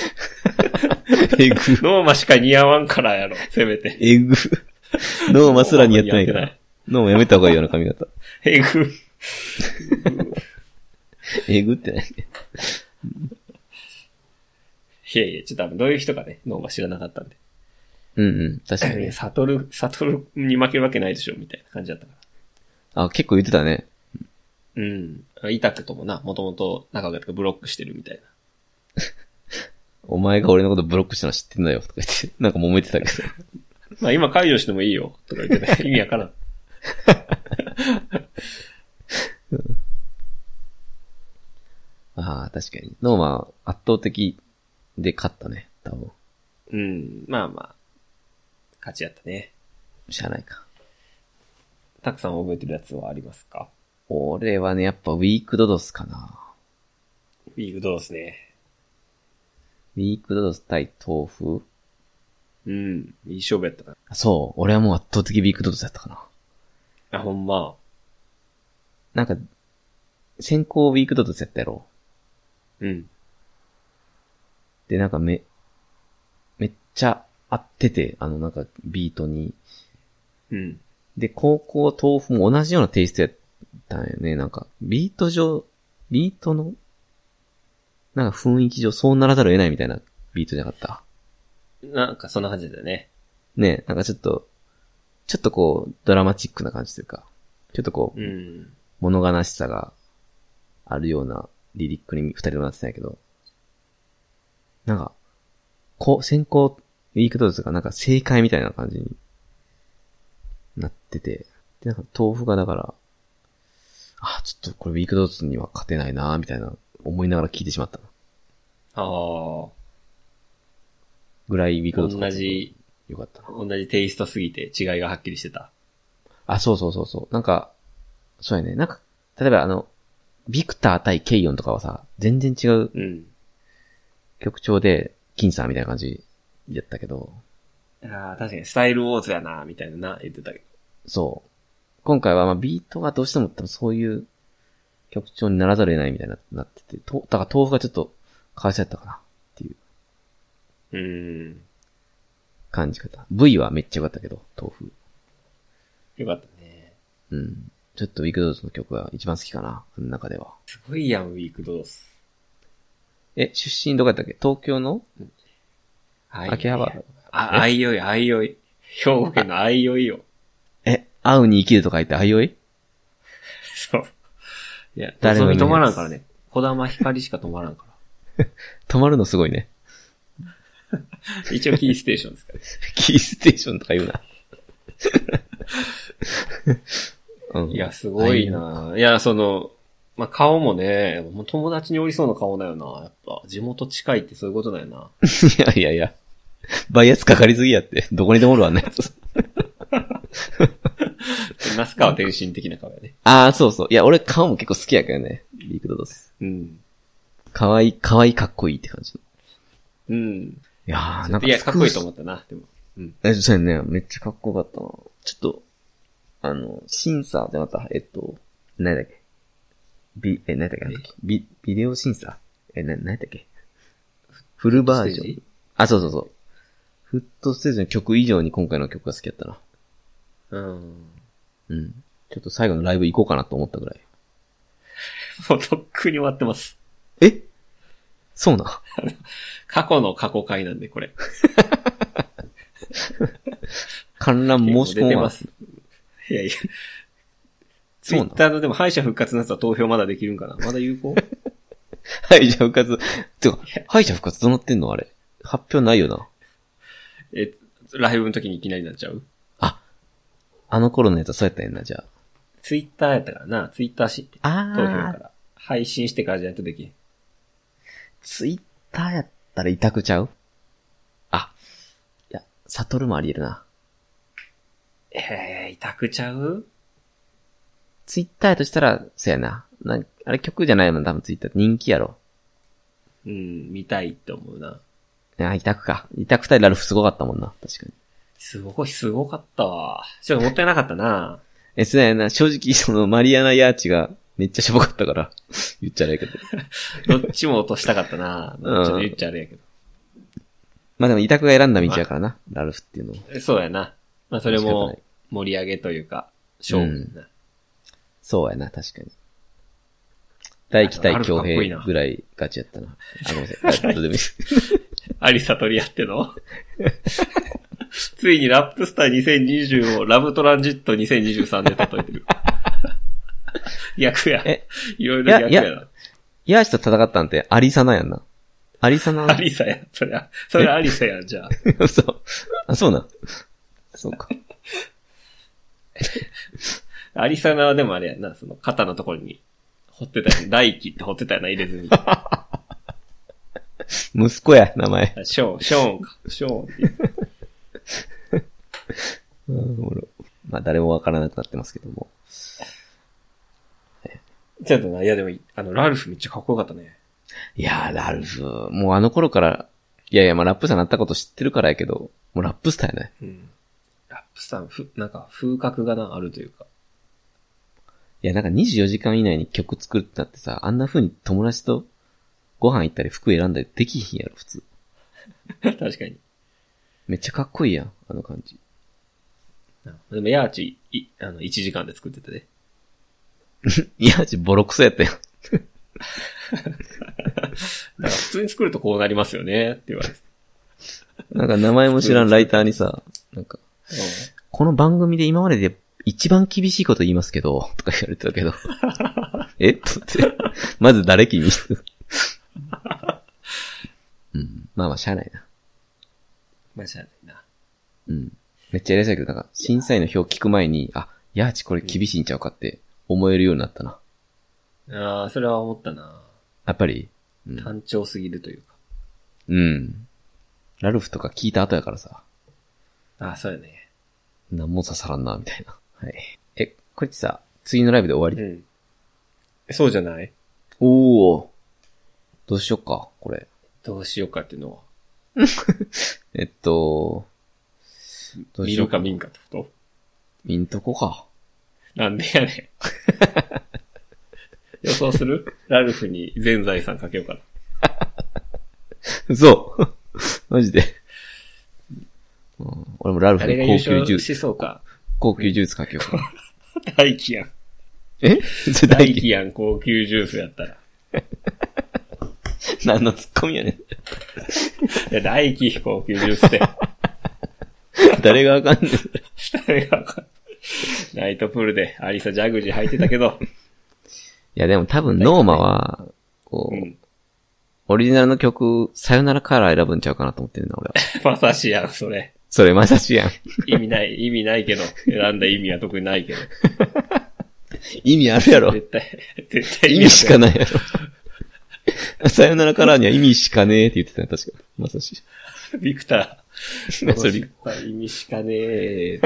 Speaker 1: えぐ。
Speaker 2: ノーマしか似合わんからやろ、せめて。
Speaker 1: えぐ。ノーマすらにやってないか
Speaker 2: ノーマに似合ってな
Speaker 1: ら
Speaker 2: い。
Speaker 1: ノーマやめた方がいいような髪型。
Speaker 2: えぐ。
Speaker 1: えぐってない。
Speaker 2: いやいや、ちょっとあのどういう人かね、ノーマ知らなかったんで。
Speaker 1: うんうん。確か
Speaker 2: い
Speaker 1: に
Speaker 2: や。悟る、悟るに負けるわけないでしょ、みたいな感じだったか
Speaker 1: あ、結構言ってたね。
Speaker 2: ら。うん。イタクともな、もともと仲良かったからブロックしてるみたいな。
Speaker 1: お前が俺のことブロックしたの知ってんだよ。とか言って。なんか揉めてたけど。
Speaker 2: まあ今解除してもいいよ、とか言ってね。意味わからん。
Speaker 1: ああ、確かに。ノーマ圧倒的で勝ったね。多分。
Speaker 2: うん。まあまあ。勝ちやったね。
Speaker 1: しゃあないか。
Speaker 2: たくさん覚えてるやつはありますか
Speaker 1: 俺はね、やっぱウィークドドスかな。
Speaker 2: ウィークドースね。
Speaker 1: ウィークドドス対豆腐
Speaker 2: うん。いい勝負やったな。
Speaker 1: あそう。俺はもう圧倒的ウィークドドスだったかな。
Speaker 2: あ、ほんま。
Speaker 1: なんか、先行ウィークドドスやったやろ。
Speaker 2: うん。
Speaker 1: で、なんかめ、めっちゃ合ってて、あのなんかビートに。
Speaker 2: うん。
Speaker 1: で、高校豆腐も同じようなテイストやったんよね。なんか、ビート上、ビートの、なんか雰囲気上そうならざるを得ないみたいなビートじゃなかった。
Speaker 2: なんかそんな感じだよね。
Speaker 1: ね、なんかちょっと、ちょっとこう、ドラマチックな感じというか、ちょっとこう、
Speaker 2: うん。
Speaker 1: 物悲しさがあるようなリリックに二人ともなってたんやけど、なんか、こう、先行、ウィークドーズがなんか正解みたいな感じになってて、で、なんか豆腐がだから、あ、ちょっとこれウィークドーズには勝てないなみたいな思いながら聞いてしまった
Speaker 2: ああ。
Speaker 1: ぐらいウィークドーズ
Speaker 2: 同じ、
Speaker 1: よかったな。
Speaker 2: 同じテイストすぎて違いがはっきりしてた。
Speaker 1: あ、そうそうそうそう。なんか、そうやね。なんか、例えばあの、ビクター対ケイヨンとかはさ、全然違う
Speaker 2: うん。
Speaker 1: 曲調で、金さんみたいな感じやったけど、
Speaker 2: ああ、確かにスタイルウォーズやな、みたいなな、言ってたけ
Speaker 1: そう。今回はまあビートがどうしても多分そういう曲調にならざるを得ないみたいになってて、とだから豆腐がちょっとかわいそうやったかなっていう
Speaker 2: ど。うん。
Speaker 1: 感じ方。V はめっちゃ良かったけど、豆腐。
Speaker 2: よかったね。
Speaker 1: うん。ちょっとウィークドーズの曲が一番好きかな、この中では。
Speaker 2: すごいやん、ウィークドース。
Speaker 1: え、出身どこやったっけ東京の
Speaker 2: は
Speaker 1: 秋葉原。
Speaker 2: あ、あいおい、あいおい。兵庫県のあいおいよ。
Speaker 1: え、会うに生きると書いて、あいおい
Speaker 2: そう。いや、
Speaker 1: 誰も
Speaker 2: 誰
Speaker 1: 見ない
Speaker 2: に止まらんからね。小玉光しか止まらんから。
Speaker 1: 止まるのすごいね。
Speaker 2: 一応キーステーションですから、ね。
Speaker 1: キーステーションとか言うな。うん
Speaker 2: いや、すごいな。いや、その、まあ、顔もね、もう友達におりそうな顔だよな。やっぱ、地元近いってそういうことだよな。
Speaker 1: いやいやいや。バイアスかかりすぎやって。どこにでもおるわね。
Speaker 2: 那須川天心的な顔やね。
Speaker 1: ああ、そうそう。いや、俺顔も結構好きやけどね。リークドドス。
Speaker 2: うん。
Speaker 1: かわいい、かわいいかっこいいって感じの。
Speaker 2: うん。
Speaker 1: いやー、なんか。
Speaker 2: いや、かっこいいと思ったな、でも。うん。
Speaker 1: え、そうやね。めっちゃかっこよかったな。ちょっと、あの、審査じゃなかった。えっと、何だっけ。ビ、え、何だっけなんだっけビ、ビデオ審査え、な、何だっけフルバージ
Speaker 2: ステ
Speaker 1: ョ
Speaker 2: ー
Speaker 1: ン
Speaker 2: ジ。
Speaker 1: あ、そうそうそう。フットステージの曲以上に今回の曲が好きやったな。
Speaker 2: うん。
Speaker 1: うん。ちょっと最後のライブ行こうかなと思ったぐらい。
Speaker 2: もうとっくに終わってます。
Speaker 1: えそうな。
Speaker 2: 過去の過去回なんで、これ。
Speaker 1: 観覧申し
Speaker 2: 結構
Speaker 1: 込
Speaker 2: 出て
Speaker 1: ま。
Speaker 2: ますす。いやいや。
Speaker 1: そ
Speaker 2: ツ
Speaker 1: う
Speaker 2: イ
Speaker 1: なの
Speaker 2: ッターのでも敗者復活のやつは投票まだできるんかなまだ有効
Speaker 1: 敗者復活。てか、敗者復活どうなってんのあれ。発表ないよな。
Speaker 2: え、ライブの時にいきなりなっちゃう
Speaker 1: あ、あの頃のやつはそうやったんやな、じゃ
Speaker 2: ツイッターやったからな。ツイッターし、
Speaker 1: あ。
Speaker 2: 投票か
Speaker 1: ああ、
Speaker 2: ら。配信してからじゃないとできん。
Speaker 1: ツイッターやったら委託ちゃうあ、いや、サトルもあり得るな。
Speaker 2: えー、委託ちゃう
Speaker 1: ツイッターやとしたら、そうやな。なんあれ曲じゃないもん、多分ツイッター。人気やろ。
Speaker 2: うん、見たいって思うな。
Speaker 1: いや、委託か。委託対ラルフすごかったもんな、確かに。
Speaker 2: すごい、すごかったわ。ちょっともったいなかったな。
Speaker 1: え、そうやな。正直、その、マリアナ・ヤーチがめっちゃしょぼかったから、 言っちゃないけど。
Speaker 2: どっちも落としたかったな。ちょっと言っちゃあれやけど。
Speaker 1: まあでも、委託が選んだ道やからな、ラルフっていうのを。
Speaker 2: えそうやな。まあそれ
Speaker 1: 仕方な
Speaker 2: も
Speaker 1: い
Speaker 2: 盛り上げというか、勝負だな。
Speaker 1: そうやな、確かに。大期待
Speaker 2: ラル
Speaker 1: 強
Speaker 2: フかっこいいな
Speaker 1: 兵ぐらいガチやったな。あ、ごめんなさい。 どうでもいいです。
Speaker 2: アリサとリアっての ついにラップスター2020をラブトランジット2023で例え てる。逆や
Speaker 1: え。
Speaker 2: いろいろ逆
Speaker 1: いや
Speaker 2: や
Speaker 1: い
Speaker 2: な。
Speaker 1: ヤーシと戦ったんって、アリサナやんな。アリサナ
Speaker 2: アリサや。そりゃ、そりゃアリサや、じゃあ。
Speaker 1: そう。あ、そうなん。そうか。
Speaker 2: アリサナはでもあれやな、その肩のところに、掘ってたよね。大輝って掘ってたよな、入れず に。
Speaker 1: 息子や、名前。
Speaker 2: あショーン、ショーンか。ショーンっていう。
Speaker 1: あ、誰もわからなくなってますけども。
Speaker 2: ちょっとな、いやでも、あの、ラルフめっちゃかっこよかったね。
Speaker 1: いやー、ラルフ、もうあの頃から、いやいや、まあラップさんなったこと知ってるからやけど、もうラップスターやね。
Speaker 2: うん。ラップさん、ふ、なんか、風格がな、あるというか。
Speaker 1: いや、なんか24時間以内に曲作るってなってさ、あんな風に友達とご飯行ったり服選んだりできひんやろ、普通。
Speaker 2: 確かに。
Speaker 1: めっちゃかっこいいやん、あの感じ。
Speaker 2: でも、ヤーチ、い、あの、1時間で作ってたね。
Speaker 1: いや、ちボロクソやったよ。
Speaker 2: だから、普通に作るとこうなりますよね、って言われて。
Speaker 1: なんか名前も知らんライターにさ、なんか、この番組で今までで一番厳しいこと言いますけど、とか言われてたけ ど。えと思って。まず誰気にして。うん。まあまあ、しゃあないな。
Speaker 2: まあ、じゃないな。
Speaker 1: うん。めっちゃやりたいけど、なんか、審査員の票聞く前に、あ、ヤーチこれ厳しいんちゃうかって思えるようになったな。
Speaker 2: ああ、それは思ったな。
Speaker 1: やっぱり、うん。
Speaker 2: 単調すぎるというか。
Speaker 1: うん。ラルフとか聞いた後やからさ、
Speaker 2: ああ、そうやね。
Speaker 1: なんも刺さらんな、みたいな。はい。え、これってさ、次のライブで終わり、
Speaker 2: うん。そうじゃない
Speaker 1: おお。どうしよっか、これ。
Speaker 2: どうしようかっていうのは。
Speaker 1: えっと、どう
Speaker 2: 見
Speaker 1: しよ
Speaker 2: る
Speaker 1: うか
Speaker 2: か見んかってこと
Speaker 1: 見んとこか。
Speaker 2: なんでやねん。予想するラルフに全財産かけようかな。
Speaker 1: そう。 マジで。うん、俺もラルフ
Speaker 2: 誰が
Speaker 1: に
Speaker 2: 優
Speaker 1: 高級ジュ
Speaker 2: 勝
Speaker 1: ース、
Speaker 2: しそうか。
Speaker 1: 高級ジュースかけよう か。
Speaker 2: 大輝やん。
Speaker 1: え 絶
Speaker 2: 大
Speaker 1: 対
Speaker 2: 輝やん、高級ジュースやったら。
Speaker 1: 何のツッコミやねん。
Speaker 2: いや、大輝高級ジュースって。
Speaker 1: 誰がわかんね
Speaker 2: 誰がわかんナイトプールでアリサ・ジャグジー履いてたけど、
Speaker 1: いや、でも多分ノーマは、こ
Speaker 2: う
Speaker 1: う、
Speaker 2: ん。
Speaker 1: オリジナルの曲、さよならカラー選ぶんちゃうかなと思ってるな、俺は。
Speaker 2: まさしやん、それ。
Speaker 1: それまさしやん。
Speaker 2: 意味ない、意味ないけど、選んだ意味は特にないけど。
Speaker 1: 意味あるや ろ。
Speaker 2: 絶対、絶対
Speaker 1: 意味しか
Speaker 2: い。
Speaker 1: ないやろ。 さよならカラーには意味しかねえって言ってたよ、確か。まさし。
Speaker 2: ビクター。
Speaker 1: それ
Speaker 2: 絶対意味しかねえ。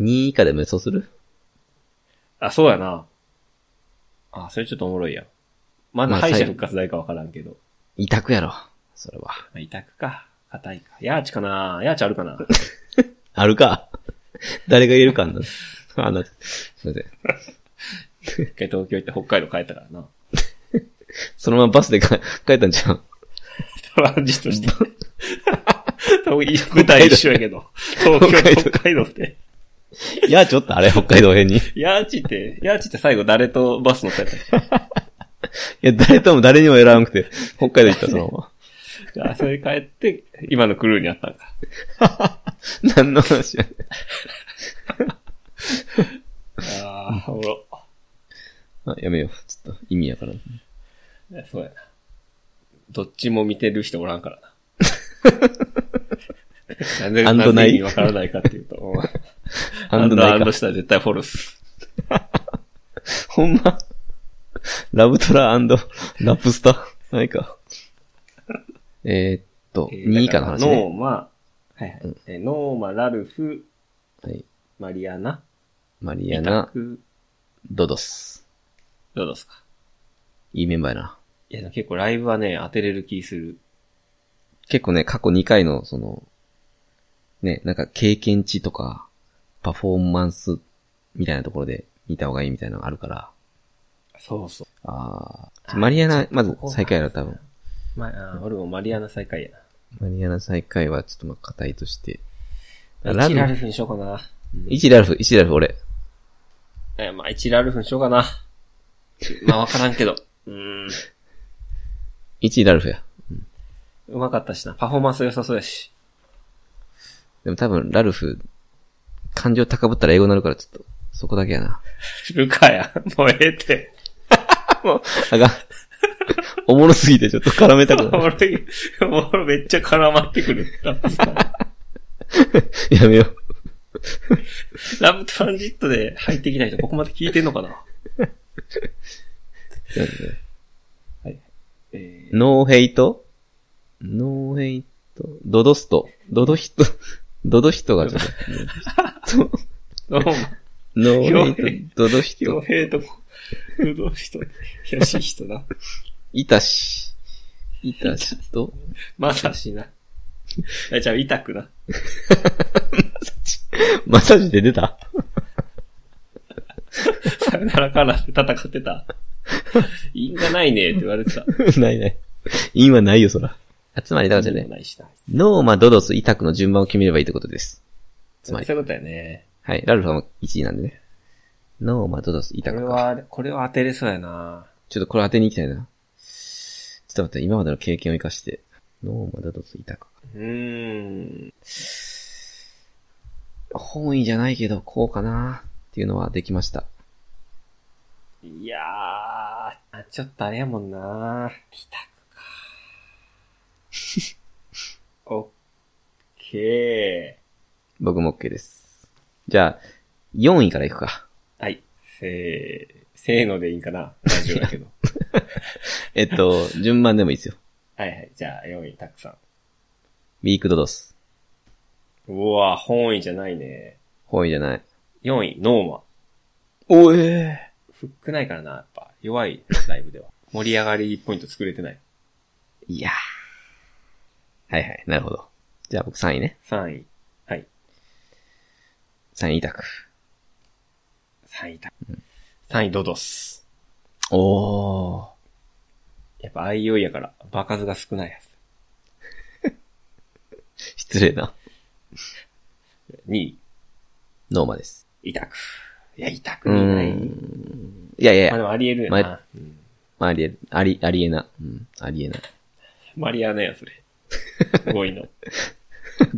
Speaker 1: 2位以下で無双する
Speaker 2: あ、そうやな。あ、それちょっとおもろいやん。まだ
Speaker 1: まあ
Speaker 2: 敗者
Speaker 1: 最
Speaker 2: 復活大かわからんけど。ま
Speaker 1: 委託やろ。それは。
Speaker 2: あ、委託か。硬いか。ヤーチかなヤーチあるかな
Speaker 1: あるか。誰が言えるかんな。あな、すいません。
Speaker 2: 一回東京行って北海道帰ったからな。
Speaker 1: そのままバスでか帰ったんじゃん。
Speaker 2: トランジットして。舞台一緒やけど。東京と北海道って。
Speaker 1: いや、ちょっとあれ、北海道編に。い
Speaker 2: ヤーチって、ヤーチって最後誰とバス乗ったやったっ
Speaker 1: や、誰とも誰にも選ばなくて、北海道行った、そのまま。
Speaker 2: けあ、それ帰って、今のクルーにあったんか。
Speaker 1: 何の話やね
Speaker 2: ああ、おもろ。
Speaker 1: んあ、やめよう。ちょっと意味やからん。
Speaker 2: いやそうやな。どっちも見てる人おらんからな。 なんで、
Speaker 1: アンド
Speaker 2: なん
Speaker 1: な
Speaker 2: で
Speaker 1: い
Speaker 2: 意味わからないかっていうと。うん
Speaker 1: アンド
Speaker 2: ア
Speaker 1: ない
Speaker 2: ンド
Speaker 1: か。
Speaker 2: したら絶対フォルス。
Speaker 1: ほんま。ラブトララップスター。ないか。えーっと、2位以下の話ね。
Speaker 2: ノーマ、はいはい
Speaker 1: うん
Speaker 2: えノーマ、ラルフ、
Speaker 1: はい。
Speaker 2: マリアナ、
Speaker 1: マリ
Speaker 2: リ
Speaker 1: ア
Speaker 2: タ
Speaker 1: ナ、
Speaker 2: ク、
Speaker 1: ドドス。
Speaker 2: どうですか。
Speaker 1: いいメンバーやな。
Speaker 2: いや、でも結構ライブはね、当てれる気する。
Speaker 1: 結構ね、過去2回の、その、ね、なんか経験値とか、パフォーマンスみたいなところで見た方がいいみたいなのがあるから。
Speaker 2: そうそう。
Speaker 1: ああ。マリアナ、まず最下位だ、多分。
Speaker 2: まあ、俺もマリアナ最下位や
Speaker 1: マリアナ最下位はちょっとまあ、課題として。
Speaker 2: な。
Speaker 1: ラ
Speaker 2: 1ラル
Speaker 1: ルフ、
Speaker 2: フにしようかな。
Speaker 1: 1ラルフ、1ラルフ、俺。
Speaker 2: え、まあ、1ラルフにしようかな。まあ、わからんけど。うーん。
Speaker 1: 1ラルフや。
Speaker 2: うまかったしな。パフォーマンス良さそうやし。
Speaker 1: でも多分、ラルフ、感情高ぶったら英語になるから、ちょっと、そこだけやな。
Speaker 2: ルカや。 もうええって。
Speaker 1: あがん、 おもろすぎてちょっと絡めたく
Speaker 2: お
Speaker 1: ない。
Speaker 2: もろい。おもろいめっちゃ絡まって くる。ラップスター
Speaker 1: やめよう。
Speaker 2: ラブトランジットで入ってきた人、ここまで聞いてんのかなえー、
Speaker 1: ノーヘイトノーヘイト、ドドスト、ドドヒット、ドドヒトがちょっと、
Speaker 2: どうも。
Speaker 1: ノーヘイト、ドドヒ
Speaker 2: 傭
Speaker 1: ト、
Speaker 2: 兵と、不動人、よし人な。
Speaker 1: イタシ、イタシと、
Speaker 2: まさしな。あ、じゃあ、痛くな。
Speaker 1: マッサージで出た
Speaker 2: さよならからって戦ってた。因がないねって言われてた。
Speaker 1: ないない。因はないよ、そら。つまり、だからじゃ
Speaker 2: 因
Speaker 1: ね
Speaker 2: が、ないしな。
Speaker 1: ノーマ、ドドス、イタクの順番を決めればいいってことです。つ
Speaker 2: そう
Speaker 1: まり
Speaker 2: い。うことやね。
Speaker 1: はい。ラルフはもう1位なんでね。ノーマ、ドドス、イ
Speaker 2: こ
Speaker 1: タ
Speaker 2: れ
Speaker 1: クか。
Speaker 2: は、これは当てれそうやな。
Speaker 1: ちょっとこれ当てに行きたいな。ちょっと待って、今までの経験を生かして。ノーマ、ドドス、イタク。
Speaker 2: うーん。
Speaker 1: 本意じゃないけど、こうかなっていうのはできました。
Speaker 2: いやー、あちょっとあれやもんな。帰宅か。 オッケ
Speaker 1: 僕も OK です。じゃあ、4位からいくか。
Speaker 2: ー。はい。せー、せーのでいいんかな。ラジオやけど。
Speaker 1: えっと、 順番でもいいですよ。
Speaker 2: はいはい。じゃあ、4位、たくさん。
Speaker 1: ウィークドドス。
Speaker 2: うわ本位じゃないね。
Speaker 1: 本意じゃない。
Speaker 2: 4位、ノーマ。
Speaker 1: おえ
Speaker 2: フックないからな、やっぱ。弱い、ライブでは。 盛り上がりポイント作れてない。
Speaker 1: ー、いやーはいはい、なるほど。じゃあ僕3位ね。
Speaker 2: 3位。はい。
Speaker 1: 3位委託。
Speaker 2: 3位だ。3位、ドドス。
Speaker 1: おー。
Speaker 2: やっぱ、あいおいやから、場数が少ないやつ。
Speaker 1: 失礼な。
Speaker 2: 2位、
Speaker 1: ノーマです。
Speaker 2: 委託。いや、委託
Speaker 1: うー
Speaker 2: にない。
Speaker 1: ん。いやいやいや、
Speaker 2: まあでもあり得るよ
Speaker 1: ま
Speaker 2: な。うん
Speaker 1: まあ、ありえる、あり、ありえな。うん、ありえ な。
Speaker 2: マリアねや、それ。5位の。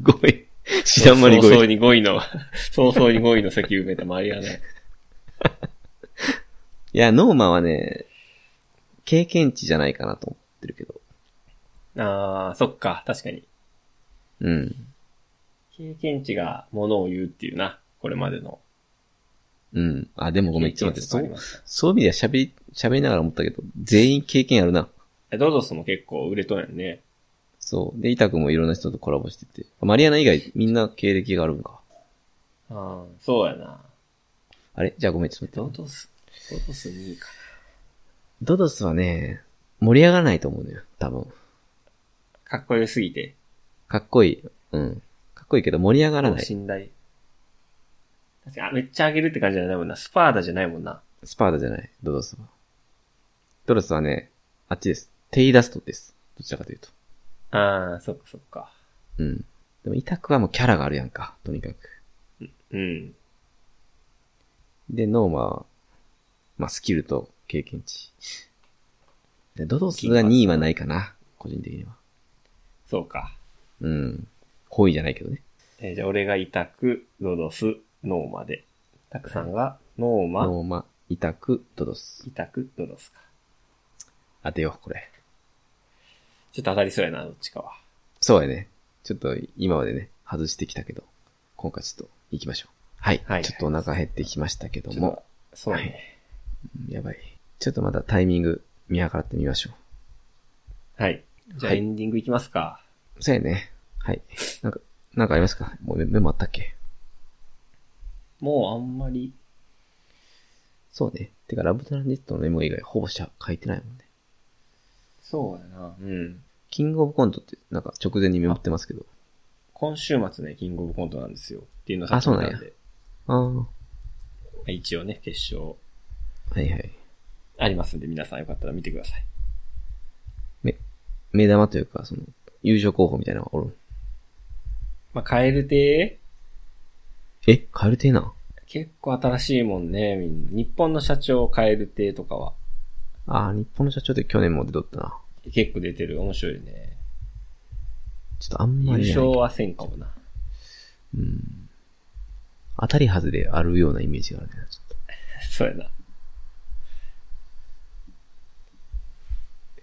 Speaker 1: 5位。知らんまり
Speaker 2: 早
Speaker 1: 5
Speaker 2: 々
Speaker 1: 位。
Speaker 2: に5位の、早々に5位の席埋めたマリアね。
Speaker 1: いや、ノーマはね、経験値じゃないかなと思ってるけど。
Speaker 2: あー、そっか、確かに。
Speaker 1: うん。
Speaker 2: 経験値がものを言うっていうな。これまでの。
Speaker 1: うん。あ、でもごめん、ちょっと待って、そ
Speaker 2: 経
Speaker 1: う
Speaker 2: 験値がありま、す
Speaker 1: そういう意味では喋り、喋りながら思ったけど、全員経験あるな。
Speaker 2: ドドスも結構売れとんやんね。
Speaker 1: そう。で、イタクもいろんな人とコラボしてて。マリアナ以外みんな経歴があるんか。
Speaker 2: ああ、そうやな。
Speaker 1: あれじゃあごめん、ちょっと
Speaker 2: ド
Speaker 1: 待って。
Speaker 2: ドス、ドドス2位か
Speaker 1: ドドスはね、盛り上がらないと思うのよ。多分。
Speaker 2: な。かっこよすぎて。
Speaker 1: かっこいい。うん。かっこいいけど盛り上がらない。
Speaker 2: 信頼。確かに、あ、めっちゃ上げるって感じじゃないもんな。スパーダじゃないもんな。
Speaker 1: スパーダじゃない。ドドスは。ドドスはね、あっちです。テイダストです。どちらかというと。
Speaker 2: ああ、そっかそっか。
Speaker 1: うん。でもイタクはもうキャラがあるやんか。とにかく。
Speaker 2: うん。
Speaker 1: で、ノーマは、まあ、スキルと経験値。で、ドドスが2位はないかな。個人的には。
Speaker 2: そうか。
Speaker 1: うん。本意じゃないけどね。
Speaker 2: えーじゃあ俺が委託、ロドス、ノーマで。たくさんが、ノーマ、
Speaker 1: ノーマ、イタク、ドドス
Speaker 2: 委。託、ロドスか。
Speaker 1: 当てよう、これ。
Speaker 2: ちょっと当たりそうやな、どっちかは。
Speaker 1: そうやね。ちょっと、今までね、外してきたけど、今回ちょっと、行きましょう。はい。
Speaker 2: はい
Speaker 1: ちょっとお腹減ってきましたけど
Speaker 2: ちょっ
Speaker 1: も
Speaker 2: と、、そうね。
Speaker 1: うんやばい。ちょっとまたタイミング見計らってみましょ
Speaker 2: はい。じゃあ
Speaker 1: はい
Speaker 2: エンディングいきますか。
Speaker 1: う。そうやね。はい。なんか、なんかありますかもうメメモあったっけ
Speaker 2: もうあんまり、
Speaker 1: そうね。てか、ラブトランジットのメモ以外ほぼしゃ書いてないもんね。
Speaker 2: そうやな。うん。
Speaker 1: キングオブコントって、なんか直前にメモってますけど。
Speaker 2: 今週末ね、キングオブコントなんですよ。っていうのを
Speaker 1: あそうなんや
Speaker 2: 先に見た
Speaker 1: ああ。は
Speaker 2: んで一応ね、決勝
Speaker 1: いはい。
Speaker 2: ありますんで、皆さんよかったら見てください。
Speaker 1: め、目玉というか、その、優勝候補みたいなのがおるん。
Speaker 2: まあ、カエル亭、
Speaker 1: え、カエルテな。
Speaker 2: 結構新しいもんね、みんな。日本の社長カエル亭とかは、
Speaker 1: ああ、日本の社長って去年も出とったな。
Speaker 2: 結構出てる。面白いね。
Speaker 1: ちょっとあんま
Speaker 2: 優
Speaker 1: りない。
Speaker 2: 勝はせんかもな。
Speaker 1: うん。当たり外れあるようなイメージがあるね。ちょっと
Speaker 2: そうやな。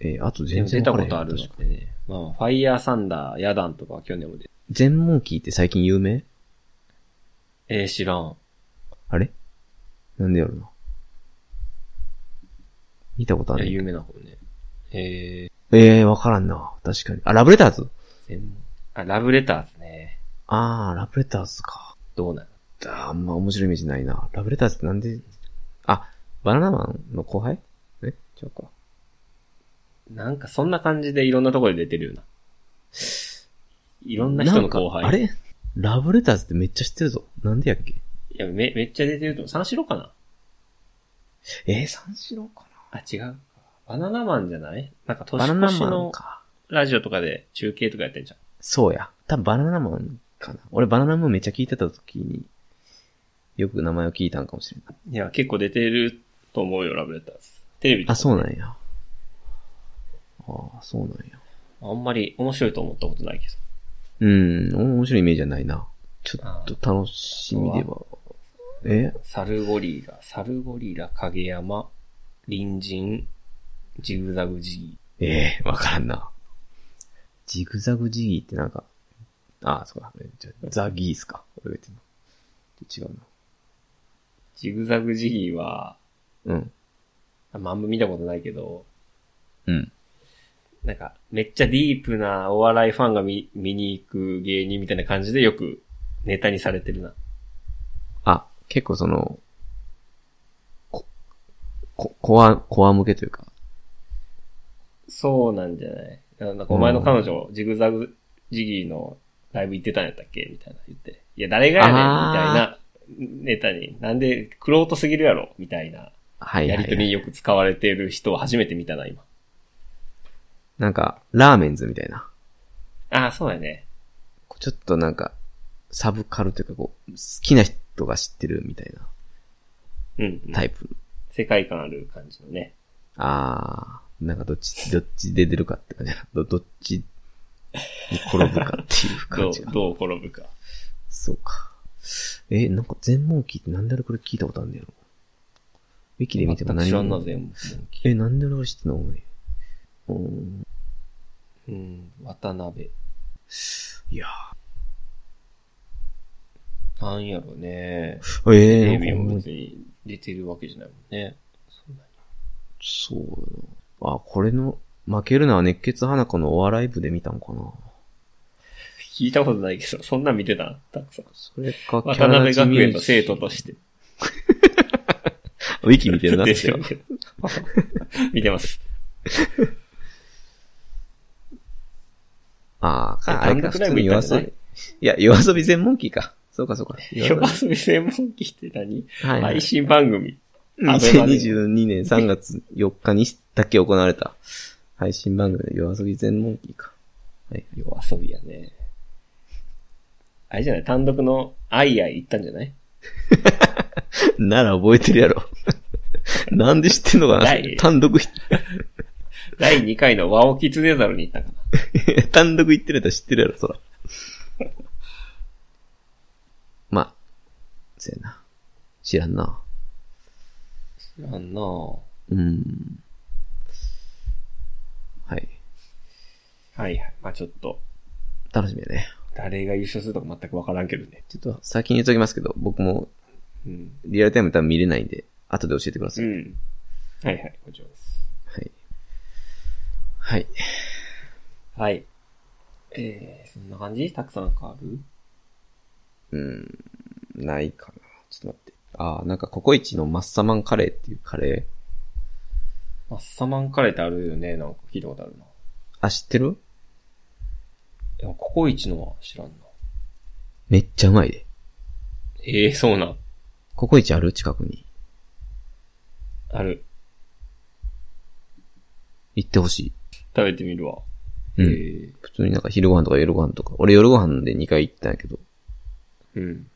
Speaker 1: えーあと
Speaker 2: で
Speaker 1: 全
Speaker 2: も
Speaker 1: 然
Speaker 2: 出た
Speaker 1: わ
Speaker 2: こ
Speaker 1: からへん
Speaker 2: とあるのでね。まあまあ、ファイヤーサンダー、ヤダンとかは去年も出て
Speaker 1: 全問聞いて最近有名
Speaker 2: えー、知らん。
Speaker 1: あれなんでやろな。見たことあ
Speaker 2: いや、
Speaker 1: る
Speaker 2: 有名な方ね。えー、
Speaker 1: ええー、わからんな。確かに。あ、ラブレターズ
Speaker 2: 全あ、ラブレターズね。
Speaker 1: あー、ラブレターズか。
Speaker 2: どうなの
Speaker 1: だあんま面白いイメージないな。ラブレターズってなんで、あ、バナナマンの後輩え違うか。
Speaker 2: なんかそんな感じでいろんなところで出てるよな。いろんな人の後輩。
Speaker 1: なんかあれラブレターズってめっちゃ知ってるぞ。なんでやっけ
Speaker 2: いや、め、めっちゃ出てると思う。三四郎かな
Speaker 1: えー、三四郎か
Speaker 2: あ、違う。バナナマンじゃないなん
Speaker 1: な
Speaker 2: か年
Speaker 1: バナ
Speaker 2: 越
Speaker 1: ナ
Speaker 2: し
Speaker 1: マン
Speaker 2: の
Speaker 1: か。
Speaker 2: ラジオとかで中継とかやってんじゃん。
Speaker 1: そうや。多分バナナマンかな。俺バナナマンめっちゃ聞いてた時に、よく名前を聞いたんかもしれない。
Speaker 2: いや、結構出てると思うよ、ラブレターズ。テレビとか
Speaker 1: あ、そうなんや。ああ、そうなんや。
Speaker 2: あんまり面白いと思ったことないけど。
Speaker 1: うん、面白いイメージじゃないな。ちょっと楽しみでは。え
Speaker 2: サルゴリラ、サルゴリラ、影山、隣人、ジグザグジ
Speaker 1: ええわからんな。ジグザグジギーってなんか、ああ、そうか。じゃザギーっすか。俺が言ってんの違
Speaker 2: ー。ジグザグジギーは、
Speaker 1: うな。うん。
Speaker 2: あんま見たことないけど、
Speaker 1: うん。
Speaker 2: なんか、めっちゃディープなお笑いファンが見見に行く芸人みたいな感じでよくネタにされてるな。
Speaker 1: あ、結構その、こ、こ、コア、コア向けというか、
Speaker 2: そうなんじゃないなんかお前の彼女、ジグザグジギーのライブ行ってたんやったっけみたいな言って。いや、誰がやねんみ
Speaker 1: あ
Speaker 2: たいなネタに。なんで、クロートすぎるやろみたいな。
Speaker 1: はいは
Speaker 2: や
Speaker 1: い、
Speaker 2: りと
Speaker 1: は
Speaker 2: りに
Speaker 1: い。
Speaker 2: よく使われてる人を初めて見たな、今。
Speaker 1: なんか、ラーメンズみたいな。
Speaker 2: ああ、そうやね。
Speaker 1: こうちょっとなんか、サブカルというか、こう、好きな人が知ってるみたい
Speaker 2: うん、うん
Speaker 1: なタイプ。
Speaker 2: 世界観ある感じのね。
Speaker 1: あー、なんかどっち、どっちで出るかって感じ だど、どっちに転ぶかっていう
Speaker 2: ど
Speaker 1: 感
Speaker 2: う
Speaker 1: じ、が。
Speaker 2: どう転ぶか。
Speaker 1: そうか。え、なんか全問記ってなんであれこれ聞いたことあるんだよ。ウィキで見ても
Speaker 2: 全く
Speaker 1: 何
Speaker 2: 知らんな、
Speaker 1: も。
Speaker 2: 全部。
Speaker 1: え、なんで俺知ってんのお前うーん。
Speaker 2: うん、渡辺。
Speaker 1: いや
Speaker 2: なんやろね。
Speaker 1: ー。
Speaker 2: テ
Speaker 1: え
Speaker 2: レ
Speaker 1: ー、
Speaker 2: ビ
Speaker 1: なんか
Speaker 2: も
Speaker 1: もう
Speaker 2: 別に出てるわけじゃないもんね。そんなに
Speaker 1: そうよあ、これの、負けるのは熱血花子のお笑い部で見たんかな。
Speaker 2: 聞いたことないけど、そんなん見てたなたくさん。
Speaker 1: それか、
Speaker 2: 渡辺学園の生 徒として。
Speaker 1: ウィキ見てるなっ
Speaker 2: 出
Speaker 1: て
Speaker 2: て。るけど 見てます。
Speaker 1: あーあ、あ
Speaker 2: 単
Speaker 1: れか、
Speaker 2: 独
Speaker 1: 普
Speaker 2: ライ
Speaker 1: 通
Speaker 2: ブ
Speaker 1: に
Speaker 2: 行
Speaker 1: 夜
Speaker 2: ったんじゃ
Speaker 1: 遊
Speaker 2: ない
Speaker 1: び。いや、夜遊び全問記か。そうか、そうか。
Speaker 2: 夜遊び専門機って何
Speaker 1: はい、はい
Speaker 2: 配。信番組。アベ マで
Speaker 1: 2022年3月4日にだけ行われた配信番組で夜遊び全問記か。はい。
Speaker 2: 夜遊びやね。あれじゃない単独のアイアイ行ったんじゃない
Speaker 1: なら覚えてるやろ。 なんで知ってんのかな
Speaker 2: ない
Speaker 1: 単独ひ、
Speaker 2: 第2回のワオキツネザルに行ったかな
Speaker 1: 単独行ってるやったら知ってるやろ、そら。まあ、そうやな。知らんな。
Speaker 2: 知らんなぁ
Speaker 1: うん。はい。
Speaker 2: はいはい。まあちょっと、
Speaker 1: 楽しみやね。
Speaker 2: 誰が優勝するとか全くわからんけどね。
Speaker 1: ちょっと先に言っときますけど、僕も
Speaker 2: うん。
Speaker 1: リアルタイム多分見れないんで、後で教えてくださ
Speaker 2: う
Speaker 1: い。
Speaker 2: ん。はいはい。こちらです。
Speaker 1: はい。はい。
Speaker 2: はい。えー、そんな感じたくさん変わる
Speaker 1: うん、ないかな。ちょっと待って。ああ、なんかココイチのマッサマンカレーっていうカレー。
Speaker 2: マッサマンカレーってあるよね。なんか聞いたことあるな。
Speaker 1: あ、知ってる
Speaker 2: でもココイチのは知らんな。
Speaker 1: めっちゃうまいで。
Speaker 2: えー、そうなん。
Speaker 1: ココイチある近くに。
Speaker 2: ある。
Speaker 1: 行ってほし
Speaker 2: 食べてみるわ。
Speaker 1: い。うん。
Speaker 2: え
Speaker 1: 普通になんか昼ご飯とか夜ご飯とか。俺夜ご飯で2回行ったんやけど、
Speaker 2: ー、うん。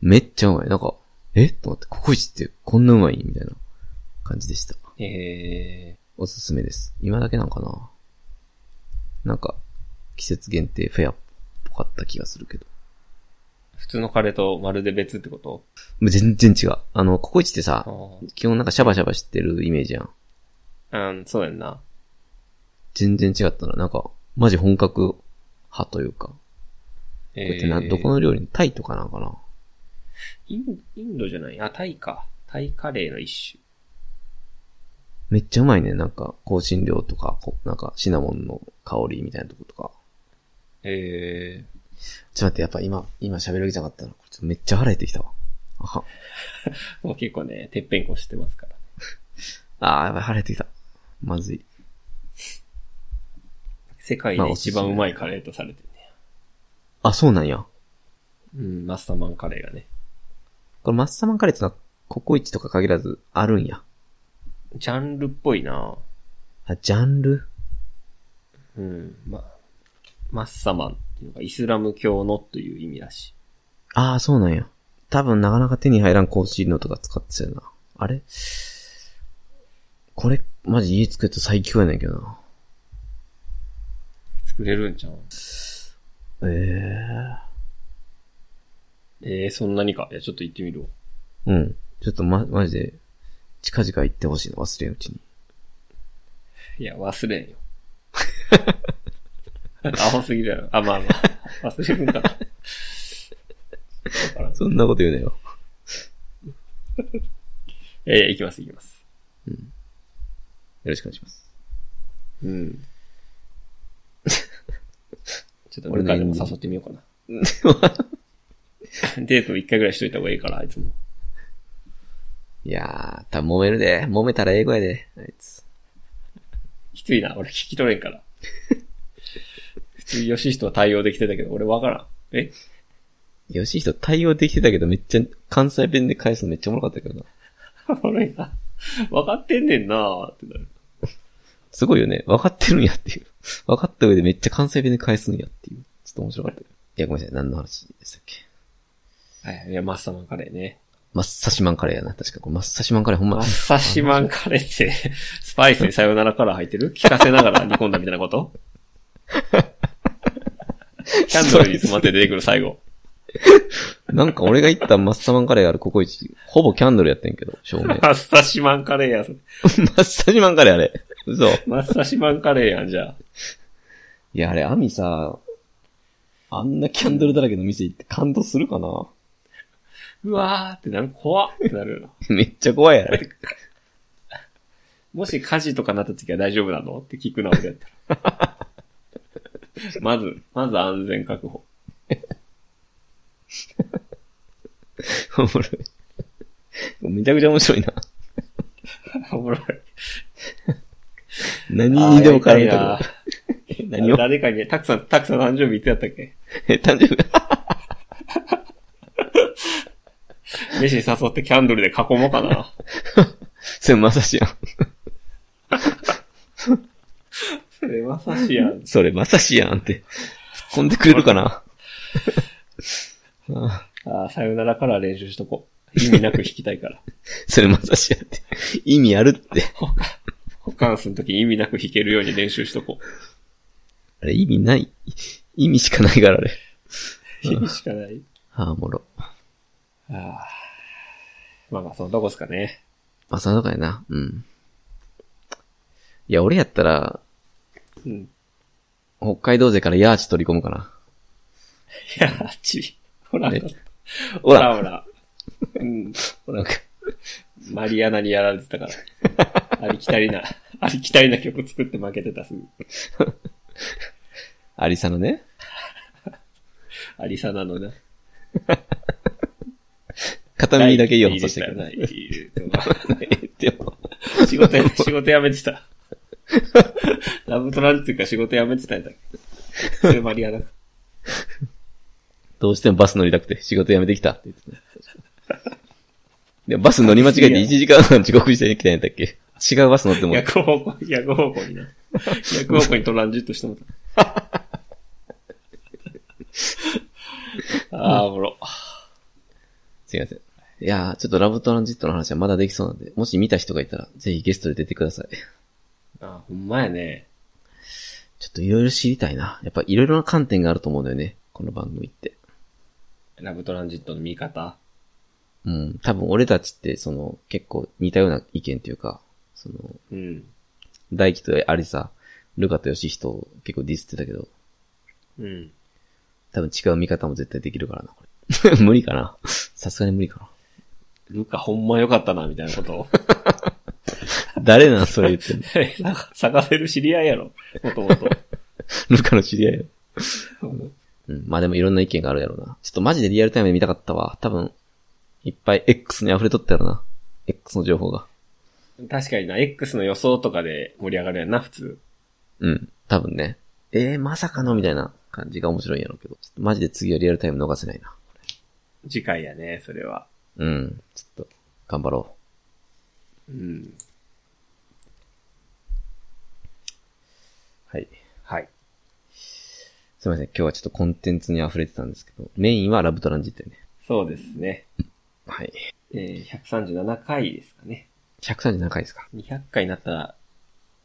Speaker 1: めっちゃうまい。なんか、えと思って、ココイチってこんなうまいみたいな感じでした。
Speaker 2: え
Speaker 1: おすすめです。今だけなんかななんか、季節限定フェアっぽかった気がするけど。
Speaker 2: ー、普通のカレーとまるで別ってこと
Speaker 1: もう全然違う。あの、ココイチってさ、
Speaker 2: あ
Speaker 1: 基本なんかシャバシャバしてるイメージやん。
Speaker 2: あ、うん、そうやんな。
Speaker 1: 全然違ったな。なんか、マジ本格派というか。
Speaker 2: え
Speaker 1: だってな、どこの料理のタイとかなんかな
Speaker 2: インインドじゃないあ、タイか。タイカレーの一
Speaker 1: めっちゃうまいね。なんか、香辛料とか、こなんかシナモンの香りみたいなとことか。
Speaker 2: 種。え
Speaker 1: ちょっと待って、やっぱ今、今喋る気じゃなかったな。これちょっとめっちゃ腹減ってきたわ。あかん
Speaker 2: もう結構ね、てっぺんこしてますか
Speaker 1: あ
Speaker 2: ら。
Speaker 1: ー、やばい、腹減ってきた。まずい。
Speaker 2: 世界で一番うまいカレーとされてるね。
Speaker 1: あ、そうなんや。
Speaker 2: うん、マスターマンカレーがね。
Speaker 1: これマッサマンカレーってのは、ココイチとか限らずあるんや。
Speaker 2: ジャンルっぽいな
Speaker 1: あ、ジャンル
Speaker 2: うん、まあ、マッサマンっていうのがイスラム教のという意味らしい。
Speaker 1: ああ、そうなんや。多分なかなか手に入らん香辛料とか使ってたよな。あれこれ、マジ家作ると最強やねんけどな。
Speaker 2: 作れるんちゃう
Speaker 1: え
Speaker 2: えー、そんなにか。いや、ちょっと行ってみるわ。
Speaker 1: えうん。ちょっとま、マジで、近々行ってほしいの忘れんうちに。
Speaker 2: いや、忘れ んよ。青すぎるやろ。あ、まあまあ。忘れるんかな。わからん
Speaker 1: そんなこと言うなよ。
Speaker 2: えー、行きます、行きます。
Speaker 1: よろしくお願いします。
Speaker 2: うん。ちょっと
Speaker 1: 俺
Speaker 2: 俺
Speaker 1: の
Speaker 2: からでも誘ってみようかな。デート一回ぐらいしといた方がいいから、あいつも。
Speaker 1: いやー、多分揉めるで。揉めたら英語やで。あいつ。
Speaker 2: きついな、俺聞き取れんから。普通、ヨシヒトは対応できてたけど、俺わからん。え
Speaker 1: よしひと対応できてたけど、めっちゃ、関西弁で返すのめっちゃおもろかったけどな。
Speaker 2: 俺が、わかってんねんなーってなる。
Speaker 1: すごいよね。分かってるんやっていう。 分かった上でめっちゃ関西弁で返すんやっていう。ちょっと面白かったけど。いや、ごめんなさい。何の話でしたっけ
Speaker 2: はい、いや、マッサマンカレーね。
Speaker 1: マッサシマンカレーやな。確かこれマッサシマンカレーほん
Speaker 2: マ
Speaker 1: ま
Speaker 2: ッ。サシマンカレーって、 スパイスにさよならカラー入ってる聞かせながら煮込んだみたいなことキャンドルに詰まって出てくる最後。
Speaker 1: なんか俺が行ったマッサマンカレーがあるココイチ、ほぼキャンドルやってんけど、照明。
Speaker 2: マ
Speaker 1: マ
Speaker 2: ッサシマンカレーやそれ、
Speaker 1: ッサシマンカレーあれ。嘘。い
Speaker 2: マッサシマンカレーやん、じゃあ。
Speaker 1: や、あれ、アミさ、あんなキャンドルだらけの店行って感動するかな
Speaker 2: うわーってなる、怖っってなるよな。
Speaker 1: めっちゃ怖いやろ。
Speaker 2: もし火事とかなった時は大丈夫なのって聞くな、俺やったら。まず、まず安全確保。
Speaker 1: おもろい。めちゃくちゃ面白いな。
Speaker 2: おもろい。
Speaker 1: 何にでも絡め
Speaker 2: あ
Speaker 1: た
Speaker 2: ーやりたいな
Speaker 1: 何を
Speaker 2: 誰かにね、たくさん、たくさん誕生日いつやったっけ
Speaker 1: けど。え、誕生日、
Speaker 2: 飯誘ってキャンドルで囲もうかな。
Speaker 1: それまさしやん。
Speaker 2: それまさしやん。
Speaker 1: それまさしやんって。突っ込んでくれる かなああ
Speaker 2: あーさよならから練習しとこう。意味なく弾きたいから。
Speaker 1: それまさしやって。意味あるって。
Speaker 2: 保管するとき意味なく弾けるように練習しとこ う。
Speaker 1: あれ意味ない。意味しかないからあれ。
Speaker 2: 意味しかない。
Speaker 1: ああ、おもろ。
Speaker 2: あーまあまあ、そのとこですかね。
Speaker 1: まあ、その中やな。うん。いや、俺やったら、
Speaker 2: うん。い
Speaker 1: 北海道勢からヤーチ取り込むかな。
Speaker 2: やー、ち。ほら
Speaker 1: ね、
Speaker 2: ほ
Speaker 1: ほ
Speaker 2: ら、
Speaker 1: ら、
Speaker 2: ほら。うん。
Speaker 1: ほら、
Speaker 2: マリアナにやられてた から。ありきたりな、ありきたりな曲作って負けてたすぐ。
Speaker 1: アリサのね。
Speaker 2: ありさなのな。
Speaker 1: 片耳だけいいよ、そ
Speaker 2: そ
Speaker 1: してくれ。でも、
Speaker 2: 仕事や、仕事辞めてた。 ラブトランっていうか仕事辞めてたんだっけそれマリアナ。
Speaker 1: どうしてもバス乗りたくて仕事辞めてきたって言ってた。でもバス乗り間違えて1時間半遅刻してきたんやったっけ違うバス乗 っても、
Speaker 2: 逆方向、 逆方向にな。逆方向にトランジットしても た。ああ、おもろ。
Speaker 1: すいません。いやー、ちょっとラブトランジットの話はまだできそうなんで、もし見た人がいたら、ぜひゲストで出てください。
Speaker 2: あーほんまやね。
Speaker 1: ちょっといろいろ知りたいな。やっぱいろいろな観点があると思うんだよね。この番組って。
Speaker 2: ラブトランジットの見方。
Speaker 1: うん。多分俺たちって、その、結構似たような意見というか、その、
Speaker 2: うん。
Speaker 1: 大輝とアリサ、ルカとヨシヒトを結構ディスってたけど、
Speaker 2: うん。
Speaker 1: 多分違う見方も絶対できるからな、これ。 無理かな。さすがに無理か
Speaker 2: ルカほんま良かったな、みたいなことを。
Speaker 1: な。誰なん、それ言ってんの。
Speaker 2: なん か探せる知り合いやろ。もともと。
Speaker 1: ルカの知り合いよ。うん。まあでもいろんな意見があるやろうな。ちょっとマジでリアルタイムで見たかったわ。多分、いっぱい X に溢れとったやろな。X の情報が。
Speaker 2: 確かにな、X の予想とかで盛り上がるやんな、普通。
Speaker 1: うん。多分ね。えー、まさかのみたいな感じが面白いんやろうけど。ちょっとマジで次はリアルタイム逃せないな。
Speaker 2: 次回やね、それは。
Speaker 1: うん。ちょっと、頑張ろ
Speaker 2: うん。
Speaker 1: う。はい。
Speaker 2: はい。
Speaker 1: すいません。今日はちょっとコンテンツに溢れてたんですけど、メインはラブトランジットよね。
Speaker 2: そうですね。
Speaker 1: はい。
Speaker 2: えー、137回ですかね。
Speaker 1: 137回ですか。
Speaker 2: 200回になったら、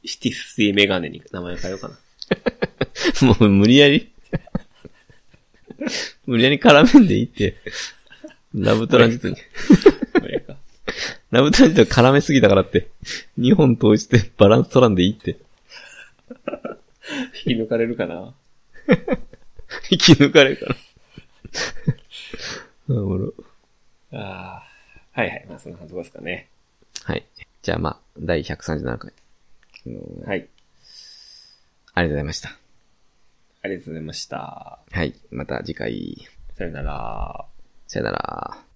Speaker 2: シティスイメガネに名前を変えようかな。
Speaker 1: もう無理やり、無理やり絡めんでいいって。ラブトランジットに、
Speaker 2: これ か。
Speaker 1: ラブトランジット絡めすぎたからって、2本 通してバランス取らんでいいって。
Speaker 2: 引き抜かれるかな。
Speaker 1: 引き抜かれるから。 おもろ
Speaker 2: ああ。はいはい。まあ、そんな感じですかね。
Speaker 1: はい。じゃあまあ、第137回。あのー
Speaker 2: はい。
Speaker 1: ありがとうございました。
Speaker 2: ありがとうございました。
Speaker 1: はい。また次回。
Speaker 2: さよなら。
Speaker 1: さよなら。